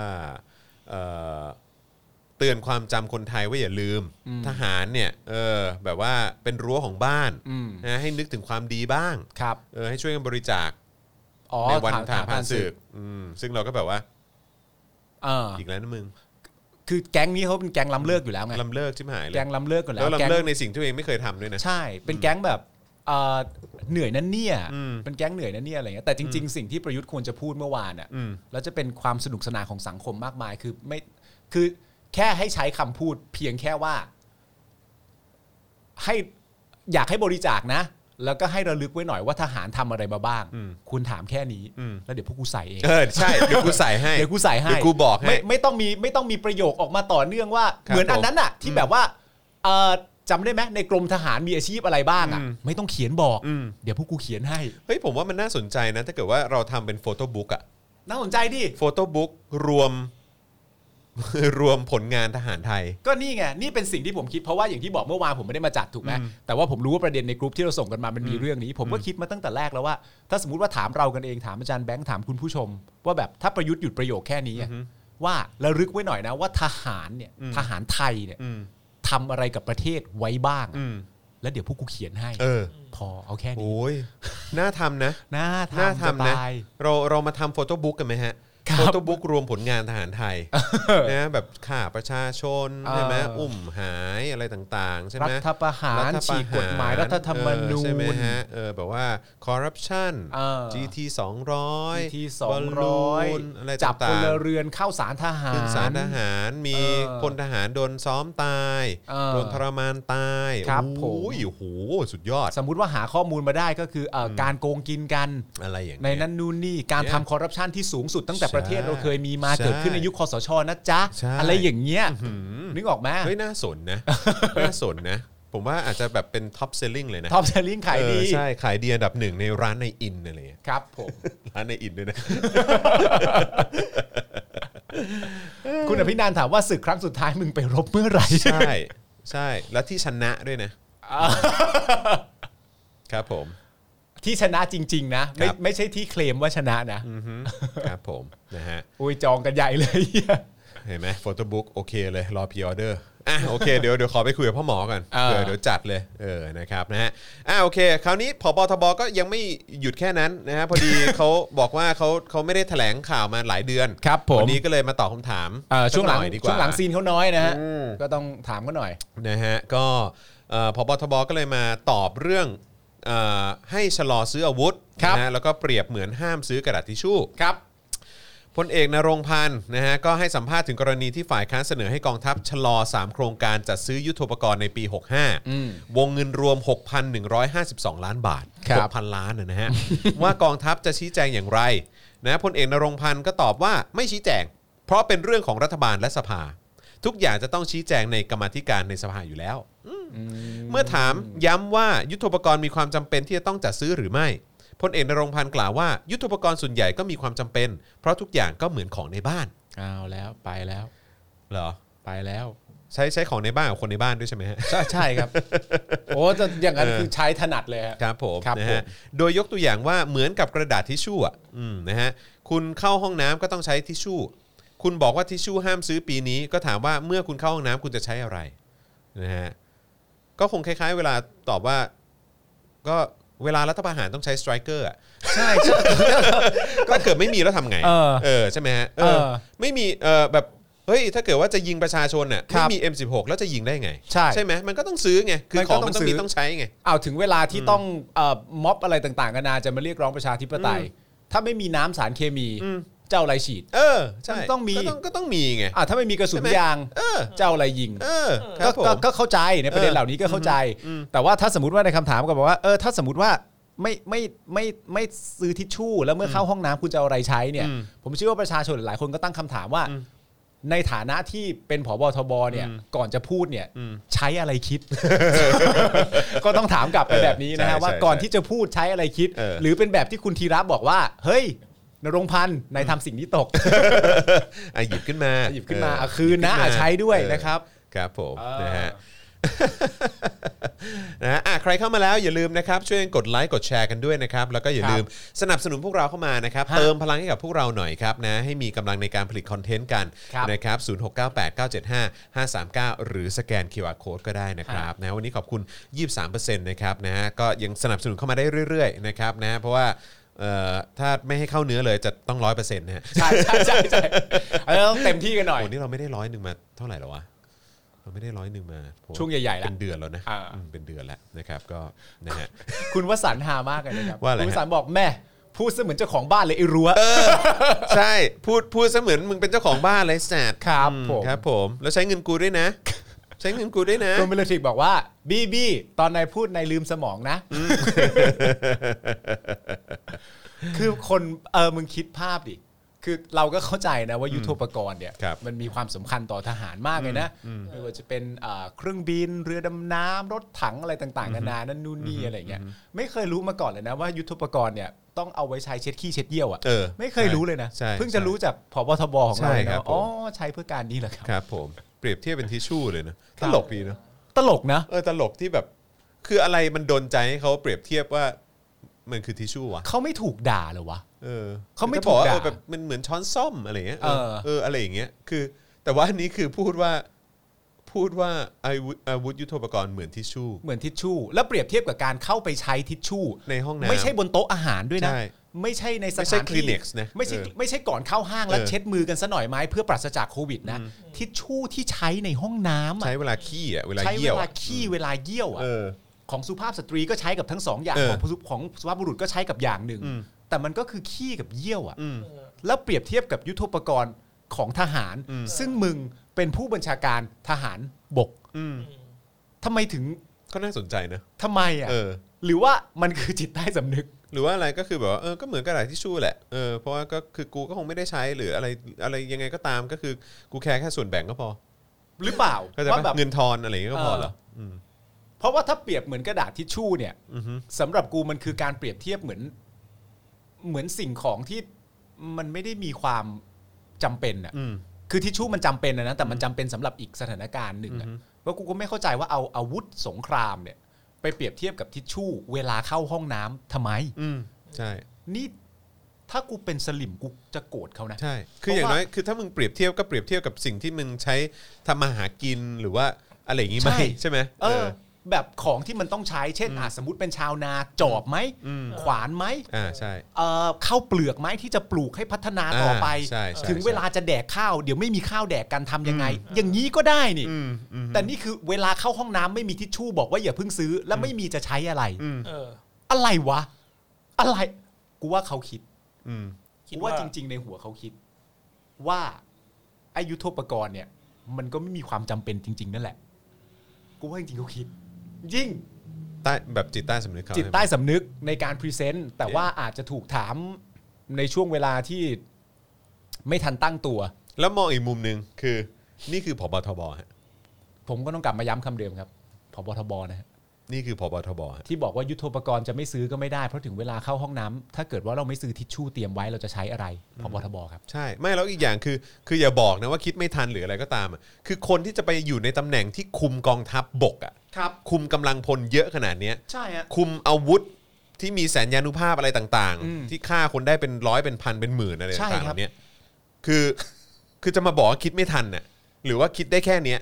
เอ่อเตือนความจำคนไทยว่าอย่าลืม ทหารเนี่ยเออแบบว่าเป็นรั้วของบ้าน อืม นะให้นึกถึงความดีบ้าง ครับ เออให้ช่วยกันบริจาค อ๋อ ในวัน ถม ถามผ่าน ผ่ ศึกอืมซึ่งเราก็แบบว่า เออ อีกแล้วนะมึง คือแก๊งนี้เขาเป็นแก๊งล้ำเลิกอยู่แล้วไง ลำเลิกชิบหายเลย แก๊งล้ำเลิกกันแล้ แล้วว ก๊ ลำ ง เลิกในสิ่งที่ตัวเองไม่เคยทำด้วยนะ ใช่ เป็นแก๊งแบบเอ่อเหนื่อยนั่นเนี่ย อืม เป็นแก๊งเหนื่อยนั่นเนี่ยอะไรเงี้ย แต่จริง ๆ สิ่งที่ประยุทธ์ควรจะพูดเมื่อวานอ่ะ อืม แล้วจะเป็นความสนุกสนานของสังคมมากมาย คือไม่ คือแค่ให้ใช้คำพูดเพียงแค่ว่า ให้อยากให้บริจาคนะ แล้วก็ให้ระลึกไว้หน่อยว่าทหารทำอะไรมาบ้าง คุณถามแค่นี้ แล้วเดี๋ยวพวกกูใส่เอง เออใช่เดี๋ยวกูใส่ให้ เดี๋ยวกูใส่ให้ เดี๋ยวกูบอกให้ ไม่ไม่ต้องมีไม่ต้องมีประโยคออกมาต่อเนื่องว่า ครับ เหมือนอันนั้นอ่ะ ที่แบบว่าเอ่อจำได้ไหมในกรมทหารมีอาชีพอะไรบ้างอ่ะ อืม ไม่ต้องเขียนบอก อืม เดี๋ยวพวกกูเขียนให้ เฮ้ยผมว่ามันน่าสนใจนะ ถ้าเกิดว่าเราทำเป็นโฟโต้บุ๊กอะ น่าสนใจดิ โฟโต้บุ๊กรวม รวมผลงานทหารไทย ก็นี่ไง นี่เป็นสิ่งที่ผมคิดเพราะว่าอย่างที่บอกเมื่อวานผมไม่ได้มาจัดถูกไหมแต่ว่าผมรู้ว่าประเด็นในกลุ่มที่เราส่งกันมามันมีเรื่องนี้ ผมก็คิดมาตั้งแต่แรกแล้วว่า ถ้าสมมติว่าถามเรากันเองถามอาจารย์แบงค์ถามคุณผู้ชม ว่าแบบถ้าประยุทธ์หยุดประโยคแค่นี้อะว่าระลึกไว้หน่อยนะว่าทหารเนี่ยทหารไทยเนี่ย อืม ทำอะไรกับประเทศไว้บ้างอะ อืม แล้วเดี๋ยวพวกกูเขียนให้ เออ พอเอาแค่นี้ โอ้ยน่าทำนะ น่า น่า ทำจะ ทำนะ ตาย เราเรามาทำโฟโต้บุ๊กกันไหมฮะ ครับ โฟโต้บุ๊กรวมผลงานทหาร ไทยนะแบบข่าประชาชน เออ ใช่ไหมอุ้มหายอะไรต่างๆ ใช่ไห รั ม ฐประหาร ฐประ ฉีกกฎหมายรัฐธรรมนู เออใช่ไหม ญ ฮะเออแบบว่าคอร์รัปชัน เออ GT 200 GT สองร้อย บลลูนอะไร จับพ ต่าง ล ๆ เรือนเข้าสารทหาร ขึ้นสารทหารมี เออ พลทหารโดนซ้อมตาย เออ โดนทรมานตาย ครับ โอ้ย ผม โอ้โหสุดยอด สมมุติว่าหาข้อมูลมาได้ก็คือเอ่ออการโกงกินกัน อะไรอย่าง ใน เงี้ย นั้นนู่นนี่การ เนี่ย ทำคอร์รัปชันที่สูงสุดตั้งแต่ ใช่ ประเทศเราเคยมีมา ใช่ เกิดขึ้นในยุคคอสชนะจ๊ะ ใช่ อะไรอย่างเงี้ยนึกออกไหม เฮ้ยน่าสน นะ น่าสนนะ ผมว่าอาจจะแบบเป็นท็อปเซลลิงเลยนะ ท็อปเซลลิงขายดี เออใช่ขายดีอันดับหนึ่งในร้านในอินอะไร เงี้ย ครับผม ร้านในอินด้วยนะ คุณอภินันท์ถามว่าศึกครั้งสุดท้ายมึงไปรบเมื่อไหร่ ใช่ใช่แล้วที่ชนะด้วยนะ ครับผม ที่ชนะจริง ๆ นะไม่ ครับ ไม่ใช่ที่เคลมว่าชนะนะ อือฮึครับผมนะฮะ อุ้ยจองกันใหญ่เลยเหี้ย เห็นไหมโฟโต้บุ๊กโอเคเลย รอพีออเดอร์อ่ะโอเค เดี๋ยวเดี๋ยวขอไปคุยกับพ่อหมอก่อน เออ เผื่อเดี๋ยวจัดเลยเออนะครับนะฮะอ่ะโอเค คราวนี้พบทบก็ยังไม่หยุดแค่นั้นนะฮะพอดี เขาบอกว่าเขาเขาไม่ได้แถลงข่าวมาหลายเดือน ครับผม วันนี้ก็เลยมาตอบคำถาม เอ่อช่วงหลัง สักน่อยดีกว่า ช่วงหลังซีนเขาน้อยนะฮะ อืม ก็ต้องถามเขาหน่อย นะฮะก็เอ่อพบทบก็เลยมาตอบเรื่องเออให้ชะลอซื้ออาวุธ ครับ นะฮะแล้วก็เปรียบเหมือนห้ามซื้อกระดาษทิชชู่ ครับ พลเอกนรงค์พันธ์นะฮะก็ให้สัมภาษณ์ถึงกรณีที่ฝ่ายค้านเสนอให้กองทัพชะลอ 3 โครงการจัดซื้อยุทโธปกรณ์ในปี อืม 65 วงเงินรวม 6,152 ล้านบาท ครับ 6,000 ล้านนะนะฮะ ว่ากองทัพจะชี้แจงอย่างไรนะพลเอกนรงค์พันธ์ก็ตอบว่าไม่ชี้แจง เพราะเป็นเรื่องของรัฐบาลและสภา ทุกอย่างจะต้องชี้แจงในกรรมาธิการในสภาอยู่แล้ว เมื่อถามย้ำว่ายุทโธปกรณ์มีความจำเป็นที่จะต้องจัดซื้อหรือไม่พลเอกนรงค์พันธ์กล่าวว่ายุทโธปกรณ์ส่วนใหญ่ก็มีความจำเป็น เพราะทุกอย่างก็เหมือนของในบ้าน เอาแล้วไปแล้ว เหรอ ไปแล้ว ใช้ใช้ของในบ้านกับคนในบ้านด้วยใช่ไหมฮะ ใช่ใช่ครับ โอ้แต่อย่างนั้น เออ คือใช้ถนัดเลยฮะ ครับผม ครับ นะ ผ ฮะ ม โดยยกตัวอย่างว่าเหมือนกับกระดาษทิชชู่อ่ะอืมนะฮะคุณเข้าห้องน้ำก็ต้องใช้ทิชชู่ คุณบอกว่าทิชชู่ห้ามซื้อปีนี้ ก็ถามว่าเมื่อคุณเข้าห้องน้ำคุณจะใช้อะไรนะฮะก็คงคล้ายๆ เวลาตอบว่า ก็เวลารัฐประหารต้องใช้สไตรเกอร์อ่ะ ใช่ใช่ ถ้าเกิดไม่มีแล้วทำไง เออ เออใช่ไหมฮะเอ เอ อ อ ไม่มีเออแบบเฮ้ยถ้าเกิดว่าจะยิงประชาชนน่ะ ครั ไม่ บ มี M16 แล้วจะยิงได้ไง ใช่ ใช่ไหมมันก็ต้องซื้อไงคือ มัน ข ก็ อง ต้ มั อน ง ต้องมี ซื้อ ต้องใช้ไง เอาถึงเวลาที่ต้องเอ่อม็อบอะไรต่างๆกันานาจะมาเรียกร้องประชาธิปไตย ถ้าไม่มีน้ำสารเคมีเจ้าอะไรฉีด เออใช่ มันต้องมี ก็ต้องก็ต้องมีไง อ่ะถ้าไม่มีกระสุน ใช่ไหม ยาง เออ เจ้าอะไรยิง เออค ก็ รับผม ก็ก็เข้าใจในประเด็น เออ เหล่านี้ก็เข้าใจ อืม แต่ว่าถ้าสมมติว่าในคำถามก็บอกว่าเออถ้าสมมติว่าไม่ไม่ไม่ไม่ซื้อทิชชู่ แล้วเมื่อเข้าห้องน้ำคุณจะเอาอะไรใช้เนี่ย ผมเชื่อว่าประชาชนหลายๆคนก็ตั้งคำถามว่า ในฐานะที่เป็นผบทบเนี่ย ก่อนจะพูดเนี่ยใช้อะไรคิด ก็ต้องถามกลับไปแบบนี้นะฮะ ใช่ ว่า ใช่ ก่อนที่จะพูดใช้อะไรคิด เออ หรือเป็นแบบที่คุณธีระบอกว่า เฮ้ยนรงค์พันธ์นายทำสิ่งนี้ตก อ่ะหยิบขึ้นมา หยิบขึ้นมา เ เอาคืนหยิบนะขึ้มา อ่ะใช้ด้วย เออ นะครับ ครับผม เออ นะฮ ะ นะฮะอ่ะใครเข้ามาแล้วอย่าลืมนะครับ ช่วยกดไลค์กดแชร์กันด้วยนะครับ แล้วก็อย่าลืมสนับสนุนพวกเราเข้ามานะครับ เติมพลังให้กับพวกเราหน่อยครับนะให้มีกำลังในการผลิตคอนเทนต์กัน ครับ นะครับ0698975539 หรือสแกน QR Code ก็ได้นะครับนะวันนี้ขอบคุณ 23%นะครับนะฮะก็ยังสนับสนุนเข้ามาได้เรื่อยๆนะครับนะเพราะว่าเอ่อถ้าไม่ให้เข้าเนื้อเลยจะต้องร้อยเปอร์เซ็นต์นะฮะ ใช่ใช่ใช่ใช่เออต้องเต็มที่กันหน่อย โอ้นี่เราไม่ได้ร้อยหนึ่งมาเท่าไหร่แล้ววะเราไม่ได้ร้อยหนึ่งมาผม ช่วงใหญ่ๆแล้ว เป็นเดือนแล้วนะ อ่า อืมเป็นเดือนแล้วนะครับก็นะ ฮะ คุณวสันต์หามากเลยนะครับ ว่าอะไรฮะ คุณวสันต์บอกแม่พูดเสมือนเจ้าของบ้านเลยไอ้รั้ว ใช่พูดพูดเสมือนมึงเป็นเจ้าของบ้านเลยแสด ครับ อื ผม ครับผมแล้วใช้เงินกูด้วยนะ ใช้เงินกูด้วยนะ โดมิเลติกบอกว่าบีบีตอนนายพูดนายลืมสมองนะ คือคนเออมึงคิดภาพดิ คือเราก็เข้าใจนะว่ายุทโธปกรณ์เนี่ย ครับ มันมีความสำคัญต่อทหารมากเลยนะ ไม่ว่าจะเป็นเอ่อเครื่องบินเรือดำน้ำรถถังอะไรต่างๆนานานั่นนู่นนี่อะไรเงี้ยไม่เคยรู้มาก่อนเลยนะว่ายุทโธปกรณ์เนี่ยต้องเอาไว้ใช้เช็ดขี้เช็ดเยี่ยวอ่ะ เออ ไม่เคยรู้เลยนะ ใช่ เพิ่งจะ ใช่ รู้จากพบทบของเรา ใช่ เลย ครั นะ บ ว่าอ๋อ ผม ใช้เพื่อการนี้เหรอครับ ครับผมเปรียบเทียบเป็นทิชชู่เลยนะ ค ต รับ ลกดีเนาะ ตลกนะ เออตลกที่แบบ คืออะไรมันโดนใจให้เขาเปรียบเทียบว่ามันคือทิชชู่วะ เขาไม่ถูกด่าเหรอวะ เออ เขาไม่ จะบอกว่าเอถูกด่า อแบบมันเหมือนช้อนส้อมอะไรเงี้ยเออ เออ เอออะไรอย่างเงี้ยคือ แต่ว่าอันนี้คือพูดว่าพูดว่าอาวุธอาวุธยุทโธปกรณ์เหมือนทิชชู่ เหมือนทิชชู่ แล้วเปรียบเทียบกับการเข้าไปใช้ทิชชู่ ในห้องน้ำ ไม่ใช่บนโต๊ะอาหารด้วยนะ ใช่ ไม่ใช่ในส ไม่ใช่ ถานที่ Kleenex นะ ไม่ใช่ เออ ไม่ใช่ก่อนเข้าห้างแล้ว เออ เช็ดมือกันซะหน่อยไหมเพื่อปราศจากโควิดนะ ทิชชู่ที่ใช้ในห้องน้ำอะ ใช้เวลาขี้อ่ะเวลา ใช้ เยี่ เว ยว ลา อะ ขี้เวลาเยี่ยวอะ เออ ของสุภาพสตรีก็ใช้กับทั้งสองอย่าง เออ ของผู้สุของสุภาพบุรุษก็ใช้กับอย่างหนึ่ง แต่มันก็คือขี้กับเยี่ยวอะแล้วเปรียบเทียบกับยุทโธปกรณ์ของทหาร ซึ่งมึงเป็นผู้บัญชาการทหารบกทำไมถึง ก็น่าสนใจนะ ทำไมอ่ะ เออ หรือว่ามันคือจิตใต้สำนึก หรือว่าอะไรก็คือแบบว่าเออก็เหมือนกระดาษทิชชู่แหละเออเพราะว่าก็คือกูก็คงไม่ได้ใช้หรืออะไรอะไรยังไงก็ตามก็คือกูแค่แค่ส่วนแบ่งก็พอ หรือเปล่า ก็จะ ว่าแบบ เงินทอนอะไรอย่างเงี้ยก็พอเหรอ เพราะว่าถ้าเปรียบเหมือนกระดาษทิชชู่เนี่ยสำหรับกูมันคือการเปรียบเทียบเหมือน เหมือนสิ่งของที่มันไม่ได้มีความจำเป็นอ่ะ อืม คือทิชชู่มันจำเป็นนะนะแต่มันจำเป็นสำหรับอีกสถานการณ์หนึ่งอ่ะว่ากูก็ไม่เข้าใจว่าเอาอาวุธสงครามเนี่ย ไปเปรียบเทียบกับทิชชู่ เวลาเข้าห้องน้ำทำไม อืมใช่ นี่ถ้ากูเป็นสลิมกูจะโกรธเขานะ ใช่ คืออย่างน้อยคือถ้ามึงเปรียบเทียบก็เปรียบเทียบกับสิ่งที่มึงใช้ทำมาหากินหรือว่าอะไรอย่างงี้ไหม ใช่ ใช่ไหม เออแบบของที่มันต้องใช้เช่นอ่ะสมมติเป็นชาวนาจอบไหมขวานไหม อ่าใช่ เอ่อข้าวเปลือกไหมที่จะปลูกให้พัฒนาต่อไป อ่าใช่ใช่ ถึง ใช่ เวลาจะแดกข้าวเดี๋ยวไม่มีข้าวแดกกันทำยังไง อย่างนี้ก็ได้นี่ แต่นี่คือเวลาเข้าห้องน้ำไม่มีทิชชู่บอกว่าอย่าเพิ่งซื้อ แล้วไม่มีจะใช้อะไร เออ อะไรวะ อะไร กูว่าเขาคิด อืม คิ กู ดว่า ว่าจริง ๆ ในหัวเขาคิด ว่าไอายุทโธปกรณ์เนี่ย มันก็ไม่มีความจำเป็นจริง ๆ นั่นแหละ กูว่าจริงๆเขาคิด ยิ่ง ใต้แบบจิตใต้สำนึกเขา จิตใต้สำนึกในการพรีเซนต์แต่ว่าอาจจะถูกถามในช่วงเวลาที่ไม่ทันตั้งตัว แล้วมองอีกมุมหนึ่งคือ นี่คือผบทบฮะ ผมก็ต้องกลับมาย้ำคำเดิมครับพบทบนะฮะ นี่คือพบทบฮะ ที่บอกว่ายุทโธปกรณ์จะไม่ซื้อก็ไม่ได้เพราะถึงเวลาเข้าห้องน้ำถ้าเกิดว่าเราไม่ซื้อทิชชู่เตรียมไว้เราจะใช้อะไรพบทบครับ ใช่ ไม่แล้วอีกอย่างคือ คืออย่าบอกนะว่าคิดไม่ทันหรืออะไรก็ตามอะคือคนที่จะไปอยู่ในตำแหน่งที่คุมกองทัพบบกอ่ะ ครับ คุมกำลังพลเยอะขนาดเนี้ย ใช่ฮะ คุมอาวุธที่มีแสนยานุภาพอะไรต่าง อืม ๆ ที่ฆ่าคนได้เป็นร้อยเป็นพันเป็นหมื่นอะไร ใช่ ต่างๆ ค เห รับ ล่านี้คือ คือจะมาบอกว่าคิดไม่ทันน่ะหรือว่าคิดได้แค่เนี้ย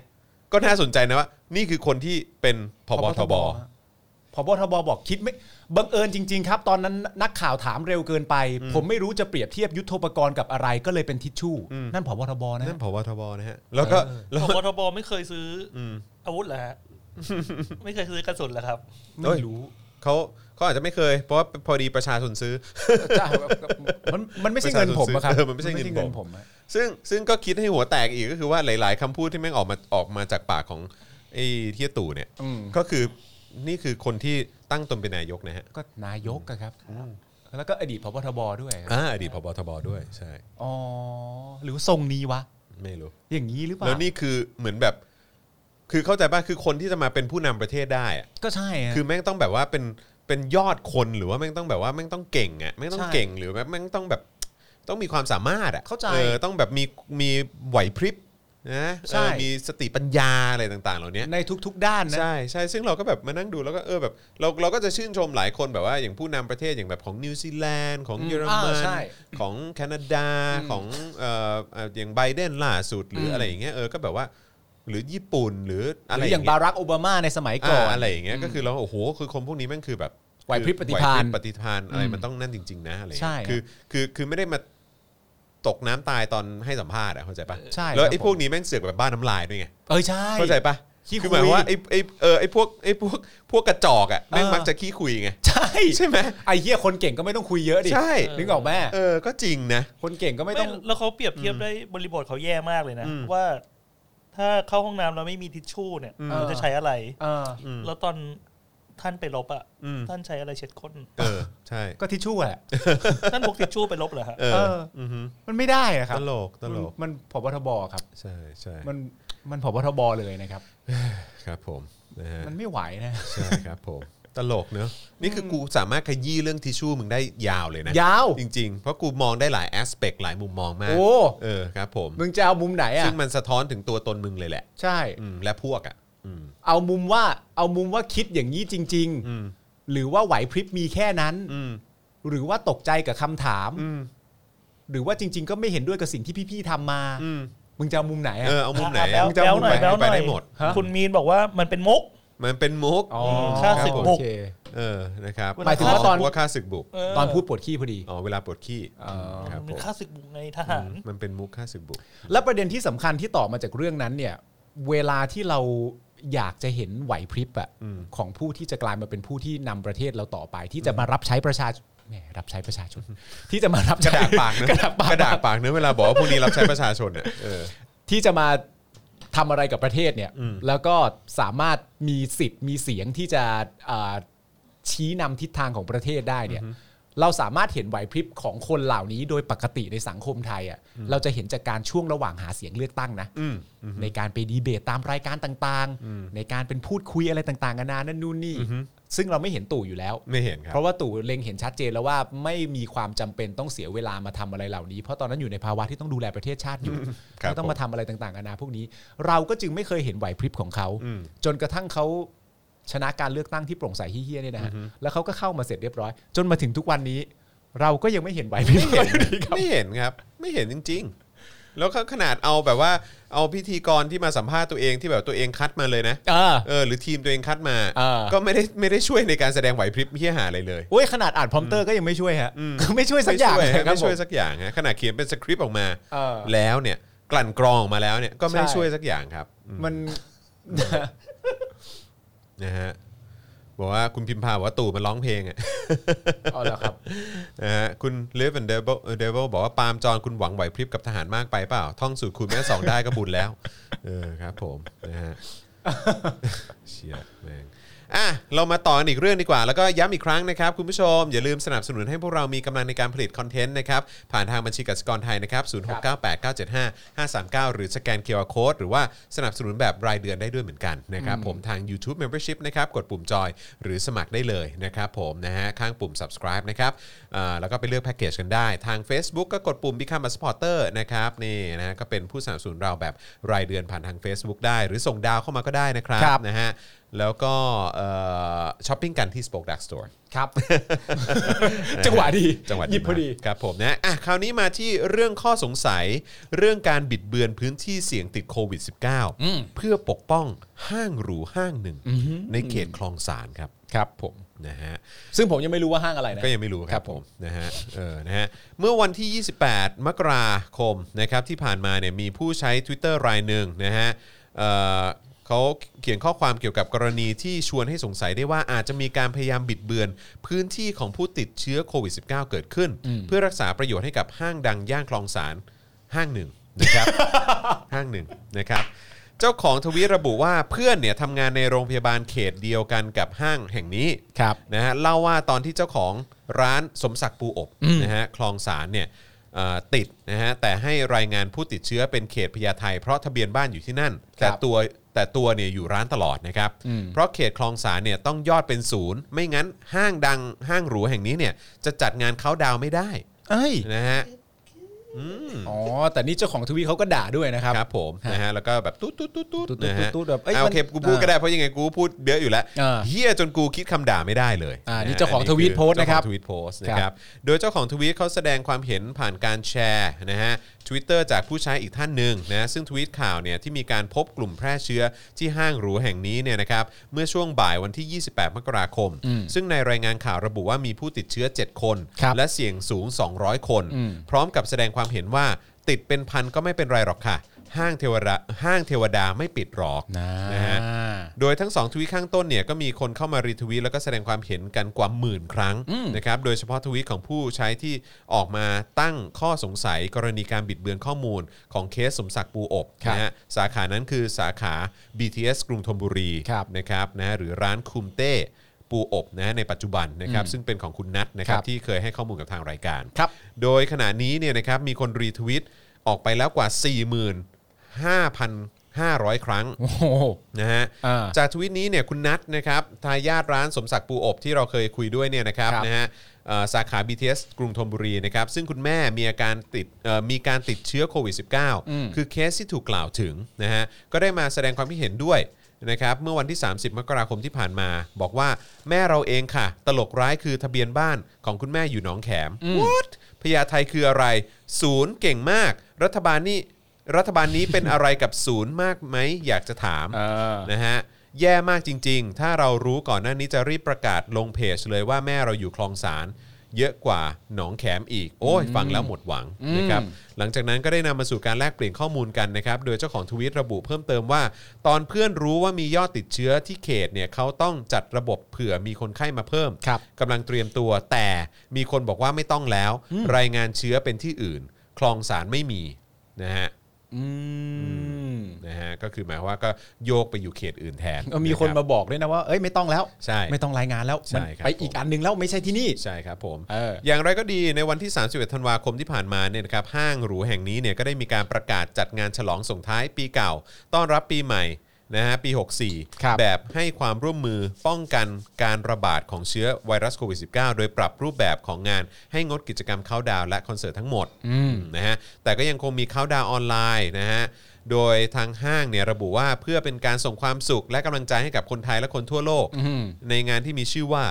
ก็น่าสนใจนะว่า นี่คือคนที่เป็นพบทบ พบทบบอกคิดไม่บังเอิญจริง ๆ ครับ ตอนนั้นนักข่าวถามเร็วเกินไป ผมไม่รู้จะเปรียบเทียบยุทโธปกรณ์กับอะไรก็เลยเป็นทิชชู่ นั่นพบทบนะ นั่นพบทบนะฮะแล้วก็ แล้ว พบทบไม่เคยซื้อออาวุธเหรอฮะ ไม่เคยซื้อกระสุนเหรอครับ ไม่รู้ เขาเขาอาจจะไม่เคย เพราะว่าพอดีประชาชนซื้อ ใช่มันมันไม่ใช่เงินผมอะครับ เออมันไม่ใช่เงินผม อะ ซึ่งซึ่งก็คิดให้หัวแตกอีกก็คือว่าหลาย ๆคำพูดที่แม่งออกมาออกมาจากปากของไอ้เทียตู่เนี่ย อืม ก็คือนี่คือคนที่ตั้งตนเป็นนายกนะฮะ ก็นายกอะครับ แล้วก็อดีตพบทบด้วย อ่าอดีตพบทบด้วยใช่ อ๋อหรือทรงนี้วะ ไม่รู้ อย่างนี้หรือเปล่า แล้วนี่คือเหมือนแบบ คือเข้าใจป่ะคือคนที่จะมาเป็นผู้นำประเทศได้อะ ก็ใช่ฮะ คือแม่งต้องแบบว่าเป็นเป็นยอดคนหรือว่าแม่งต้องแบบว่าแม่งต้องเก่งอ่ะแม่งต้อง ใช่ เก่งหรือแบบแม่งต้องแบบต้องมีความสามารถอ่ะ เข้าใจ ออต้องแบบมีมีไหวพริบนะ ใช่ เออมีสติปัญญาอะไรต่าง ๆ เหล่านี้ ในทุก ๆ ด้านนะ ใช่ใช่ซึ่งเราก็แบบมานั่งดูแล้วก็เออแบบ เราเราก็จะชื่นชมหลายคนแบบว่าอย่างผู้นำประเทศอย่างแบบของนิวซีแลนด์ของ อืม เยอรมั อ่าน ใช่ ของแคนาดาของเอ่อเอ่ออย่างไบเดนล่าสุดหรือ ม อะไรอย่างเงี้ยเออก็แบบว่า หรือญี่ปุ่นหรืออะ ห ไร รืออย่างบารักโอบามาในสมัยก่อน าอะไรอย่างเงี้ยก็คือเราโอ้โหคือคนพวกนี้แม่งคือแบบ ไหวพริบปฏิภาไหวณพริบปฏิภาณอะไร อืม มันต้องนั่นจริง ๆ นะอะไรอย่าง ใช่ เงี้ยคือคือคือไม่ได้มาตกน้ำตายตอนให้สัมภาษณ์อะเข้าใจปะ ใช่ แล้ว ครับ ไอ้พวก ผม นี้แม่งเสือกแบบบ้านน้ำลายด้วยไง เออใช่ เข้าใจปะ ขี้ คือหมายความว่า คุย ไอ้ไอ้เออไอ้พวกไอ้พวกพวกกระจอกอะแม่ง เออ มักจะขี้คุยไง ใช่ ใช่ไหม ไอ้เหี้ยคนเก่งก็ไม่ต้องคุยเยอะดิ ใช่ นึกออกไหม เออก็จริงนะ คนเก่งก็ไม่ ไม่ ต้อง แล้วเขาเปรียบเทียบได้บริบทเขาแย่มากเลยนะ อืม ว่า ถ้าเข้าห้องน้ำแล้วไม่มีทิชชู่เนี่ย อืม เราจะใช้อะไร เออ แล้วตอนท่านไปลบอ่ะ อืม ท่านใช้อะไรเช็ดก้น เออใช่ ก็ทิชชู่แหละ ท่านพกทิชชู่ไปลบเหรอฮะ เอ เอ อ อ อือฮึ มันไม่ได้อะค ต รับ ลกตลก มันผบทบครับ ใช่ใช่ มันมันผบทบเลยนะครับ ครับผมนะฮะ มันไม่ไหวนะ ใช่ครับผม ตลกเนอะนี่คือกูสามารถขยี้เรื่องทิชชู่มึงได้ยาวเลยนะ ยาว จริง ๆ เพราะกูมองได้หลายแอสเปกหลายมุมมองมาก โอ้ เออครับผม มึงจะเอามุมไหนอ่ะ ซึ่งมันสะท้อนถึงตัวตนมึงเลยแหละ ใช่ อืมและพวกอ่ะอืม เอามุมว่าเอามุมว่าคิดอย่างนี้จริง อืม ๆ หรือว่าไหวพริบมีแค่นั้น อืม หรือว่าตกใจกับคำถาม อืม หรือว่าจริง ๆ ก็ไม่เห็นด้วยกับสิ่งที่พี่ๆทำมา อืม มึงจะเอามุมไหน เอออ่ะเอามุมไหน แล้ อะ ว มึงจะ แล้ว เอา หน่อย มุมไหน แล้วหน่อ ไป ย ได้หมดฮะ คุณมีนบอกว่ามันเป็นมุก มันเป็นมุก อ๋อ ค่าศึกบุก โอเค เออนะครับ หมายถึงว่าตอน ว่าค่าศึกบุก เออ ตอนพูดปวดขี้พอดี อ๋อเวลาปวดขี้ อ๋อ ครับผมัน ม ค่าศึกบุกไงทหาร มันเป็นมุกค่าศึกบุก และประเด็นที่สำคัญที่ต่อมาจากเรื่องนั้นเนี่ย เวลาที่เราอยากจะเห็นไหวพริบอะ อืม ของผู้ที่จะกลายมาเป็นผู้ที่นำประเทศเราต่อไป ที่จะมารับใช้ประชาชนแหมรับใช้ประชาชน ที่จะมารับ ก ใช้ ระดาษปากเนอะ กระดาษปาก กระดาษปากเนอะเวลาบอกว่าพวกนี้รับใช้ประชาชนเนี่ยเออ ที่จะมาทำอะไรกับประเทศเนี่ย อืม แล้วก็สามารถมีสิทธิ์มีเสียงที่จะเอ่อชี้นำทิศทางของประเทศได้เนี่ย เราสามารถเห็นไหวพริบของคนเหล่านี้โดยปกติในสังคมไทยอะเราจะเห็นจากการช่วงระหว่างหาเสียงเลือกตั้งนะ อืม ในการไปดีเบตตามรายการต่างๆ ในการเป็นพูดคุยอะไรต่างๆกันานานั่นนู่นนี่ อือฮึ ซึ่งเราไม่เห็นตู่อยู่แล้ว ไม่เห็นครับ เพราะว่าตู่เล็งเห็นชัดเจนแล้วว่าไม่มีความจำเป็นต้องเสียเวลามาทำอะไรเหล่านี้ เพราะตอนนั้นอยู่ในภาวะที่ต้องดูแลประเทศชาติอยู่ ครับ แล้วต้องมาทำอะไรต่างๆกันานาพวกนี้ เราก็จึงไม่เคยเห็นไหวพริบของเขา อืม จนกระทั่งเขาชนะการเลือกตั้งที่โปร่งใสเฮี้ยๆเนี่ยนะฮะแล้วเขาก็เข้ามาเสร็จเรียบร้อย จนมาถึงทุกวันนี้ เราก็ยังไม่เห็นไหวพริบของเขาอยู่ดีครับ ไม่เห็นครับ ไม่เห็นจริง ๆ แล้วก็ขนาดเอาแบบว่าเอาพิธีกรที่มาสัมภาษณ์ตัวเองที่แบบตัวเองคัดมาเลยนะ เออ เออหรือทีมตัวเองคัดมา เออ ก็ไม่ได้ไม่ได้ช่วยในการแสดงไหวพริบเฮี้ยหาอะไรเลย โอ้ยขนาดอ่านพรอมเตอร์ก็ยังไม่ช่วยฮะไม่ช่วยสักอย่าง ไม่ช่วเลยฮะ ครับ ไม่ ผ ช่ว ม ยสักอย่างฮะขนาดเขียนเป็นสคริปต์ออกมา เออ แล้วเนี่ยกลั่นกรองออกมาแล้วเนี่ยก็ไม่ได้ ใช่ ช่วยสักอย่างครับ มัน นะฮะบอกว่าคุณพิมพาบอกว่าตู่มันร้องเพลงอ่ะ เอาละครับ นะฮะคุณเลฟเ d นเดเบิลเดเบิลบอกว่าปาล์มจอนคุณหวังไหวพริบกับทหารมากไปเปล่า ท่องสูตรคูณแม่สอง ได้ก็บุญแล้ว เออครับผมนะฮะ เชียแม่ง อ่ะเรามาต่อกันอีกเรื่องดีกว่า แล้วก็ย้ำอีกครั้งนะครับ คุณผู้ชม อย่าลืมสนับสนุนให้พวกเรามีกำลังในการผลิตคอนเทนต์นะครับ ผ่านทางบัญชีกสิกรไทยนะครับ 0698975539 หรือสแกนเคอร์โคหรือว่าสนับสนุนแบบรายเดือนได้ด้วยเหมือนกันนะครับผมทาง YouTube Membership นะครับ กดปุ่มจอยหรือสมัครได้เลยนะครับผมนะฮะข้างปุ่ม subscribe นะครับอ่าแล้วก็ไปเลือกแพ็กเกจกันได้ ทาง Facebook ก็กดปุ่ม Become a supporter นะครับนี่นะฮะก็เป็นผู้สนับสนุนเราแบบรายเดือนผ่านทาง Facebook ได้ หรือส่งดาวเข้ามาก็ได้นะครับ ครับ นะฮะแล้วก็เอ่อช้อปปิ้งกันที่ Spoke Dark Store ครับ จังหวะดี จังหวัด หยิบพอดี ครับผมนะอ่ะคราวนี้มาที่เรื่องข้อสงสัย เรื่องการบิดเบือนพื้นที่เสี่ยงติดโควิด -19 เพื่อปกป้องห้างหรูห้างหนึ่ง ในเขตคลองสารครับ ครับผม นะฮะ ซึ่งผมยังไม่รู้ว่าห้างอะไรนะ ก็ยังไม่รู้ค ครั รับบ ผม นะฮะเออนะฮะเมื่อวันที่ 28 มกราคมนะครับที่ผ่านมาเนี่ยมีผู้ใช้ Twitter รายหนึ่งนะฮะเอ่อเขาเขียนข้อความเกี่ยวกับกรณีที่ชวนให้สงสัยได้ว่าอาจจะมีการพยายามบิดเบือน พื้นที่ของผู้ติดเชื้อโควิด -19 เกิดขึ้น เพื่อรักษาประโยชน์ให้กับห้างดังย่านคลองสารห้างหนึ่งนะครับ ห้างหนึ่งนะครับ เจ้าของทวีตระบุว่าเพื่อนเนี่ยทำงานในโรงพยาบาลเขตเดียวกันกับห้างแห่งนี้ ครับ นะฮะเล่าว่าตอนที่เจ้าของร้านสมศักดิ์ปูอบนะฮะคลองสารเนี่ยเอ่อติดนะฮะแต่ให้รายงานผู้ติดเชื้อเป็นเขตพญาไทเพราะทะเบียนบ้านอยู่ที่นั่น แต่ตัวแต่ตัวเนี่ยอยู่ร้านตลอดนะครับเพราะเขตคลองสารเนี่ยต้องยอดเป็นศูนย์ไม่งั้นห้างดังห้างหรูแห่งนี้เนี่ยจะจัดงานเขาน์ดาวน์ไม่ได้ เอ้ย นะฮะ อ๋อ แต่นี่เจ้าของทวีตเขาก็ด่าด้วยนะครับ ครับผม ฮะ นะฮะแล้วก็แบบตุ๊ดตุ๊ดตุ๊ดตุ๊ด ตุ๊ดตุ๊ด นะฮะ ตุ๊ดแบบเอ้ย อ่ะโอเค มัน กูพูด อ่า ก็ได้เพราะยังไงกูพูดเยอะอยู่แล้ว อ่า เฮียจนกูคิดคำด่าไม่ได้เลย อ่าะนี่ฮะ เจ้าของ คื ทวีตโพสต์นะครับ เจ้าของทวีตโพสต์นะครับโดยเจ้าของทวีตเขาแสดงความเห็นผ่านการแชร์นะฮะทวิตเตอร์จากผู้ใช้อีกท่านหนึ่งนะซึ่งทวีตข่าวเนี่ยที่มีการพบกลุ่มแพร่เชื้อที่ห้างหรูแห่งนี้เนี่ยนะครับเมื่อช่วงบ่ายวันที่ 28 มกราคม ซึ่งในรายงานข่าวระบุว่ามีผู้ติดเชื้อ 7 คน ครับ และเสี่ยงสูง 200 คน พร้อมกับแสดงความเห็นว่าติดเป็นพันก็ไม่เป็นไรหรอกค่ะ ห้างเทวดาห้างเทวดาไม่ปิดหรอก นะ นะฮะโดยทั้งสองทวีตข้างต้นเนี่ยก็มีคนเข้ามารีทวีตแล้วก็แสดงความเห็นกันกว่าหมื่นครั้งนะครับโดยเฉพาะทวีตของผู้ใช้ที่ออกมาตั้งข้อสงสัยกรณีการบิดเบือนข้อมูลของเคสสมศักดิ์ปูอบ ครับ นะฮะสาขานั้นคือสาขา BTS กรุงธนบุรี ครับ นะครับนะฮะหรือร้านคุมเต้ปูอบนะฮะในปัจจุบันนะครับซึ่งเป็นของคุณนัทนะครับ ครับ ที่เคยให้ข้อมูลกับทางรายการ ครับ โดยขณะนี้เนี่ยนะครับมีคนรีทวิตออกไปแล้วกว่า 45,500 ครั้ง โอ้โห นะฮะ อ่า จากทวิตนี้เนี่ยคุณนัทนะครับทายาทร้านสมศักดิ์ปูอบที่เราเคยคุยด้วยเนี่ยนะครับ ครับ นะฮะเอ่อสาขา BTS กรุงธนบุรีนะครับซึ่งคุณแม่มีอาการติดเอ่อมีการติดเชื้อโควิด -19 คือเคสที่ถูกกล่าวถึงนะฮะก็ได้มาแสดงความคิดเห็นด้วยนะครับเมื่อวันที่ 30 มกราคมที่ผ่านมา บอกว่าแม่เราเองค่ะ ตลกร้ายคือทะเบียนบ้านของคุณแม่อยู่หนองแขม What? พญาไทคืออะไร ศูนย์เก่งมาก รัฐบาลนี่รัฐบาลนี้เป็นอะไรกับศูนย์มากไหมอยากจะถาม อ่า นะฮะแย่มากจริง ๆ ถ้าเรารู้ก่อนหน้านี้จะรีบประกาศลงเพจเลยว่าแม่เราอยู่คลองสาร เยอะกว่าหนองแขมอีก โอ้ยฟังแล้วหมดหวังนะครับหลังจากนั้นก็ได้นำมาสู่การแลกเปลี่ยนข้อมูลกันนะครับ โดยเจ้าของทวิตระบุเพิ่มเติมว่า ตอนเพื่อนรู้ว่ามียอดติดเชื้อที่เขตเนี่ยเขาต้องจัดระบบเผื่อมีคนไข้มาเพิ่ม ครับ กำลังเตรียมตัวแต่มีคนบอกว่าไม่ต้องแล้ว รายงานเชื้อเป็นที่อื่น คลองสารไม่มีนะฮะ อืม นะฮะก็คือหมายความว่าก็โยกไปอยู่เขตอื่นแทน ก็มีคนมา ะรับ บอกด้วยนะว่า เอ้ยไม่ต้องแล้ว ใช่ ไม่ต้องรายงานแล้ว ใช่ มัน ครับ ไป ผม อีกอันหนึงแล้วไม่ใช่ที่นี่ ใช่ครับผม เออ อย่างไรก็ดีในวันที่ 31 ธันวาคมที่ผ่านมาเนี่ยนะครับห้างหรูแห่งนี้เนี่ยก็ได้มีการประกาศจัดงานฉลองส่งท้ายปีเก่า ต้อนรับปีใหม่นะฮะปี ครับ 64 แบบให้ความร่วมมือป้องกันการระบาดของเชื้อไวรัสโควิด -19 โดยปรับรูปแบบของงานให้งดกิจกรรมเข้าน์ดาวน์และคอนเสิร์ตทั้งหมดนะฮะแต่ก็ยังคงมีเข้าน์ดาวน์ออนไลน์นะฮะโดยทางห้างเนี่ยระบุว่าเพื่อเป็นการส่งความสุขและกำลังใจให้กับคนไทยและคนทั่วโลก ในงานที่มีชื่อว่า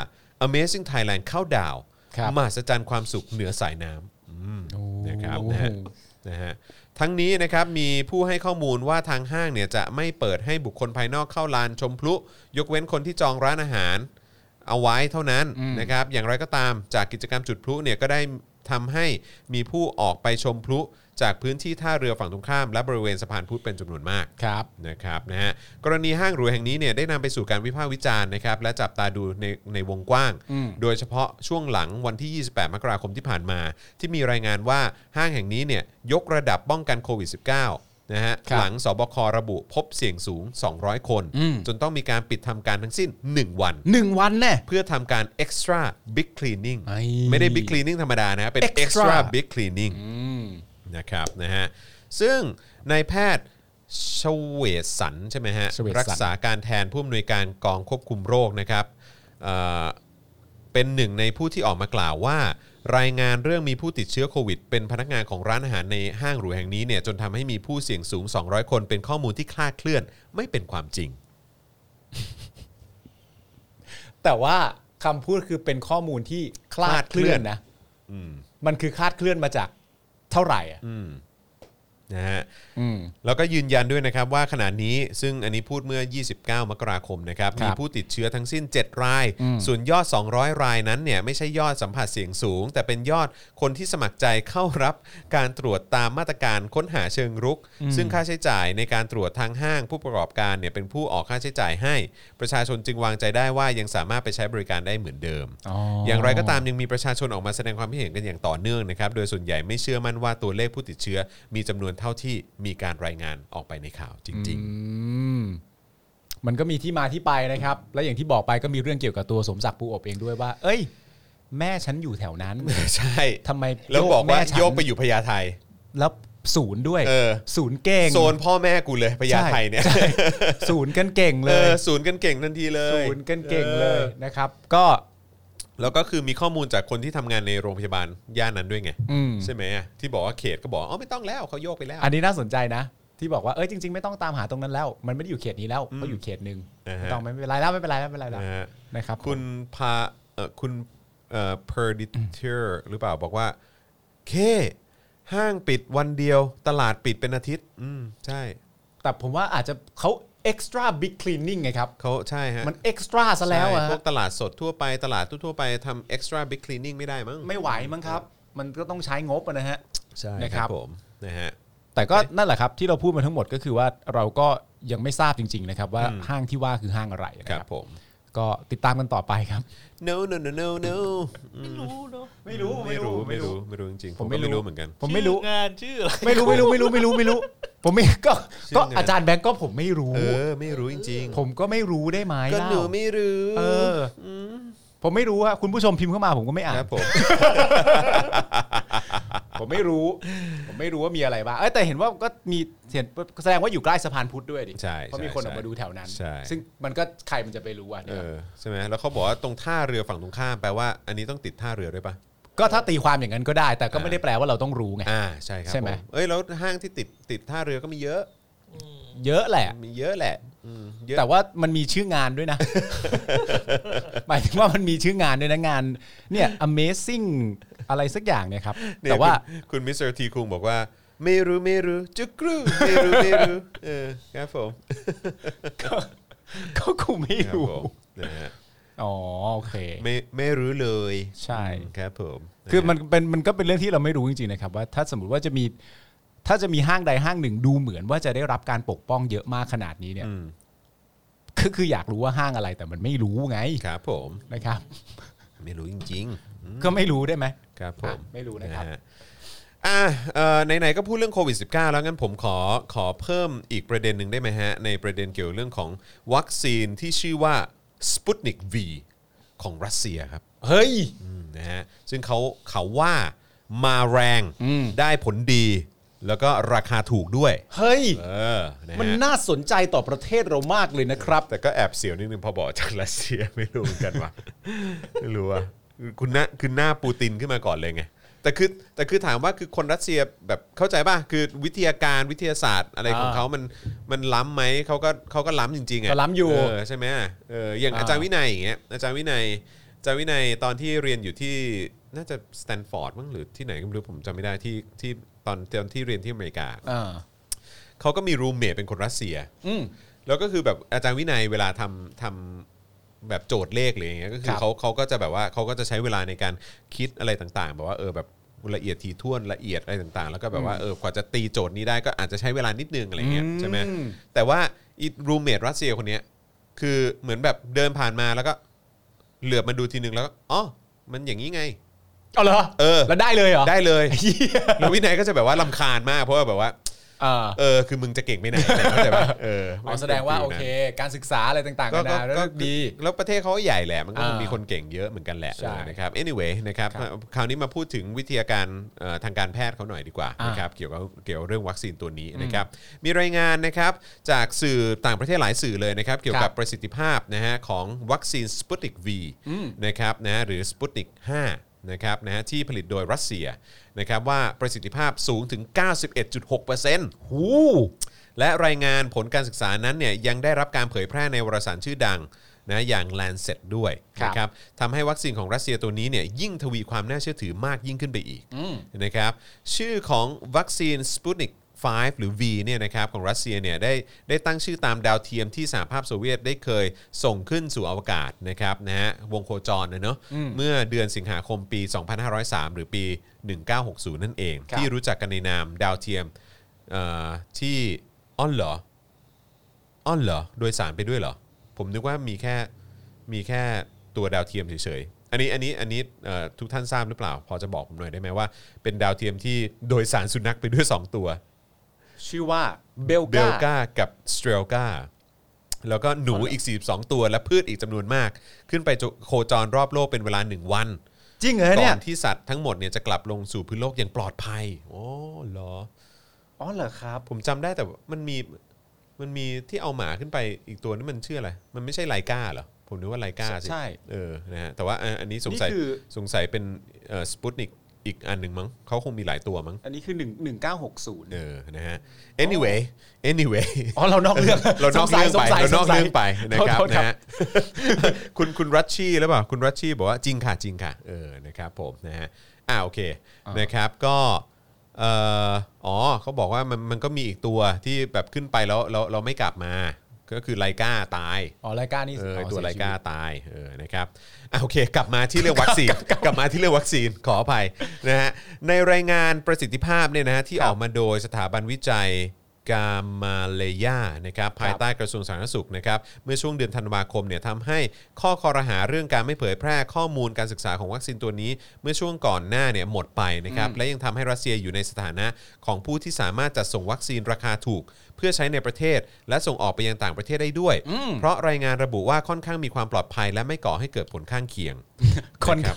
Amazing Thailand เข้าน์ดาวน์ ครับ มหัศจรรย์ความสุขเหนือสายน้ำอืมนะครับ โอ้ นะ โห ฮะนะฮะทั้งนี้นะครับมีผู้ให้ข้อมูลว่าทางห้างเนี่ยจะไม่เปิดให้บุคคลภายนอกเข้าลานชมพลุ ยกเว้นคนที่จองร้านอาหาร เอาไว้เท่านั้นนะครับอย่างไรก็ตามจากกิจกรรมจุดพลุเนี่ยก็ได้ทำให้มีผู้ออกไปชมพลุ จากพื้นที่ท่าเรือฝั่งตรงข้าม และบริเวณสะพานพุทธเป็นจำนวนมาก ครับ นะครับนะฮะกรณีห้างหรูแห่งนี้เนี่ยได้นำไปสู่การวิพากษ์วิจารณ์นะครับและจับตาดูในในวงกว้าง โดยเฉพาะช่วงหลังวันที่ 28 มกราคมที่ผ่านมา ที่มีรายงานว่าห้างแห่งนี้เนี่ยยกระดับป้องกันโควิด -19 นะฮะ ครับ หลังสบคระบุพบเสี่ยงสูง 200 คน อืม จนต้องมีการปิดทำการทั้งสิ้น 1 วัน หนึ่งวันแน่ เพื่อทำการ extra big cleaning ไอ้ ไม่ได้ big cleaning ธรรมดานะฮะเป็น Extra extra big cleaning นะครับนะฮะซึ่งนายแพทย์ชเวชสันใช่ไหมฮะ ชเวชสัน รักษาการแทนผู้อำนวยการกองควบคุมโรคนะครับเอ่อเป็นหนึ่งในผู้ที่ออกมากล่าวว่า รายงานเรื่องมีผู้ติดเชื้อโควิด เป็นพนักงานของร้านอาหารในห้างหรูแห่งนี้เนี่ยจนทำให้มีผู้เสี่ยงสูง 200 คนเป็นข้อมูลที่คลาดเคลื่อนไม่เป็นความจริง แต่ว่าคำพูดคือเป็นข้อมูลที่คลาดเคลื่อนนะ อืม มันคือคลาดเคลื่อนมาจากเท่าไหร่อ่ะ อืมนะฮะ อืม แล้วก็ยืนยันด้วยนะครับว่าขณะนี้ซึ่งอันนี้พูดเมื่อ 29 มกราคมนะครับ ครับ มีผู้ติดเชื้อทั้งสิ้น 7 ราย ส่วนยอด 200 รายนั้นเนี่ยไม่ใช่ยอดสัมผัสเสี่ยงสูง แต่เป็นยอดคนที่สมัครใจเข้ารับการตรวจตามมาตรการค้นหาเชิงรุก ซึ่งค่าใช้จ่ายในการตรวจทางห้างผู้ประกอบการเนี่ยเป็นผู้ออกค่าใช้จ่ายให้ ประชาชนจึงวางใจได้ว่ายังสามารถไปใช้บริการได้เหมือนเดิม อ๋อ อ อ ย่างไรก็ตามยังมีประชาชนออกมาแสดงความคิดเห็นกันอย่างต่อเนื่องนะครับ โดยส่วนใหญ่ไม่เชื่อมั่นว่าตัวเลขผู้ติดเชื้อ มีจำนวนเท่าที่มีการรายงานออกไปในข่าวจริง อืมมันก็มีที่มาที่ไปนะครับ และอย่างที่บอกไปก็มีเรื่องเกี่ยวกับตัวสมศักดิ์ปูอบเองด้วยว่า เอ้ย แม่ฉันอยู่แถวนั้น ๆ ใช่ ทำไม แล้วบอกว่า แม่ฉัน โยกไปอยู่พญาไท แล้วศูนย์ด้วย เออ ศูนย์เก่ง โซนพ่อแม่กูเลยพญาไทเนี่ย ใช่ศูนย์กันเก่ง เอ เลย อศูนย์กันเก่งทันทีเลย ศูนย์กันเก่งเล อย อ นะครับ ก็ แล้วก็คือมีข้อมูลจากคนที่ทำงานในโรงพยาบาลย่านนั้นด้วยไง อืม ใช่ไหมอะที่บอกว่าเขตก็บอกอ๋อไม่ต้องแล้วเขาโยกไปแล้ว อันนี้น่าสนใจนะ ที่บอกว่าเอ้ยจริง ๆ ไม่ต้องตามหาตรงนั้นแล้ว มันไม่ได้อยู่เขตนี้แล้วเขาอยู่เขตหนึ่ง นะฮะ ไม่ต้องไม่เป็นไรแล้วไม่เป็นไรแล้วไม่เป็นไรแล้ว นะฮะ นะครับ คุณพาเอ่อคุณเอ่อ perditor หรือเปล่าบอกว่า เค ห้างปิดวันเดียวตลาดปิดเป็นอาทิตย์ อืม ใช่ แต่ผมว่าอาจจะเขา extra big cleaning ไงครับ เขาใช่ฮะ มัน extra ซะแล้วอะ ใช่พ ฮะ วกตลาดสดทั่วไปตลาดทั่วๆไปทำ extra big cleaning ไม่ได้มั้ง ไม่ไหวมั้งครับ มันก็ต้องใช้งบอะนะฮะ ใช่ นะ ค ครั รับบ ผมนะฮะ แต่ก็นั่นแหละครับ ที่เราพูดมาทั้งหมดก็คือว่าเราก็ยังไม่ทราบจริง ๆ นะครับ ว่าห้างที่ว่าคือห้างอะไรนะ ค ค รั รั บบ ผม ก็ติดตามกันต่อไปครับ no no no no no ไม่รู้เนาะ ไม่รู้ ไม่รู้ไม่รู้ไม่รู้จริงๆ ผม ผม ก็ ไม่ ไม่ รู้ รู้เหมือนกัน ผมไม่รู้ ชื่องานชื่ออะไร ไม่รู้ไม่รู้ไม่รู้ไม่รู้ไม่รู้ ผมไม่ ก็ ชื่อ ก็ ไง อาจารย์แบงก์ก็ผมไม่รู้ เออ ไม่รู้จริง ผมก็ไม่รู้ได้ไหม ๆก็หนู เล่า ไม่รู้ เอออผมไม่รู้อะคุณผู้ชมพิมพ์เข้ามาผมก็ไม่อ่าน ครับผม ผมไม่รู้ ผมไม่รู้ว่ามีอะไรบ้างเอ้ยแต่เห็นว่าก็มีเห็นแสดงว่าอยู่ใกล้สะพานพุทธด้วยดิ ใช่ เพราะมี ใช่ คนออ ใช่ กมาดูแถวนั้น ใช่ ซึ่งมันก็ใครมันจะไปรู้อ่ะ เอ เนี่ย อใช่ไหมแล้วเขาบอกว่าตรงท่าเรือฝั่งตรงข้ามแปลว่าอันนี้ต้องติดท่าเรือด้วยปะ ก็ถ้าตีความอย่างนั้นก็ได้ แต่ก็ไม่ได้แปลว่าเราต้องรู้ไง อ่าใช่ครับ ใช่ไหม ผเอ้ยแล้วห้างที่ติดติดท่าเรือก็มีเยอะ เยอะแหละ มีเยอะแหละอืมเยอะ แต่ว่ามันมีชื่องานด้วยนะ หมายถึงว่ามันมีชื่องานด้วยนะงานเนี่ย amazing อะไรสักอย่างเนี่ยครับ เนี่ย แต่ว่า คุณคุณมิสเตอร์ทีคุงบอกว่า ไม่รู้ไม่รู้จุกรูไม่รู้ไม่รู้เออครับผม ก็กูไม่ ครับ รู้ ผมนะฮะ อ๋อโอเค ไม่ไม่รู้เลย ใช่ ครับผม คือมั ะฮ นเป็นมันก็เป็นเรื่องที่เราไม่รู้จริงๆนะครับว่าถ้าสมมติว่าจะมีถ้าจะมีห้างใดห้างหนึ่งดูเหมือนว่าจะได้รับการปกป้องเยอะมากขนาดนี้ ะ เนี่ย อืม ก็คืออยากรู้ว่าห้างอะไรแต่มันไม่รู้ไง ครับผม นะครับ ไม่รู้จริงๆอืม ก็ไม่รู้ได้ไหม ครับผม อ่ะไม่รู้นะครับ ฮอ่ะเอ่อไหนๆก็พูดเรื่องโควิด -19 แล้วงั้นผมขอขอเพิ่มอีกประเด็นหนึ่งได้ไหมฮะ ในประเด็นเกี่ยวเรื่องของวัคซีนที่ชื่อว่าสปุตนิก V ของรัสเซียครับ เฮ้ย อืมนะฮะซึ่งเขาเขาว่ามาแรงได้ผลดี แล้วก็ราคาถูกด้วย เฮ้ย เออนะ มัน ฮะ น่าสนใจต่อประเทศเรามากเลยนะครับ แต่ก็แอบเสียวนิดนึงพอบอกจากรัสเซียไม่รู้เหมือนกัน ว่า ไม่รู้ว่าคุณหน้าคือหน้าปูตินขึ้นมาก่อนเลยไง แต่คือแต่คือถามว่าคือคนรัสเซียแบบเข้าใจป่ะ คือวิทยาการวิทยาศาสตร์อะไรของ อ่า เขามันมันล้ำไหมเขาก็เขาก็ล้ำจริงๆอ่ะ ก็ล้ำอยู่ เใช่ไหมเอออย่าง อ่า อาจารย์วินัยอย่างเงี้ยอาจารย์วินัยอาจารย์วินัยตอนที่เรียนอยู่ที่น่าจะสแตนฟอร์ดมั้งหรือที่ไหนก็ไม่รู้ผมจำไม่ได้ที่ที่ตอนตอนที่เรียนที่อเมริกา อ่า เขาก็มีรูมเมทเป็นคนรัสเซีย อืม แล้วก็คือแบบอาจารย์วินัยเวลาทำทำแบบโจทย์เลขหรืออย่างเงี้ยก็คือ ครับ เขาเขาก็จะแบบว่าเขาก็จะใช้เวลาในการคิดอะไรต่างๆ แบบว่าเออแบบละเอียดถี่ถ้วนละเอียดอะไรต่างๆ แล้วก็แบบว่าเออกว่าจะตีโจทย์นี้ได้ก็อาจจะใช้เวลานิดนึงอะไรเงี้ย อืม ใช่ไหมแต่ว่าอีรูเมทรัสเซียคนเนี้ยคือเหมือนแบบเดินผ่านมาแล้วก็เหลือบมาดูทีนึงแล้วก็อ๋อมันอย่างนี้ไง เอาเหรอ เออ แล้วได้เลยเหรอ ได้เลยแล้ววินัยก็จะแบบว่าลำคาญมากเพราะว่าแบบว่า เออ เออคือมึงจะเก่งไปไหนเข้าใจปะเออ อ๋อแสดงว่าโอเค การศึกษาอะไรต่างๆ ก็ กันา ก็ นา ก็ ก็ดี แล้วประเทศเขาก็ใหญ่แหละมันก็คง อ่ามี มีคนเก่งเยอะเหมือนกันแหละ ใช่ เออนะครับ anyway นะครับ ครับ คราวนี้มาพูดถึงวิทยาการเอ่อทางการแพทย์เขาหน่อยดีกว่า อ่าน นะครับเกี่ยวกับเกี่ยวเรื่องวัคซีนตัวนี้นะครับมีรายงานนะครับจากสื่อต่างประเทศหลายสื่อเลยนะครับ เกี่ยวกับประสิทธิภาพนะฮะของวัคซีนสปุติก V นะครับนะฮะหรือสปุติก 5 นะครับนะฮะที่ผลิตโดยรัสเซียนะครับว่าประสิทธิภาพสูงถึง 91.6% หู และรายงานผลการศึกษานั้นเนี่ยยังได้รับการเผยแพร่ในวารสารชื่อดังนะอย่าง Lancet ด้วยนะครับทำให้วัคซีนของรัสเซียตัวนี้เนี่ยยิ่งทวีความน่าเชื่อถือมากยิ่งขึ้นไปอีกนะครับชื่อของวัคซีน Sputnik 5 หรือ V เนี่ยนะครับของรัสเซียเนี่ยได้ได้ตั้งชื่อตามดาวเทียมที่สหภาพโซเวียตได้เคยส่งขึ้นสู่อวกาศนะครับนะฮะวงโคจรนะเนอะเมื่อเดือนสิงหาคมปี 2503 หรือปี 1960 นั่นเอง ที่รู้จักกันในนามดาวเทียม เอ่อที่อ้อนเหรออ้อนเหรอโดยสารไปด้วยเหรอ ผมนึกว่ามีแค่มีแค่ตัวดาวเทียมเฉยๆอันนี้อันนี้อันนี้เอ่อทุกท่านทราบหรือเปล่า พอจะบอกผมหน่อยได้ไหมว่า เป็นดาวเทียมที่โดยสารสุนัขไปด้วย 2 ตัว ชื่อว่าเบล เบล กาก ากับสเตรลกาแล้วก็หนูอีก 42 ตัวและพืชอีกจำนวนมาก ขึ้นไปโคจรรอบโลกเป็นเวลา 1 วัน จริงเหรอ ก่ เนี่ อย นที่สัตว์ทั้งหมดเนี่ยจะกลับลงสู่พื้นโลกอย่างปลอดภัยโอ้เหรอ อ๋อเหรอครับ ผมจำได้แต่ว่ามันมีมันมีที่เอาหมาขึ้นไปอีกตัวนี่มันชื่ออะไร มันไม่ใช่ไลกาเหรอ ผมนึกว่าไลกาสิ ใช่ เออนะฮะแต่ว่าอ่ะอันนี้สงสัย นี่คือ สงสัยเป็นสปุตนิกอีกอันหนึ่งมั้งเขาคงมีหลายตัวมั้ง อันนี้คือหนึ่งหนึ่งเก้าหกศูนย์ เออนะฮะ anyway anyway อ๋อเรานอกเรื่อง เรานอกเรื่อง ส ไป สัย เรา ส นอก สัย เรื่องไปนะครับ โทษ นะ ฮะคุณคุณรัชชี่หรือเปล่าคุณรัชชี่บอกว่าจริงค่ะจริงค่ะเออนะครับผมนะฮะอ่าโอเคนะครับก็เอ่ออ๋อเขาบอกว่ามันมันก็มีอีกตัวที่แบบขึ้นไปแล้วเราเราไม่กลับมา ก็คือไลกาตาย อ๋อรายการนี้ เออ อ๋อ ตัว เสีย ไร ชี กา ต ตายเออนะครับอ่ะโอเค กลับมาที่เรื่องวัคซีน กลับมาที่เรื่องวัคซีนขออภัยนะฮะในรายงานประสิทธิภาพเนี่ยนะฮะที่ออกมาโดยสถาบันวิจัยกามาเลยานะครับภายใต้กระทรวงสาธารณสุขนะครับเมื่อช่วงเดือนธันวาคมเนี่ยทำให้ข้อคอรหาเรื่องการไม่เผยแพร่ข้อมูลการศึกษาของวัคซีนตัวนี้ เมื่อช่วงก่อนหน้าเนี่ยหมดไปนะครับและยังทำให้รัสเซียอยู่ในสถานะของผู้ที่สามารถจัดส่งวัคซีนราคาถูก เพื่อใช้ในประเทศ และส่งออกไปยังต่างประเทศได้ด้วย เพราะรายงานระบุว่าค่อนข้างมีความปลอดภัย และไม่ก่อให้เกิดผลข้างเคียง คน นะครับ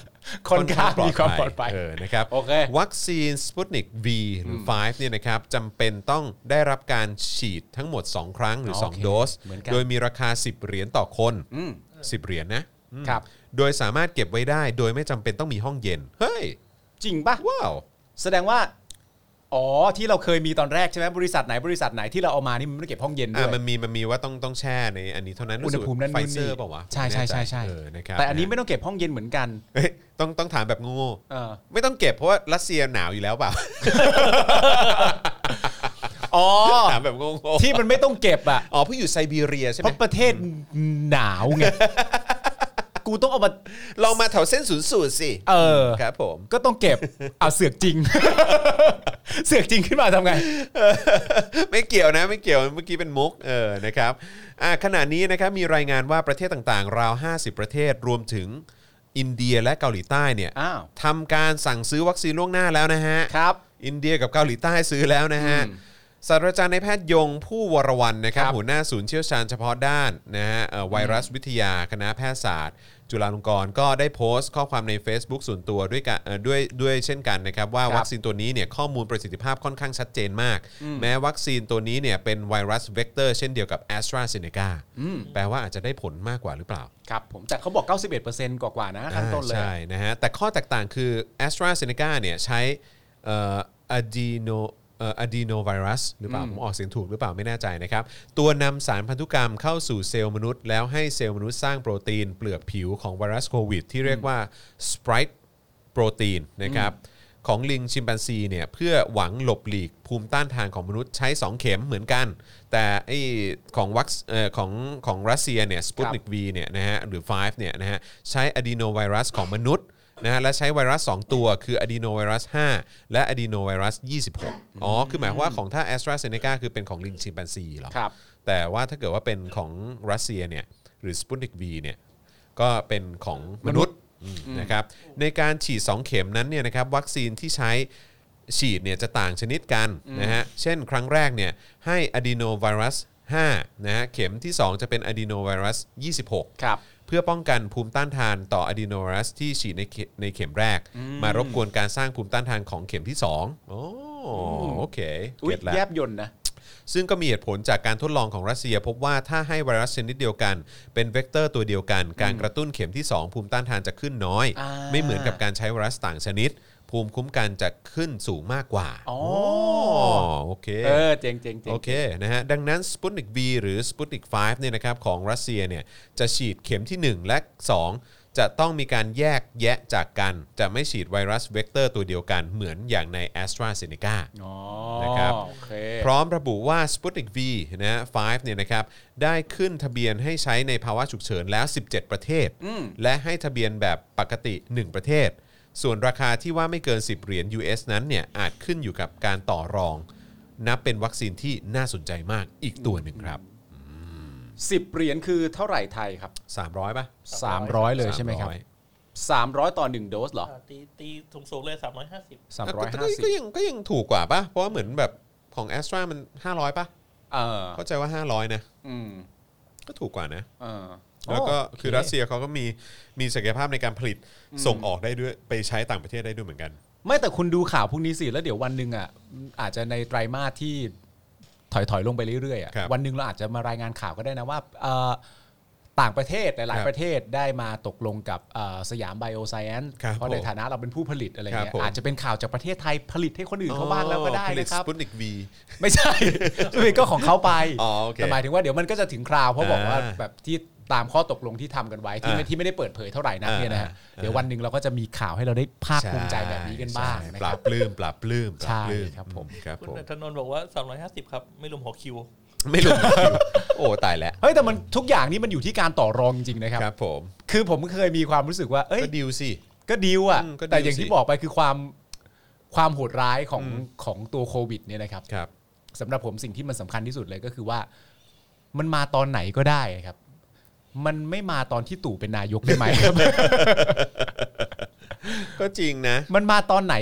คนข้างมีความปลอดภัย เออนะครับ โอเค วัคซีนสปุตนิก V หรือ 5 เนี่ยนะครับจำเป็นต้องได้รับการฉีดทั้งหมด 2 ครั้งหรือ โอ 2 เค โดส เหมือนกัน โดยมีราคา 10 เหรียญต่อคน 10 เหรียญนะ ครับ โดยสามารถเก็บไว้ได้โดยไม่จำเป็นต้องมีห้องเย็น เฮ้ย จริงปะ ว้าว แสดงว่า อ๋อที่เราเคยมีตอนแรกใช่ไหมบริษัทไหนบริษัทไหนที่เราเอามานี่มันไม่ได้เก็บห้องเย็นด้ อ่ะ วย มันมีมันมีว่าต้องต้องแช่ในอันนี้เท่านั้น อุณหภูมินั่น ไฟ นู่น เซอ นี่ ร์เปล่าวะ ใช่ใช่ใช่ใช่ เออนะครับ แต่อันนี้ไม่ต้องเก็บห้องเย็นเหมือนกัน เฮ้ยต้องต้องถามแบบโง่ๆ เออ ไม่ต้องเก็บเพราะว่ารัสเซียหนาวอยู่แล้วเปล่า อ๋อ ถามแบบงงๆ ที่มันไม่ต้องเก็บอ่ะ อ๋อเพื่ออยู่ไซบีเรียใช่ เพ ไหม ราะประเทศหนาวไง กูต้องเอามา ลองมาแถวเส้นศูนย์สูตรสิ เออ ครับผม ก็ต้อง เก็บเอาเสือกจริง เสือกจริงขึ้นมาทำไง ไม่เกี่ยวนะไม่เกี่ยวเมื่อกี้เป็นมุกเออนะครับอ่ะขณะนี้นะครับมีรายงานว่าประเทศต่างๆ ราว 50 ประเทศรวมถึงอินเดียและเกาหลีใต้เนี่ย อ้าว ทำการสั่งซื้อวัคซีนล่วงหน้าแล้วนะฮะ ครับ อินเดียกับเกาหลีใต้ซื้อแล้วนะฮะศาสตราจารย์ในายแพทย์ยงผู้วรวรรณนะครับ ครับ หัวหน้าศูนย์เชี่ยวชาญเฉพาะด้านนะฮะเอ่อไวรัสวิทยาคณะแพทยศาสตร์ จุฬาลงกรณ์ก็ได้โพสต์ข้อความใน Facebook ส่วนตัวด้วยกันเอ่อด้วยด้วยเช่นกันนะครับ ว่า ครับ วัคซีนตัวนี้เนี่ยข้อมูลประสิทธิภาพค่อนข้างชัดเจนมาก แม้วัคซีนตัวนี้เนี่ยเป็นไวรัสเวกเตอร์เช่นเดียวกับ a s t r a z เซ e c a อืม แปลว่าอาจจะได้ผลมากกว่าหรือเปล่า ครับผมแต่เขาบอก 91%กว่าๆนะขั้นต้นเลย อ่าใช่นะฮะแต่ข้อแตกต่างคือ a s t r a z e ซ e c a เนี่ยใช้เอ่อ adeno เอ่อ adenovirus หรือเปล่า ผมออกเสียงถูกหรือเปล่าไม่แน่ใจนะครับ ตัวนำสารพันธุกรรมเข้าสู่เซลล์มนุษย์ แล้วให้เซลล์มนุษย์สร้างโปรตีนเปลือกผิวของไวรัสโควิด ที่เรียกว่า sprite โปรตีนนะครับของลิงชิมแปนซีเนี่ยเพื่อหวังหลบหลีกภูมิต้านทานของมนุษย์ใช้ 2 เข็มเหมือนกัน แต่ไอของวัคซเอ่อของของรัสเซียเนี่ยสปุตนิก V เนี่ยนะฮะหรือ 5 เนี่ยนะฮะใช้อะดีโนไวรัสของมนุษย์นะฮะและใช้ไวรัส 2 ตัวคืออะดีโนไวรัส 5 และอะดีโนไวรัส 26 อ๋อ คือหมายความว่าของถ้าแอสตราเซเนกาคือเป็นของลิงชิมแปนซีเหรอ ครับ แต่ว่าถ้าเกิดว่าเป็นของรัสเซียเนี่ยหรือสปุตนิก V เนี่ยก็เป็นของมนุษย์นะครับในการฉีด 2 เข็มนั้นเนี่ยนะครับวัคซีนที่ใช้ ฉีดเนี่ยจะต่างชนิดกันนะฮะ เช่นครั้งแรกเนี่ยให้อะดีโนไวรัส5นะฮะเข็มที่ 2 จะเป็นอะดีโนไวรัส 26 ครับ เพื่อป้องกันภูมิต้านทานต่ออะดีโนไวรัสที่ฉีดในเขในเข็มแรก มารบกวนการสร้างภูมิต้านทานของเข็มที่ 2 โอ้โอเค อุ๊ย เก็ตแล้ว แยบยนต์นะ ซึ่งก็มีเหตุผลจากการทดลองของรัสเซีย พบว่าถ้าให้ไวรัสชนิดเดียวกัน เป็นเวกเตอร์ตัวเดียวกัน การกระตุ้นเข็มที่ 2 ภูมิต้านทานจะขึ้นน้อย อ่า ไม่เหมือนกับการใช้ไวรัสต่างชนิด ภูมิคุ้มกันจะขึ้นสูงมากกว่า อ๋อ โอเค เออเจ๋งเจ๋งเจ๋ง โอเคนะฮะดังนั้นสปุตนิก V หรือสปุตนิก5เนี่ยนะครับของรัสเซียเนี่ยจะฉีดเข็มทีหนึ่1 และ 2 จะต้องมีการแยกแยะจากกัน จะไม่ฉีดไวรัสเวกเตอร์ตัวเดียวกันเหมือนอย่างใน a s t r a z เซ e c a อ๋อ นะครับ โอเค พร้อมระบุว่า Sputnik V นะ 5 เนี่ยนะครับ ได้ขึ้นทะเบียนให้ใช้ในภาวะฉุกเฉินแล้ว 17 ประเทศ และให้ทะเบียนแบบปกติ 1 ประเทศ ส่วนราคาที่ว่าไม่เกิน 10 เหรียญ US นั้นเนี่ย อาจขึ้นอยู่กับการต่อรอง นับเป็นวัคซีนที่น่าสนใจมากอีกตัวหนึ่งครับ สิบเหรียญคือเท่าไหร่ไทยครับ 300ป่ะ สามร้อยเลยใช่ไหมครับ 300 สามร้อยต่อหนึ่งโดสเหรอ อ่าตีตีสูงสูงๆเลยสามร้อยห้าสิบ สาม อ่ะ ร้อย ก็ ห้าสิบ ก็ยังก็ยังถูกกว่าป่ะ เพราะว่าเหมือนแบบของ a s t r a มัน 500ป่ะ เออ เข้าใจว่า 500 นะ อืม ก็ถูกกว่านะ เออ แล้วก็ โ คือรัสเซียเขาก็มีมีศักยภาพในการผลิตส่งออกได้ด้วยไปใช้ต่างประเทศได้ด้วยเหมือนกัน ไม่แต่คุณดูข่าวพวกนี้สิ แล้วเดี๋ยววันหนึ่งอ่ะอาจจะในไตรมาสที่ถอยถอยๆลงไปเรื่อยๆอ่ะ ครับ วันหนึ่งเราอาจจะมารายงานข่าวก็ได้นะว่าเอ่อต่างประเทศห ครั ลาย บ ๆประเทศได้มาตกลงกับเอ่อสยามไบโอไซแอนซ์ ครับ เพราะในฐานะเราเป็นผู้ผลิตอะไร ครั เงี้ บผม ยอาจจะเป็นข่าวจากประเทศไทยผลิตให้คนอื่นเขาบ้างแล้วก็ได้ ผลิต นะครับ สปุตนิกวี ไม่ใช่ ไม่เป็นก็ของเขาไป อ๋อโอเค แต่หมายถึงว่าเดี๋ยวมันก็จะถึงคราวเพราะบอกว่า อ่า แบบที่ตามข้อตกลงที่ทำกันไว้ที่ไม่ อ่า ที่ไม่ได้เปิดเผยเท่าไหร่นัก อ่า เนี่ยนะฮะ อ่า เดี๋ยววันหนึ่งเราก็จะมีข่าวให้เราได้ภาคภูมิใจแบบนี้กันบ้างนะ ป ค รา รั บบ ปลื้มปราบปลื้มปราบปลื้ม ใช่ครับผม ครับ คุณ ผม ธนนท์บอกว่าสามร้อยห้าสิบครับไม่รวมหัวคิว ไม่รู้ โอ้ ตายแล้ว เฮ้ยแต่มันทุกอย่างนี้มันอยู่ที่การต่อรองจริงๆนะครับ ครับผม คือผมเคยมีความรู้สึกว่าเอ้ย ก็ดีลสิ ก็ดีลอ่ะ อืมก็ดีล แต่อย่างที่ สิ บอกไปคือความความโหดร้ายของของตัวโควิดเนี่ยนะครับ ครับ สำหรับผมสิ่งที่มันสำคัญที่สุดเลยก็คือว่า มันมาตอนไหนก็ได้ครับ มันไม่มาตอนที่ตู่เป็นนายกได้ไหม ก็จริงนะ มันมาตอนไหน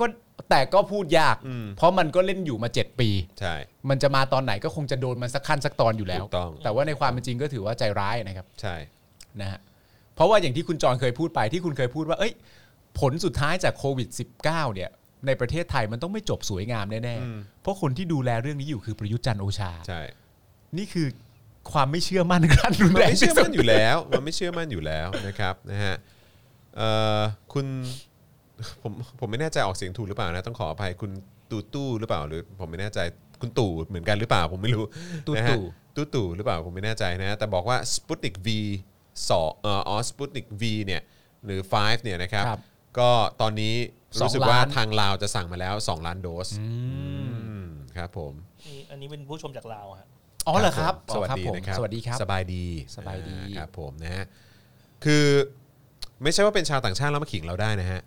ก็แต่ก็พูดยาก เพราะมันก็เล่นอยู่มา 7 ปี ใช่ มันจะมาตอนไหนก็คงจะโดนมันสักขั้นสักตอนอยู่แล้ว ถูกต้อง แต่ว่าในความเป็นจริงก็ถือว่าใจร้ายนะครับ ใช่ นะฮะเพราะว่าอย่างที่คุณจรเคยพูดไปที่คุณเคยพูดว่า เอ้ย ผลสุดท้ายจากโควิด -19 เนี่ย ในประเทศไทยมันต้องไม่จบสวยงามแน่ๆเพราะคนที่ดูแลเรื่องนี้อยู่คือประยุทธ์จันทร์โอชา ใช่ นี่คือความไม่เชื่อมั่นขั้นรุน มัน แรง ไม่เชื่อที่สุ มั่ ด นอยู่แล้ว มันไม่เชื่อมั่นอยู่แล้วนะครับนะฮะเอ่อคุณผมผมไม่แน่ใจออกเสียงถูกหรือเปล่านะ ต้องขออภัยคุณตูตู้หรือเปล่าหรือ ผมไม่แน่ใจคุณตู่เหมือนกันหรือเปล่า ผมไม่รู้ ตู่ นะฮะ ตู่ ตู่ตู่หรือเปล่าผมไม่แน่ใจนะฮะแต่บอกว่า Sputnik V สองเอ่ออ๋อ Sputnik V เนี่ยหรือ 5 เนี่ยนะครับ ครับ ก็ตอนนี้ สอง รู้สึกว่า ล้าน ทางลาวจะสั่งมาแล้ว 2 ล้านโดสอืมครับผม นี่อันนี้เป็นผู้ชมจากลาวฮะ อ๋อเหรอครับ ผมสวัสดี อ๋อ นะครับ สวัสดีครับ สบายดี สบายดี อ่ครับผมนะฮะคือไม่ใช่ว่าเป็นชาวต่างชาติแล้วมาขิงเราได้นะฮะ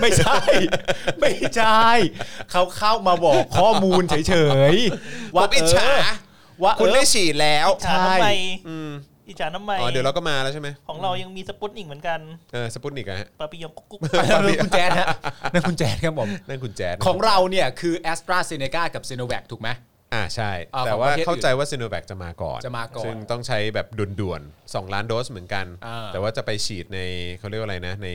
ไม่ใช่ ไม่ใช่ เขาเข้ามาบอกข้อมูลเฉยๆ ว่า ผมอิจฉา เว่า คุณ เอ ได้ อ ฉีดแล้ว อิจฉาน้ำไม อม อิจฉาน้ำไม อ๋อเดี๋ยวเราก็มาแล้วใช่ไหม ของเรายังมีสปุตนิกเหมือนกัน เออสปุตนิกอะฮะ ปาปิยองกุ๊กกุ๊ก นั่นคุณแจ๊ดฮะ นั่นคุณแจ๊ดครับผม นั่นคุณแจ๊ด ของเราเนี่ยคือแอสตราเซเนกากับซ i โนแว c ถูกไหม อ่าใช่ อ่า แต่ว่า ของประเทศ เข้าใจว่าซ i โนแวคจะมาก่อน จะมาก่อน ซึ่งต้องใช้แบบด่วนๆ2ล้านโดสเหมือนกัน อ่า แต่ว่าจะไปฉีดในเขาเรียกว่าอะไรนะ ใน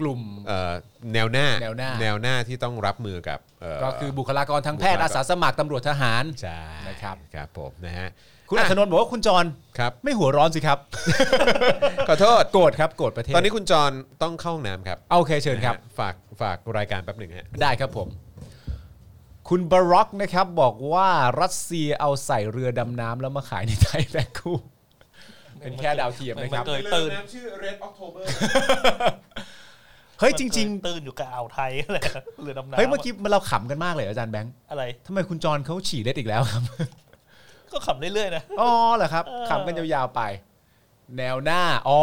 กลุ่ม เอ่อแนวหน้า แนวหน้า แนวหน้าที่ต้องรับมือกับเ ก็คือบุคลากรทางแพทย์ บุคลากร อาสาสมัครตำรวจทหาร ใช่ นะครับ ครับผมนะฮะ คุณอัธนนท์บอกว่าคุณจร ครับ ไม่หัวร้อนสิครับ ขอโทษ โกรธครับโกรธประเทศ ตอนนี้คุณจรต้องเข้าห้องน้ำครับ โอเคเชิญครับ นะฮะฝากฝากรายการแป๊บหนึ่งฮะ ได้ครับผม คุณบาร็อกนะครับ บอกว่ารัสเซียเอาใส่เรือดำน้ำแล้วมาขายในไทยแพ็คคู่ เป็นแค่ดาวเทียมนะครับ เกิดตื่น ชื่อ Red October เฮ้ยจริง ตื่นอยู่กับอ่าวไทยแหละเรือดำ ๆ น้ำ เฮ้ยเมื่อกี้เราขำกันมากเลยอาจารย์แบงค์ อะไร ทำไมคุณจรเขาฉี่เล็ดอีกแล้วครับ ก็ขำเรื่อยๆนะ อ๋อเหรอครับ เออ ขำกันยาวๆไป แนวหน้า อ๋อ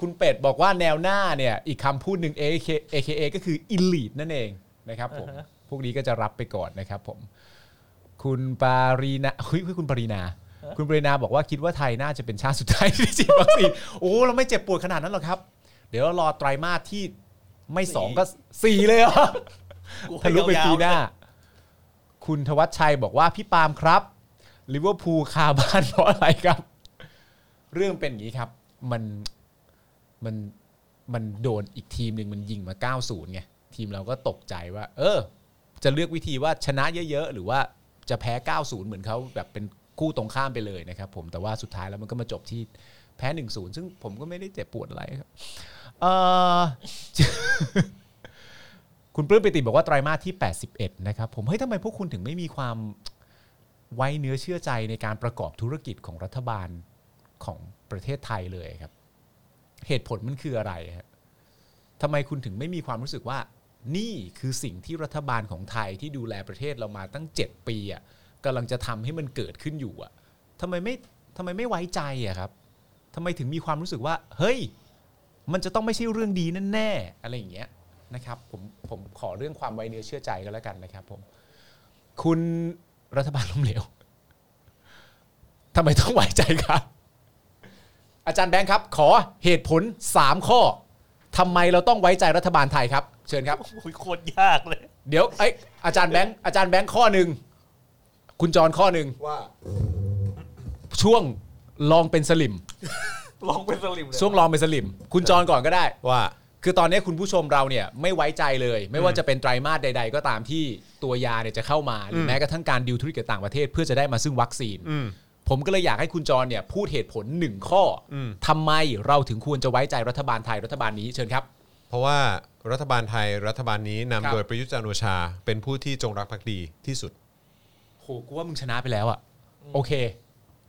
คุณเป็ดบอกว่าแนวหน้าเนี่ย อีกคำพูดหนึ่ง AK AKA ก็คือ elite นั่นเองนะครับผม พวกนี้ก็จะรับไปก่อนนะครับผม คุณปารีนาเฮ้ยเฮ้ยคุณปารีนา คุณปารีนาบอกว่าคิดว่าไทยน่าจะเป็นชาติสุดท้ายที่ ได้ฉีดวัคซีน โอ้เราไม่เจ็บปวดขนาดนั้นหรอกครับ เดี๋ยวเรารอไตรมาสที่ไม่สองก็สี่เลยเหรอ กู ทะลุไป ยาวๆ ปีหน้า คุณธวัชชัยบอกว่าพี่ปาล์มครับลิเวอร์พูลคาบ้านเพราะอะไรครับ เรื่องเป็นอย่างนี้ครับ มันมันมันโดนอีกทีมหนึ่งมันยิงมา 90 ไง ทีมเราก็ตกใจว่า เออ จะเลือกวิธีว่าชนะเยอะ ๆ หรือว่าจะแพ้ 90 เหมือนเขาแบบเป็นคู่ตรงข้ามไปเลยนะครับผมแต่ว่าสุดท้ายแล้วมันก็มาจบที่แพ้ 1-0 ซึ่งผมก็ไม่ได้เจ็บปวดอะไรครับเอ่อ คุณปลื้มปิติบอกว่าไตรมาสที่ 81 นะครับ ผมเฮ้ยทำไมพวกคุณถึงไม่มีความไว้เนื้อเชื่อใจในการประกอบธุรกิจของรัฐบาลของประเทศไทยเลยครับ เหตุผลมันคืออะไรฮะทำไมคุณถึงไม่มีความรู้สึกว่า นี่คือสิ่งที่รัฐบาลของไทยที่ดูแลประเทศเรามาตั้ง 7 ปีอ่ะกำลังจะทำให้มันเกิดขึ้นอยู่อ่ะทำไมไม่ทำไมไม่ไว้ใจอ่ะครับทำไมถึงมีความรู้สึกว่า เฮ้ย มันจะต้องไม่ใช่เรื่องดีแน่ๆอะไรอย่างเงี้ยนะครับผมผมขอเรื่องความไวเนื้อเชื่อใจก็แล้วกันนะครับผม คุณรัฐบาลล้มเหลวทำไมต้องไว้ใจครับ อาจารย์แบงค์ครับ ขอเหตุผล 3 ข้อทำไมเราต้องไว้ใจรัฐบาลไทยครับ เชิญครับ โอ้ยโคตรยากเลย เดี๋ยวเอ้ยอาจารย์แบงค์อาจารย์แบงค์ข้อหนึ่งคุณจรข้อหนึ่ง ว่า ช่วงลองเป็นสลิม ลองเป็นสลิมเลย ช่วงลองเป็นสลิม คุณจรก่อนก็ได้ ว่า คือตอนนี้คุณผู้ชมเราเนี่ยไม่ไว้ใจเลย ไม่ว่าจะเป็นไตรมาสใด ๆ ก็ตามที่ตัวยาเนี่ยจะเข้ามาหรือแม้กระทั่งการดิวธุรกิจกับต่างประเทศเพื่อจะได้มาซึ่งวัคซีน อืม ผมก็เลยอยากให้คุณจรเนี่ยพูดเหตุผลหนึ่งข้ออ ม ทำไมเราถึงควรจะไว้ใจรัฐบาลไทยรัฐบาลนี้เชิญครับ เพราะว่ารัฐบาลไทยรัฐบาลนี้นำ ครับ โดยประยุทธ์จันทร์โอชา เป็นผู้ที่จงรักภักดีที่สุด โหกูว่ามึงชนะไปแล้วอะโอเค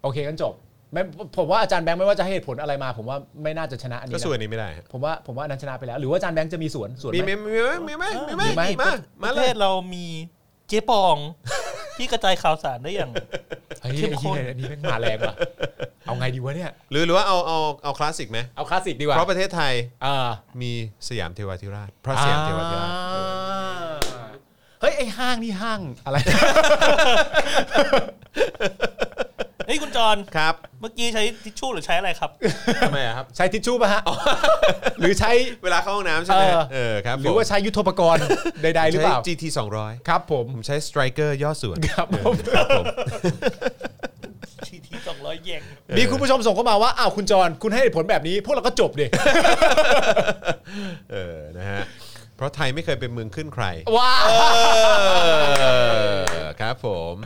โอเคกันจบไม่ผมว่าอาจารย์แบงค์ไม่ว่าจะให้เหตุผลอะไรมา ผมว่าไม่น่าจะชนะอันนี้ ก็ นะ ส่วนนี้ไม่ได้ฮะ ผมว่าผมว่าอันนั้นชนะไปแล้ว หรือว่าอาจารย์แบงค์จะมีสวนสวน มี ไห ไห ม มมีไหมมีไหมมีไหม มีมีไหมมา ป มา ระ เล เท ย ศเรามีเจ๊ปอง ที่กระจายข่าวสารได้อย่าง เฮ้ย เข้มข้น ไอ้เหี้ยอันนี้แม่งมาแรงว่ะเอาไงดีวะเนี่ย หรือหรือว่าเอาเอาเอาคลาสสิกไหม เอาคลาสสิกดีกว่า เพราะประเทศไทย เออ มีสยามเทวาธิราชพระสยามเทวาธิราช อ่าเฮ้ย ไอห้างนี่ห้างอะไร เฮ้ยคุณจร ครับ เมื่อกี้ใช้ทิชชู่หรือใช้อะไรครับ ทำไมอะครับ ใช้ทิชชู่ป่ะฮะอ๋อหรือใช้ เวลาเข้าห้องน้ำใช่ไหม เออ เออครับ หรือผว่าม ใช้ยุทโธปกรณ์ใด ๆ หรือเปล่า ใช้ GT 200 ครับผม ผมใช้ Striker ย่อส่วน ครับผม ทีทีสองร้อยแยง มีคุณผู้ชมส่งเข้ามาว่า อ้าว คุณจร คุณให้เหตุผลแบบนี้ พวกเราก็จบดิ เออ นะฮะ เพราะไทยไม่เคยเป็นเมืองขึ้นใคร ว้า เออ ครับผม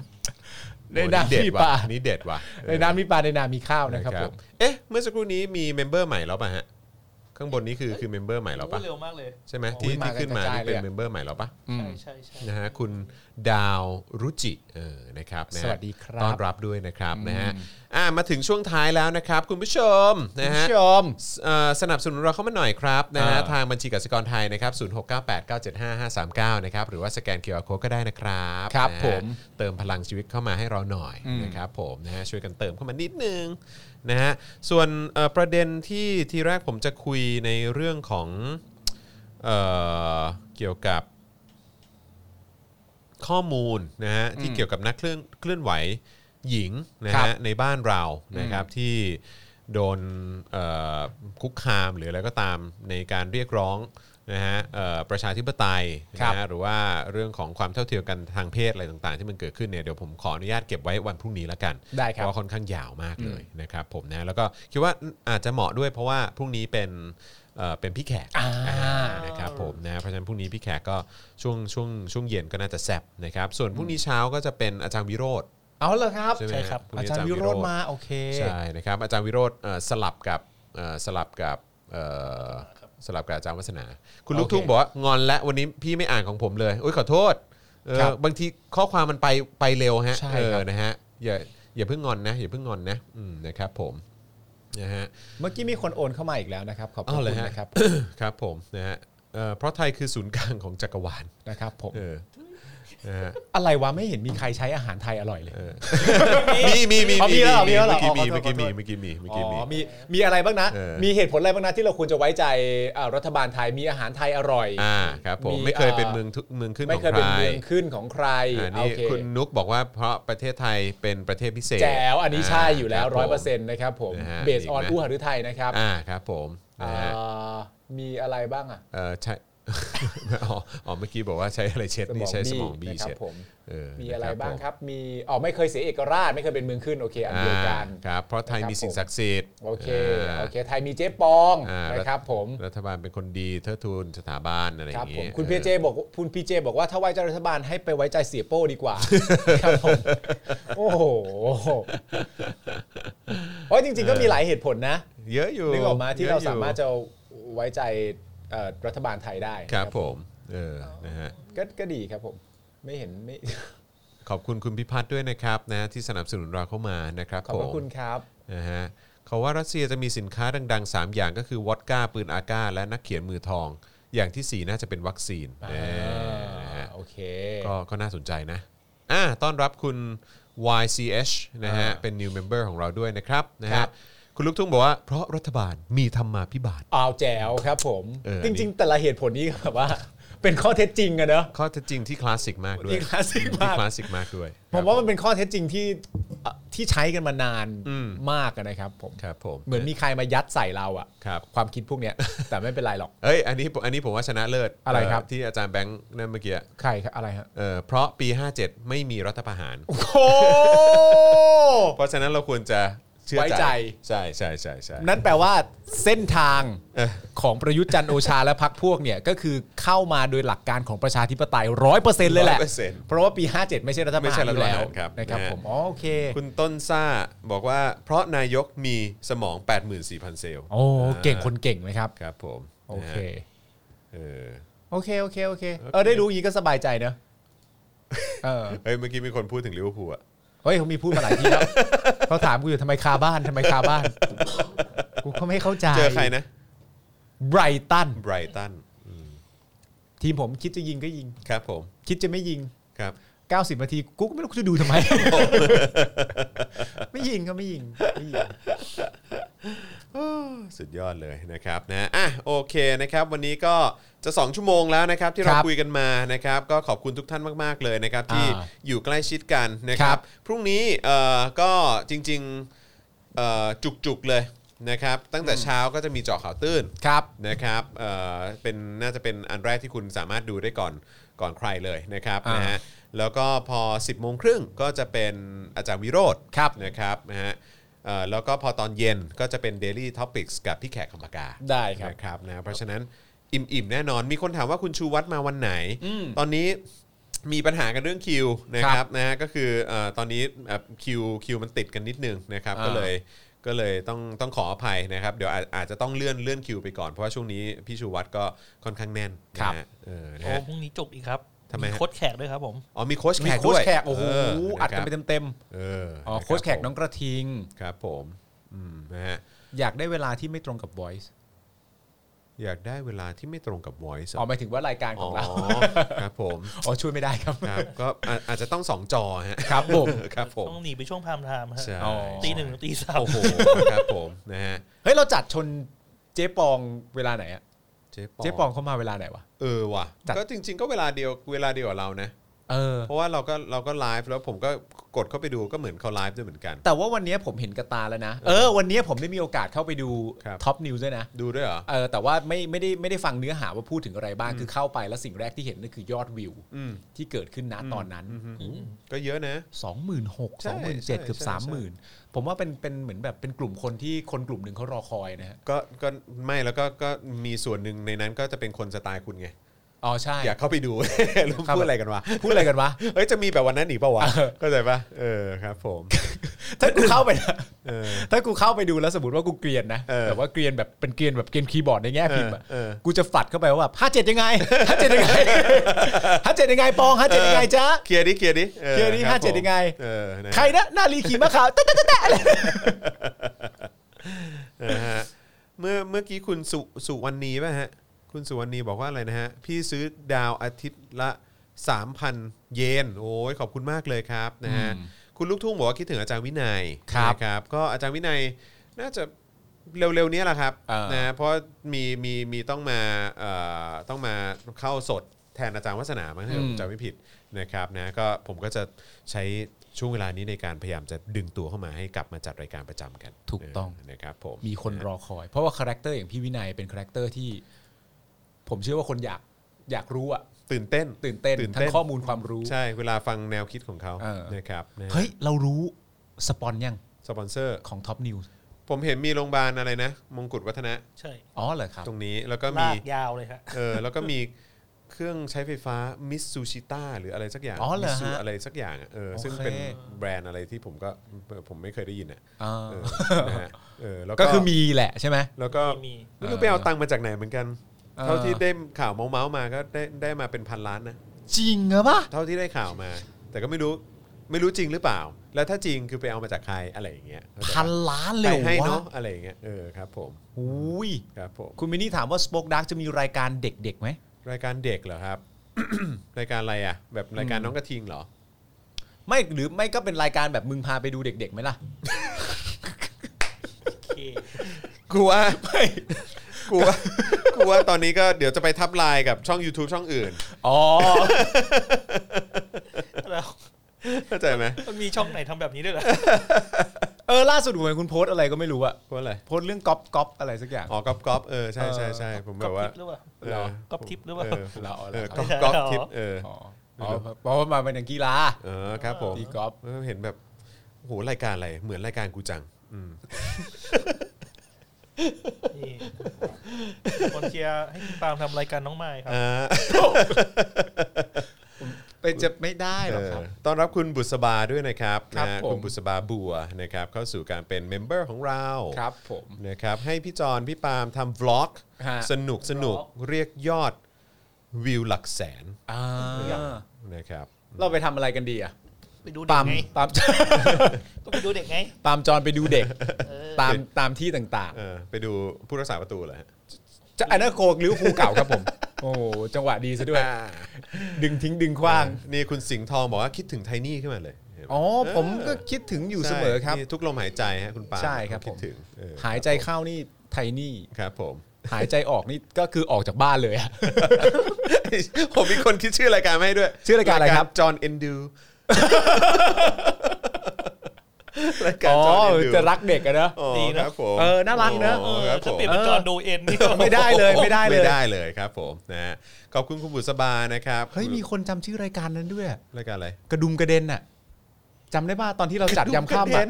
ในนาม โอ้เด็ด มี ว่ะ ปลา นี่เด็ดว่ะเออ ในนามมีปลาในนามมีข้าวนะครับผม เอ๊ะ เมื่อสักครู่นี้มีเมมเบอร์ใหม่แล้วป่ะฮะ ข้างบนนี้คือคือเมมเบอร์ใหม่แล้วป่ะ เร็วมากเลย ใช่ไหม โอ้ย ที่ที่ มากัน ขึ้นมาก ระจาย นี่เป็น เลยอะ เมมเบอร์ใหม่แล้วป่ะ อืม ใช่ใช่ใช่ นะฮะคุณดาวรุจิเออนะครับนะฮะ สวัสดีครับ ต้อนรับด้วยนะครับนะฮะ อืม อ่ะมาถึงช่วงท้ายแล้วนะครับ คุณผู้ชม คุณ นะฮะ ผู้ชม สเอ่อสนับสนุนเราเข้ามาหน่อยครับนะฮะ อ่า ทางบัญชีกสิกรไทยนะครับ0698975539นะครับหรือว่าสแกน QR Code ก็ได้นะครับ ครับ นะฮะ ผม เติมพลังชีวิตเข้ามาให้เราหน่อยนะครับผมนะฮะช่วยกันเติมเข้ามานิดนึงนะฮะส่วนเอ่อประเด็นที่ทีแรกผมจะคุยในเรื่องของเอ่อเกี่ยวกับข้อมูลนะฮะที่เกี่ยวกับนักเคลื่อนเคลื่อนไหวหญิงนะ ครั ฮะ บ ในบ้านเรานะครับที่โดนเอ่อคุกคามหรืออะไรก็ตามในการเรียกร้องนะฮะเอ่อประชาธิปไตย ครับ นะฮะหรือว่าเรื่องของความเท่าเทียมกันทางเพศอะไรต่างๆ ที่มันเกิดขึ้นเนี่ยเดี๋ยวผมขออนุญาตเก็บไว้วันพรุ่งนี้ละกัน ได้ค เพ รับ ราะว่าค่อนข้างยาวมากเลยนะครับผมนะแล้วก็คิดว่าอาจจะเหมาะด้วยเพราะว่าพรุ่งนี้เป็นเอ่อเป็นพี่แขก อ่า นะครับผมนะเพราะฉะนั้นพรุ่งนี้พี่แขกก็ช่วงช่วงช่วงเย็นก็น่าจะแซบนะครับส่วนพรุ่งนี้เช้าก็จะเป็นอาจารย์วิโรธ เอาเหรอครับ ใช่ไหมฮะพง อา นี้ จารย์วิโรจน์มาโอเค ใช่นะครับอาจารย์วิโรธเอ่อสลับกับเอ่อสลับกับเอ่อสลับกับอาจารย์วัฒนา คุณลูกทุ่ง โอเค บอกว่างอนและวันนี้พี่ไม่อ่านของผมเลยอุ้ยขอโทษเออ ครับ บางทีข้อความมันไปไปเร็วฮะ ใช่ เออ ครับ นะฮะอย่าอย่าเพิ่งงอนนะอย่าเพิ่งงอนนะอืมนะครับผมนะฮะ เมื่อกี้มีคนโอนเข้ามาอีกแล้วนะครับ ขอบพระ อ้าวเหร คุ อ ณ ฮะ นะครับ ครับผมนะฮะเอ่อเพราะไทยคือศูนย์กลางของจักรวาล นะครับผม เออนะฮะ อะไรวะไม่เห็นมีใครใช้อาหารไทยอร่อยเลย มีมีมี อ๋อมีแล้วเหรอมีแล้วเหรอ เมื่อกี้มี อ๋อขอโทษ เมื่อกี้มี ขอโทษ เมื่อกี้มีเมื่อกี้มีอ๋อมีมีอะไรบ้างนะ เออ มีเหตุผลอะไรบ้างนะที่เราควรจะไว้ใจเอ่อรัฐบาลไทย มีอาหารไทยอร่อย อ่าครับผม มี ไม่เคยเป็น เอ่อ เมืองทุเมืองขึ้น ไม่ ของ เคย ใค เป็ ร นเมืองขึ้นของใคร อ่า โอ นี่ เค คุณนุกบอกว่าเพราะประเทศไทยเป็นประเทศพิเศษ แจ๋วอันนี้ใช่อยู่แล้ว คบผม ร้อยเปอร์เซ็นต์นะครับผม นะฮะ เบสออน อีกไหม อู้หฤทัยนะครับ อ่าครับผมนะฮะ เอ่อมีอะไรบ้างอ่ะ เอ่อใช่ อ๋ออ๋อเมื่อกี้บอกว่าใช้อะไรเช็ดนี่ใช้สมองบี้ นะครั เช็ด ผม เ มีอะไรบ้างครับ มีอ๋อไม่เคยเสียเอกราชไม่เคยเป็นเมืองขึ้นโอเคอันเดียวกัน อ่าครับเพราะไทยมีสิ่งศักดิ์สิทธิ์ โอเค า โอเค ไทยมีเจ๊ปอง อ่า นะครับผม รัฐบาลเป็นคนดีเทิดทูนสถาบันอะไรอ ครั ย่า บ ง ผม งี้ คุณพีเจบอกคุณพีเจบอกว่าถ้าไว้ใจรัฐบาลให้ไปไว้ใจเสียโป้ดีก ว่า ครับผม โอ้โหโอ้ยจริง ๆ ก็มีหลายเหตุผลนะ เยอะอยู่ นึกออกมาที่ ยอะ เรา อยู่ สามารถจะไว้ใจเอ่อรัฐบาลไทยได้นะครับ ผมเออนะฮะ ก็ก็ดีครับผม ไม่เห็นไม่ ขอบคุณคุณพิพัฒน์ด้วยนะครับนะที่สนับสนุนเราเข้ามานะครับ ขอบพระ ผม คุณครับ นะฮะเขาว่ารัสเซียจะมีสินค้าดัง ๆ 3 อย่างก็คือวอดก้า ปืนอากาและนักเขียนมือทอง อย่างทีสี่ 4 น่าจะเป็นวัคซีนเออนะฮะ โอเค ก็ก็น่าสนใจนะอ่ะต้อนรับคุณ YCH นะฮะเป็น new member ของเราด้วยนะครับนะ ครั ฮะ บ คุณลูกทุ่งบอกว่า เพราะรัฐบาลมีธรรมาพิบาล อ้าวแจ๋วครับผม เอออั จ นนี้ ริง ๆ แต่ละเหตุผลนี้ก็แบบว่า เป็นข้อเท็จจริงอะเนอะ ข้อเท็จจริงที่คลาสสิกมากด้วย ที่คลาสสิกมาก ที่คลาสสิกมากด้วย ผมว่ามันเป็นข้อเท็จจริงที่เอ่อที่ใช้กันมานานมากอะนะครับผม ครับผม เหมือนมีใครมายัดใส่เราอะ ครับ ความคิดพวก เนี้ย แต่ไม่เป็นไรหรอก เอ้ยอันนี้อันนี้ผมว่าชนะเลิศ อะไรครับ เที่อาจารย์แบงค์นั่นเมื่อกี้ ใครครับอะไรฮะ เออเพราะปี 57 ไม่มีรัฐประหาร โอ้โห เพราะฉะนั้นเราควรจะเชื่อ ไว้ใจ ใช่ใช่ใช่ใช่ นั่นแปลว่าเส้นทางของประยุทธ์จันทร์โอชาและพรรคพวกเนี่ย ก็คือเข้ามาโดยหลักการของประชาธิปไตยร้อยเปอร์เซ็นต์เลยแหละ 100% เพราะว่าปี 57 ไม่ใช่รัฐบา ไม่ ล ใช่รัฐ อยู่ บาล แล้ว ครับ นะครับ นะฮะ ผมอ๋อโอเค คุณต้นซ่าบอกว่า เพราะนายกมีสมอง 84,000 เซลล์ โอ้เก่งคนเก่งนะครับ ครับผม โอเค นะฮะเออ โอเค โอเค โอเค เออ ได้รู้อย่างนี้ก็สบายใจเนอะเออ เฮ้ยเมื่อกี้มีคนพูดถึงลิเวอร์พูลอะ เฮ้ยเขามีพูดมาหลายทีแล้ว เขาถามกูอยู่ทำไมคาบ้านทำไมคาบ้าน กูเขาไม่เข้าใจ เจอใครนะ ไบรตัน ไบรตัน ทีมผมคิดจะยิงก็ยิง ครับผม คิดจะไม่ยิง ครับ 90 นาที กูก็ไม่รู้กูจะดูทำ ไม ไม่ยิงก็ไม่ยิงไม่ยิง สุดยอดเลยนะครับนะอ่ะโอเคนะครับวันนี้ก็จะ 2 ชั่วโมงแล้วนะครับที่เรา ครับ คุยกันมานะครับก็ขอบคุณทุกท่านมาก ๆ เลยนะครับที่ อ่า อยู่ใกล้ชิดกันนะค ครั รับบ พรุ่งนี้เอ่อก็จริงๆเอ่อจุกๆเลยนะครับตั้งแต่เช้าก็จะมีเจาะข่าวตื้น ครับ นะครับเอ่อเป็นน่าจะเป็นอันแรกที่คุณสามารถดูได้ก่อนก่อนใครเลยนะครับ อ่าน นะฮะแล้วก็พอ 10บโมงครึ่งก็จะเป็นอาจารย์วิโรธ ครับ นะครับนะฮะเอ่อแล้วก็พอตอนเย็นก็จะเป็น Daily Topics กับพี่แขกคำปากา ได้ครับ นะครับนะเพราะฉะนั้นอิ่มๆแน่นอน มีคนถามว่าคุณชูวัตรมาวันไหน ตอนนี้มีปัญหากันเรื่องคิวนะค ครั รับบ นะฮะก็คือเออตอนนี้เอ่อคิวคิวมันติดกันนิดนึงนะครับก็ อ่า เลย ก็เลยต้องต้องขออภัยนะครับ เดี๋ยวอาจอาจจะต้องเลื่อนเลื่อนคิวไปก่อน เพราะว่าช่วงนี้พี่ชูวัตรก็ค่อนข้างแน่น ครับ นะฮะเออนะ โอ้ ฮะ พรุ่งนี้จุกอีกครับ ทำไมฮะ โค้ดแขกด้วยครับผม อ๋อมีโค้ช มี แขก โค้ ด้ ช วย แขก โอ้โห เ อัดกันไป ะครับ เต็ม เออ ๆ อ๋อ นะรับ โค้ชแขกน้องกระทิง ครับผมอืมนะฮะ อยากได้เวลาที่ไม่ตรงกับ voice อยากได้เวลาที่ไม่ตรงกับ voice อ๋อหมายถึงว่ารายการของเรา ครับผม อ๋อช่วยไม่ได้ครับ ครับก็อาอาจจะต้องสองจอฮะ ครับผม ครับผม ต้องหนีไปช่วงพามไทม์ฮะ ใช่ อ๋อ ตีหนึ่งถึงตีสาม โอ้โหครับผมนะฮะ เฮ้ยเราจัดชนเจ๊ปองเวลาไหนอะ เจ๊ เจ๊ปองเขามาเวลาไหนวะ เออว่ะ จัด ก็จริง ๆ ก็เวลาเดียวเวลาเดียวกับเรานะ เออ เพราะว่าเราก็เราก็ไลฟ์แล้วผมก็กดเข้าไปดูก็เหมือนเขาไลฟ์ด้วยเหมือนกัน แต่ว่าวันนี้ผมเห็นกระตาแล้วนะ เออ วันนี้ผมได้มีโอกาสเข้าไปดู ครับ ท็อปนิวส์ด้วยนะ ดูด้วยเหรอ เออ แต่ว่าไม่ไม่ได้ไม่ได้ฟังเนื้อหาว่าพูดถึงอะไรบ้าง คือเข้าไปแล้วสิ่งแรกที่เห็นนั่นคือยอดวิว อืม ที่เกิดขึ้นณตอนนั้น ก็เยอะนะ สองหมื่นหก ใช่ สองหมื่นเจ็ดเกือบ ใช่ สามหมื่นผมว่าเป็นเป็นเหมือนแบบเป็นกลุ่มคนที่คนกลุ่มหนึ่งเขารอคอยนะฮะ ก็ก็ไม่แล้วก็ก็มีส่วนหนึ่งในนั้นก็จะเป็นคนสไตล์คุณไง อ๋อ ใช่ อยากเข้าไปดู รู้ ครับ พูดอะไรกันวะ พูดอะไรกันวะ เอ้ยจะมีแบบวันนั้นอีกเปล่าวะเข้าใจปะเออครับ ผม ถ้ากูเข้าไปนะ เออ ถ้ากูเข้าไปดูแล้วสมมติว่ากูเกรียนนะ เออ แต่ว่าเกรียนแบบเป็นเกรียนแบบเกรียนคีย์บอร์ดในแง่พิมพ์อะ เออเออ กูจะฝัดเข้าไปว่าแบบห้าเจ็ดยังไงห้าเจ็ดยังไงห้าเจ็ดยังไงปองห้าเจ็ดยังไงจ๊ะ เคลียร์ดิเคลียร์ดิออ เคลียร์ดิ บ ห้าเจ็ผดม ยังไง เออนะ ใครนะนาลีขี่มะขาวแตะแตะแตะแตะอะไร นะฮะเมื่อเมื่อกี้คุณสุสุวรรณีป่ะฮะ คุณสุวรรณีบอกว่าอะไรนะฮะ พี่ซื้อดาวอาทิตย์ละ 3,000 เยนโอ้ยขอบคุณมากเลยครับนะฮะคุณลูกทุ่งบอกว่าคิดถึงอาจารย์วินัย ครับ นะครับ ก็อาจารย์วินัยน่าจะเร็วๆเนี้ยแหละครับ อ่าน นะเพราะมีมีมีต้องมาเอ่อต้องมาเข้าสดแทนอาจารย์วัฒนามั้งถ้าผมจำไม่ผิดนะครับนะก็ผมก็จะใช้ช่วงเวลานี้ในการพยายามจะดึงตัวเข้ามาให้กลับมาจัดรายการประจำกัน ถูกต้อง เนะครับผม มีคนรอคอย เพราะว่าคาแรคเตอร์อย่างพี่วินัยเป็นคาแรคเตอร์ที่ ผมเชื่อว่าคนอยาก อยากรู้อะ ตื่นเต้น ตื่นเต้น ตื่น ทั้ เต้น งข้อมูลความรู้ ใช่เวลาฟังแนวคิดของเขา เออ นะครับนะฮะ เฮ้ย เรารู้สปอนยัง สปอนเซอร์ ของท็อปนิว ผมเห็นมีโรงพยาบาลอะไรนะ มงกุฎวัฒนะ ใช่ อ๋อเหรอครับ ตรงนี้แล้วก็ ลา มี กยาวเลยฮะ เออแล้วก็มีเครื่องใช้ไฟฟ้ามิสซูชิต้าหรืออะไรสักอย่าง อ๋อเหร มิ อฮะ ซูอะไรสักอย่างอะเออซึ่ง โอเค เป็นแบรนด์อะไรที่ผมก็ผมไม่เคยได้ยินอ่ะ อ่า เออนะฮะเออแล้วก็ ก็คือมีแหละใช่ไหม แล้วก็ มี ไม่รู้ไปเอาตังค์มาจากไหนเหมือนกัน เออ เท่าที่ได้ข่าวเมาส์ๆมาก็ได้ได้มาเป็นพันล้านนะ จริงเหรอปะ เท่าที่ได้ข่าวมา แต่ก็ไม่รู้ไม่รู้จริงหรือเปล่า แล้วถ้าจริงคือไปเอามาจากใครอะไรอย่างเงี้ยเข้าใจปะ พันล้านเล ใคร ยเหร ให้ อวะ เนาะอะไรอย่างเงี้ยเออครับผม อุ้ย ครับผม คุณมินนี่ถามว่าสป็อกดักจะมีรายการเด็กๆไหม รายการเด็กเหรอครับ รายการอะไรอ่ะ แบบรายการน้องกระทิงเหรอ ไม่หรือไม่ก็เป็นรายการแบบมึงพาไปดูเด็กๆไหมล่ะ เค กูว่าไม่กูว่ากูว่าตอนนี้ก็เดี๋ยวจะไปทับไลน์กับช่อง YouTube ช่องอื่น อ๋อ แล้ว เข้าใจไหม มันมีช่องไหนทำแบบนี้ด้วยเหรอ เออล่าสุดผมเห็นคุณโพสต์อะไรก็ไม่รู้อะ เพราะอะไร โพสต์เรื่องก๊อปก๊อปอะไรสักอย่าง อ๋อก๊อปก๊อปเออใช่ใช่ใช่ผมแบบว่า ทิปหรือเปล่า เออ ก๊อปทิปหรือเปล่า เ เหรอเหรอ เออก๊อปก๊อปทิปเออ อ๋ออ๋อเพราะว่ามาเป็นอย่างกีฬา เออครับผม ตีกอล์ฟ เเห็นแบบโอ้โหรายการอะไรเหมือนรายการกูจังอืม นี่คนเชียร์ให้คุณปาล์มทำรายการน้องไม้ครับ อ่า เป็นจะไม่ได้หรอกครับ เออต้อนรับคุณบุษบาด้วยนะครับ ครับ นะฮะ ผม คุณบุษบาบัวนะครับเข้าสู่การเป็นเมมเบอร์ของเรา ครับผม นะครับให้พี่จอนพี่ปาล์มทำวล็อก ฮะ สนุกสนุกเรียกยอดวิวหลักแสน อ่า นะครับ เราไปทำอะไรกันดีอะ ไปดูเด็ก ปาม ไง ปาม ก็ไปดูเด็กไง ปามจอนไปดูเด็ก ตามตามที่ต่าง เออไปดูผู้รักษาประตูเหรอฮะ ๆจะอันนั้นโคกลิเวอร์พูลเก่าครับผม โอ้โหจังหวะดีซะด้วย ดึงทิ้งดึงคว้าง นี่คุณสิงห์ทองบอกว่าคิดถึงไทนี่ขึ้นมาเลยเห็นไหม อ๋อ ผมก็คิดถึงอยู่เสมอครับ ใช่นี่ทุกลมหายใจฮะคุณปาล์ม ใช่ครับ คิ ผม ดถึงเออ หายใจเข้านี่ไทนี่ ครับผม หายใจออกนี่ก็คือออกจากบ้านเลยอะ ผมมีคนคิ ดชื่อรายการมาให้ด้วย ชื่อรายการอะไรครับ จอห์นเอน ดูรายการ อ๋อ จอห์นเอนดู จะรักเด็กอะเนอะ อ๋อ ดีเนอะ ครับผม เออน่ารักเนอะ อ๋อครับผ ถ้าม เปลี่ยนเป็นจอห์นดูเอ็นนี่ก็ ไม่ได้เลยไม่ได้เล ไม่ ย ได้เลยครับผมนะฮะขอบคุณคุณบุษบานะครับ เฮ้ยมีคนจำชื่อรายการนั้นด้วย รายการอะไร กระดุมกระเด็นน่ะจำได้ป่ะตอนที่เราจัดยำข้าม กระเด็ อะ น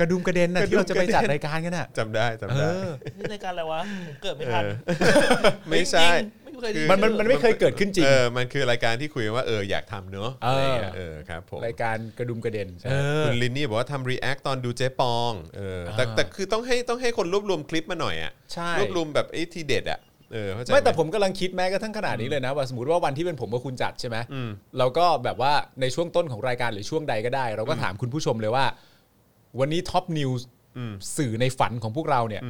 กระดุมกระเด็นน่ะ กระดุ ที่ ม เราจะไป กระเด็น จัดรายการกันน่ะ จำได้จำ เอ ได้ อ นี่รายการอะไรวะผมเกิดไม่ทัน เออไม่ใช่ จริงๆไม่เคยได้ยิ มันมันมันไม่เคยเกิดขึ้นจริง เออมันคือรายการที่คุยว่าเอออยากทำเนเออออะะไรย่างงี้ยเออครับผม รายการกระดุมกระเด็นเออ คุณลินนี่บอกว่าทำรีแอคตอนดูเจ๊ปองเออแต่ อ่า แต่คือต้องให้ต้องให้คนรวบรวมคลิปมาหน่อยอ่ะ ใช่ รวบรวมแบบไอ้ทีเด็ดอ่ะเออเข้าใจห ไม่แต่ผมกำลังคิดแม้กระทั่งขนาดนี้เลยนะว่าสมมติว่าวันที่เป็นผมกับคุณจัดใช่ไหมเราก็แบบว่าในช่วงต้นของรายการหรือช่วงใดก็ได้ เราก็ถามคุณผู้ชมเลยว่า วันนี้ท็อปนิวส์สื่อในฝันของพวกเราเนี่ย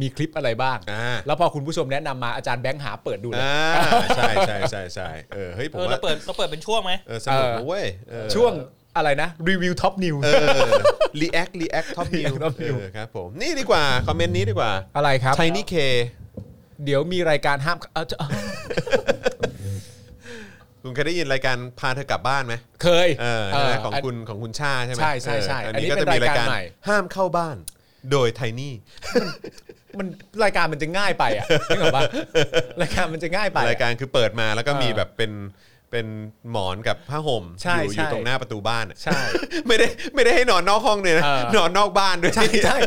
มีคลิปอะไรบ้าง อ่า แล้วพอคุณผู้ชมแนะนำมาอาจารย์แบงค์หาเปิดดูเลย อ่าใช่ใช่ใช่ใช่เออเฮ้ยผ เอ ม อเรา ว่า เปิดเราเปิดเป็นช่วงไหม เออสนุกนะเว้ยเออ ช่วงอะไรนะ รีวิวท็อปนิว เออรีแอครีแอคท็อปนิว React Top News ครับผมนี่ดีกว่า คอมเมนต์นี้ดีกว่า อะไรครับ ไทนี่เค เดี๋ยวมีรายการห้ามเอ่อจะ คุณเคยได้ยินรายการพาเธอกลับบ้านไหม เคย เออใช่ไหมของ เ คุณของคุณชาใช่ไหม ใช่ใช่ใช่ เอออัน อันนี้ นี้ก็จะมีรายการ เป็นรายการใหม่ ห้ามเข้าบ้าน โดยไทนี่ มันรายการมันจะง่ายไปอ่ะนึกออก ปะรายการมันจะง่ายไปอะ รายการคือเปิดมาแล้วก็มี เออ แบบเป็นเป็นหมอนกับผ้าห่ม ใช่ อยู่อใช่ยู่ตรงหน้าประตูบ้านอะ ใช่ ไม่ได้ไม่ได้ให้นอนนอกห้องเลยนะ เออ นอนนอกบ้านด้วย ใช่ใช่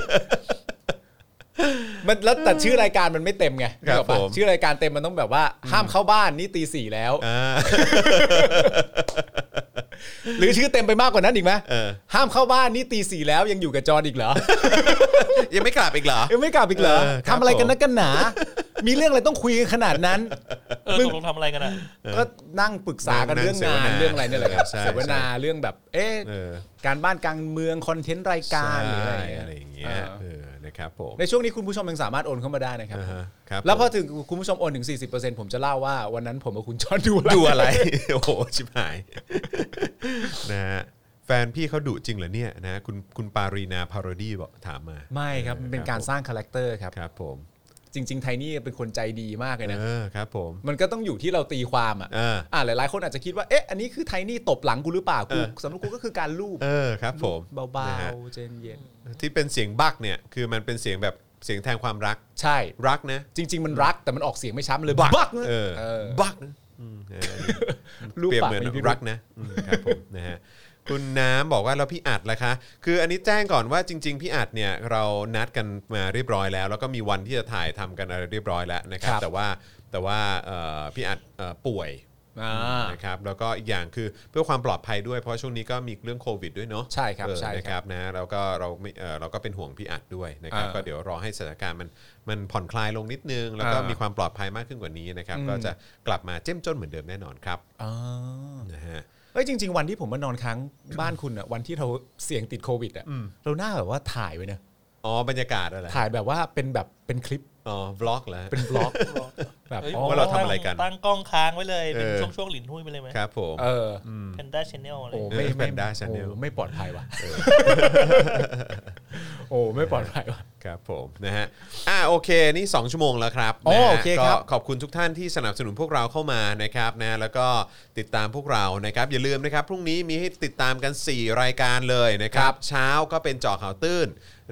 มันแล้วแต่ชื่อรายการมันไม่เต็มไง ครับ นึกออกปะ ผม ชื่อรายการเต็มมันต้องแบบว่า ห้ามเข้าบ้านนี่ตีสี่แล้ว อ่า หรือชื่อเต็มไปมากกว่านั้นอีกไหม เออ ห้ามเข้าบ้านนี่ตีสี่แล้วยังอยู่กับจอนอีกเหรอ ยังไม่กลับอีกเหรอ ยังไม่กลับอีกเหรอ เออครับ ทำอะไรกันนักกันหนา มีเรื่องอะไรต้องคุยกันขนาดนั้น เออ มึ ต ง กลงทำอะไรกันอ่ะ ก็นั่งปรึกษากัน นั่ง เรื่องงาน เสวนา เรื่องอะไรเนี่ยแหละครับ ใช่ เสวนาเรื่องแบบ เอ๊ะ เออ การบ้านการเมืองคอนเทนต์รายการหรืออะไร ใช่ อย่างเงี้ อะไรอย่างเงี้ยยเออ เออนะครับผม ในช่วงนี้คุณผู้ชมยังสามารถโอนเข้ามาได้นะครับ อ่าฮะครับ แล้วพอถึงคุณผู้ชมโอนถึง 40%ผมจะเล่าว่าวันนั้นผมกับคุณจอห์นดู ดูอะไร โอ้โหชิบหาย นะฮะแฟนพี่เขาดุจริงเหรอเนี่ยนะฮะคุณคุณปารีนาพารดีบอกถามมา ไม่ครับมันเป็นการสร้างคาแรคเตอร์ครับ ครับผม จริง ๆ ไทนี่เป็นคนใจดีมากเลยนะ เออครับผม มันก็ต้องอยู่ที่เราตีความอ่ะ เออ อ่าหลายๆ คนอาจจะคิดว่าเอ๊ะอันนี้คือไทนี่ตบหลังกูหรือเปล่ากู เออ สำหรับกูก็คือการลูบ เออครับผม เบา นะฮะ ๆเจนเย็น ที่เป็นเสียงบักเนี่ยคือมันเป็นเสียงแบบเสียงแทนความรัก ๆใช่ รักนะ จริง ๆ มันรักแต่มันออกเสียงไม่ชัดมันเลยบักนะ เออ เออ บักนะอืม รูป เปรียบ ปาก เหมือน มีพิรุธ รักนะอืมครับผมนะฮะคุณน้ำบอกว่าแล้วพี่อัดล่ะคะ คืออันนี้แจ้งก่อนว่าจริง ๆ พี่อัดเนี่ยเรานัดกันมาเรียบร้อยแล้ว แล้วก็มีวันที่จะถ่ายทำกันอะไรเรียบร้อยแล้วนะครับ ครับ แต่ว่าแต่ว่าเอ่อพี่อัดเอ่อป่วย อ่า นะครับแล้วก็อีกอย่างคือเพื่อความปลอดภัยด้วยเพราะช่วงนี้ก็มีเรื่องโควิดด้วยเนาะ ใช่ครับ เออ ใช่ครับ นะครับนะแล้วก็เราไม่เอ่อเราก็เป็นห่วงพี่อัดด้วยนะครับก็เดี๋ยวรอให้สถานการณ์มันมันผ่อนคลายลงนิดนึง แล้วก็มีความปลอดภัยมากขึ้นกว่านี้นะครับก็จะกลับมาเจ้มจนเหมือนเดิมแน่นอนครับ อ่า นะฮะ เอ้ยจริง ๆ วันที่ผมมานอนค้าง บ้านคุณอะวันที่เราเสี่ยงติดโควิดอะเราหน้าแบบว่าถ่ายไว้นะ อ๋อบรรยากาศอะไรอ ถ่ายแบบว่าเป็นแบบเป็นคลิป อ๋อบล็อกเหรอฮะ เป็นบล็อกแบบ ฮ้ย อ๋อ ว่าเราทำอะไรกัน ตั้งกล้องค้างไว้เลย เป็น เออ ช่วงช่วงๆหลินหุ้ยไปเลยไหม ครับผม เออ แพนด้าชแนลอะไร โอ้ไม่ เออ ไม่ Panda Channel โอ้ไม่ปลอดภัยว่ะโอ้ไม่ปลอดภัยว่ะ ครับผมนะฮะอ่าโอเค นี่ 2 ชั่วโมงแล้วครับ อ๋อ นะฮะ โอเคครับ ก็ขอบคุณทุกท่านที่สนับสนุนพวกเราเข้ามานะครับนะแล้วก็ติดตามพวกเรานะครับอย่าลืมนะครับพรุ่งนี้มีให้ติดตามกัน 4 รายการเลยนะครับเช้าก็เป็นเจาะข่าวตื้น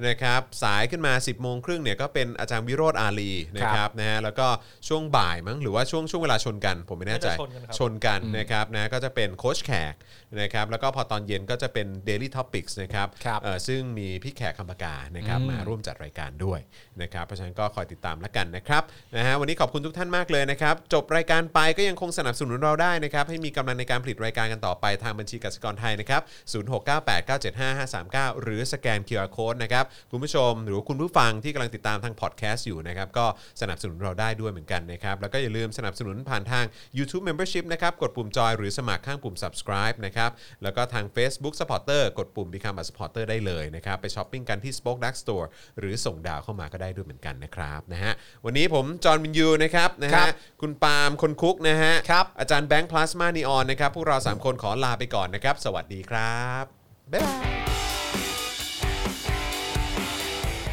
นะครับสายขึ้นมา 10บโมงครึ่งเนี่ยก็เป็นอาจารย์วิโรธอาลีนะค ครั รับบ นะฮะแล้วก็ช่วงบ่ายมั้งหรือว่าช่วงช่วงเวลาชนกัน ผมไม่แน่ใจ าจะชนกันครับ ชนกันนะครับนะก็จะเป็นโค้ชแขกนะครับแล้วก็พอตอนเย็นก็จะเป็น Daily Topics นะครับ ครับ เอ่อซึ่งมีพี่แขกคำปากานะครับมาร่วมจัดรายการด้วยนะครับเพราะฉะนั้นก็คอยติดตามแล้วกันนะครับนะฮะวันนี้ขอบคุณทุกท่านมากเลยนะครับ จบรายการไปก็ยังคงสนับสนุนเราได้นะครับให้มีกำลังในการผลิตรายการกันต่อไปทางบัญชีกสิกรไทยนะครับ0698975539 หรือสแกน QR Code นะครับคุณผู้ชมหรือว่าคุณผู้ฟังที่กำลังติดตามทางพอดแคสต์อยู่นะครับก็สนับสนุนเราได้ด้วยเหมือนกันนะครับแล้วก็อย่าลืมสนับสนุนผ่านทาง YouTube Membership นะครับกดปุ่มจอยหรือสมัครข้างปุ่ม subscribe นะครับแล้วก็ทาง Facebook Supporter กดปุ่ม Become a Supporter ได้เลยนะครับไปช้อปปิ้งกันที่ Spoke Dark Store หรือส่งดาวเข้ามาก็ได้ด้วยเหมือนกันนะครับนะฮะวันนี้ผมจอห์นวินยูนะครับนะ ครั ฮะ บ คุณปาล์มคนคุกนะฮะครับอาจารย์แบงค์พลาสมานีออนนะครับพวกเราสามคนขอลาไปก่อนนะครับสวัสดีครับบ๊ายบาย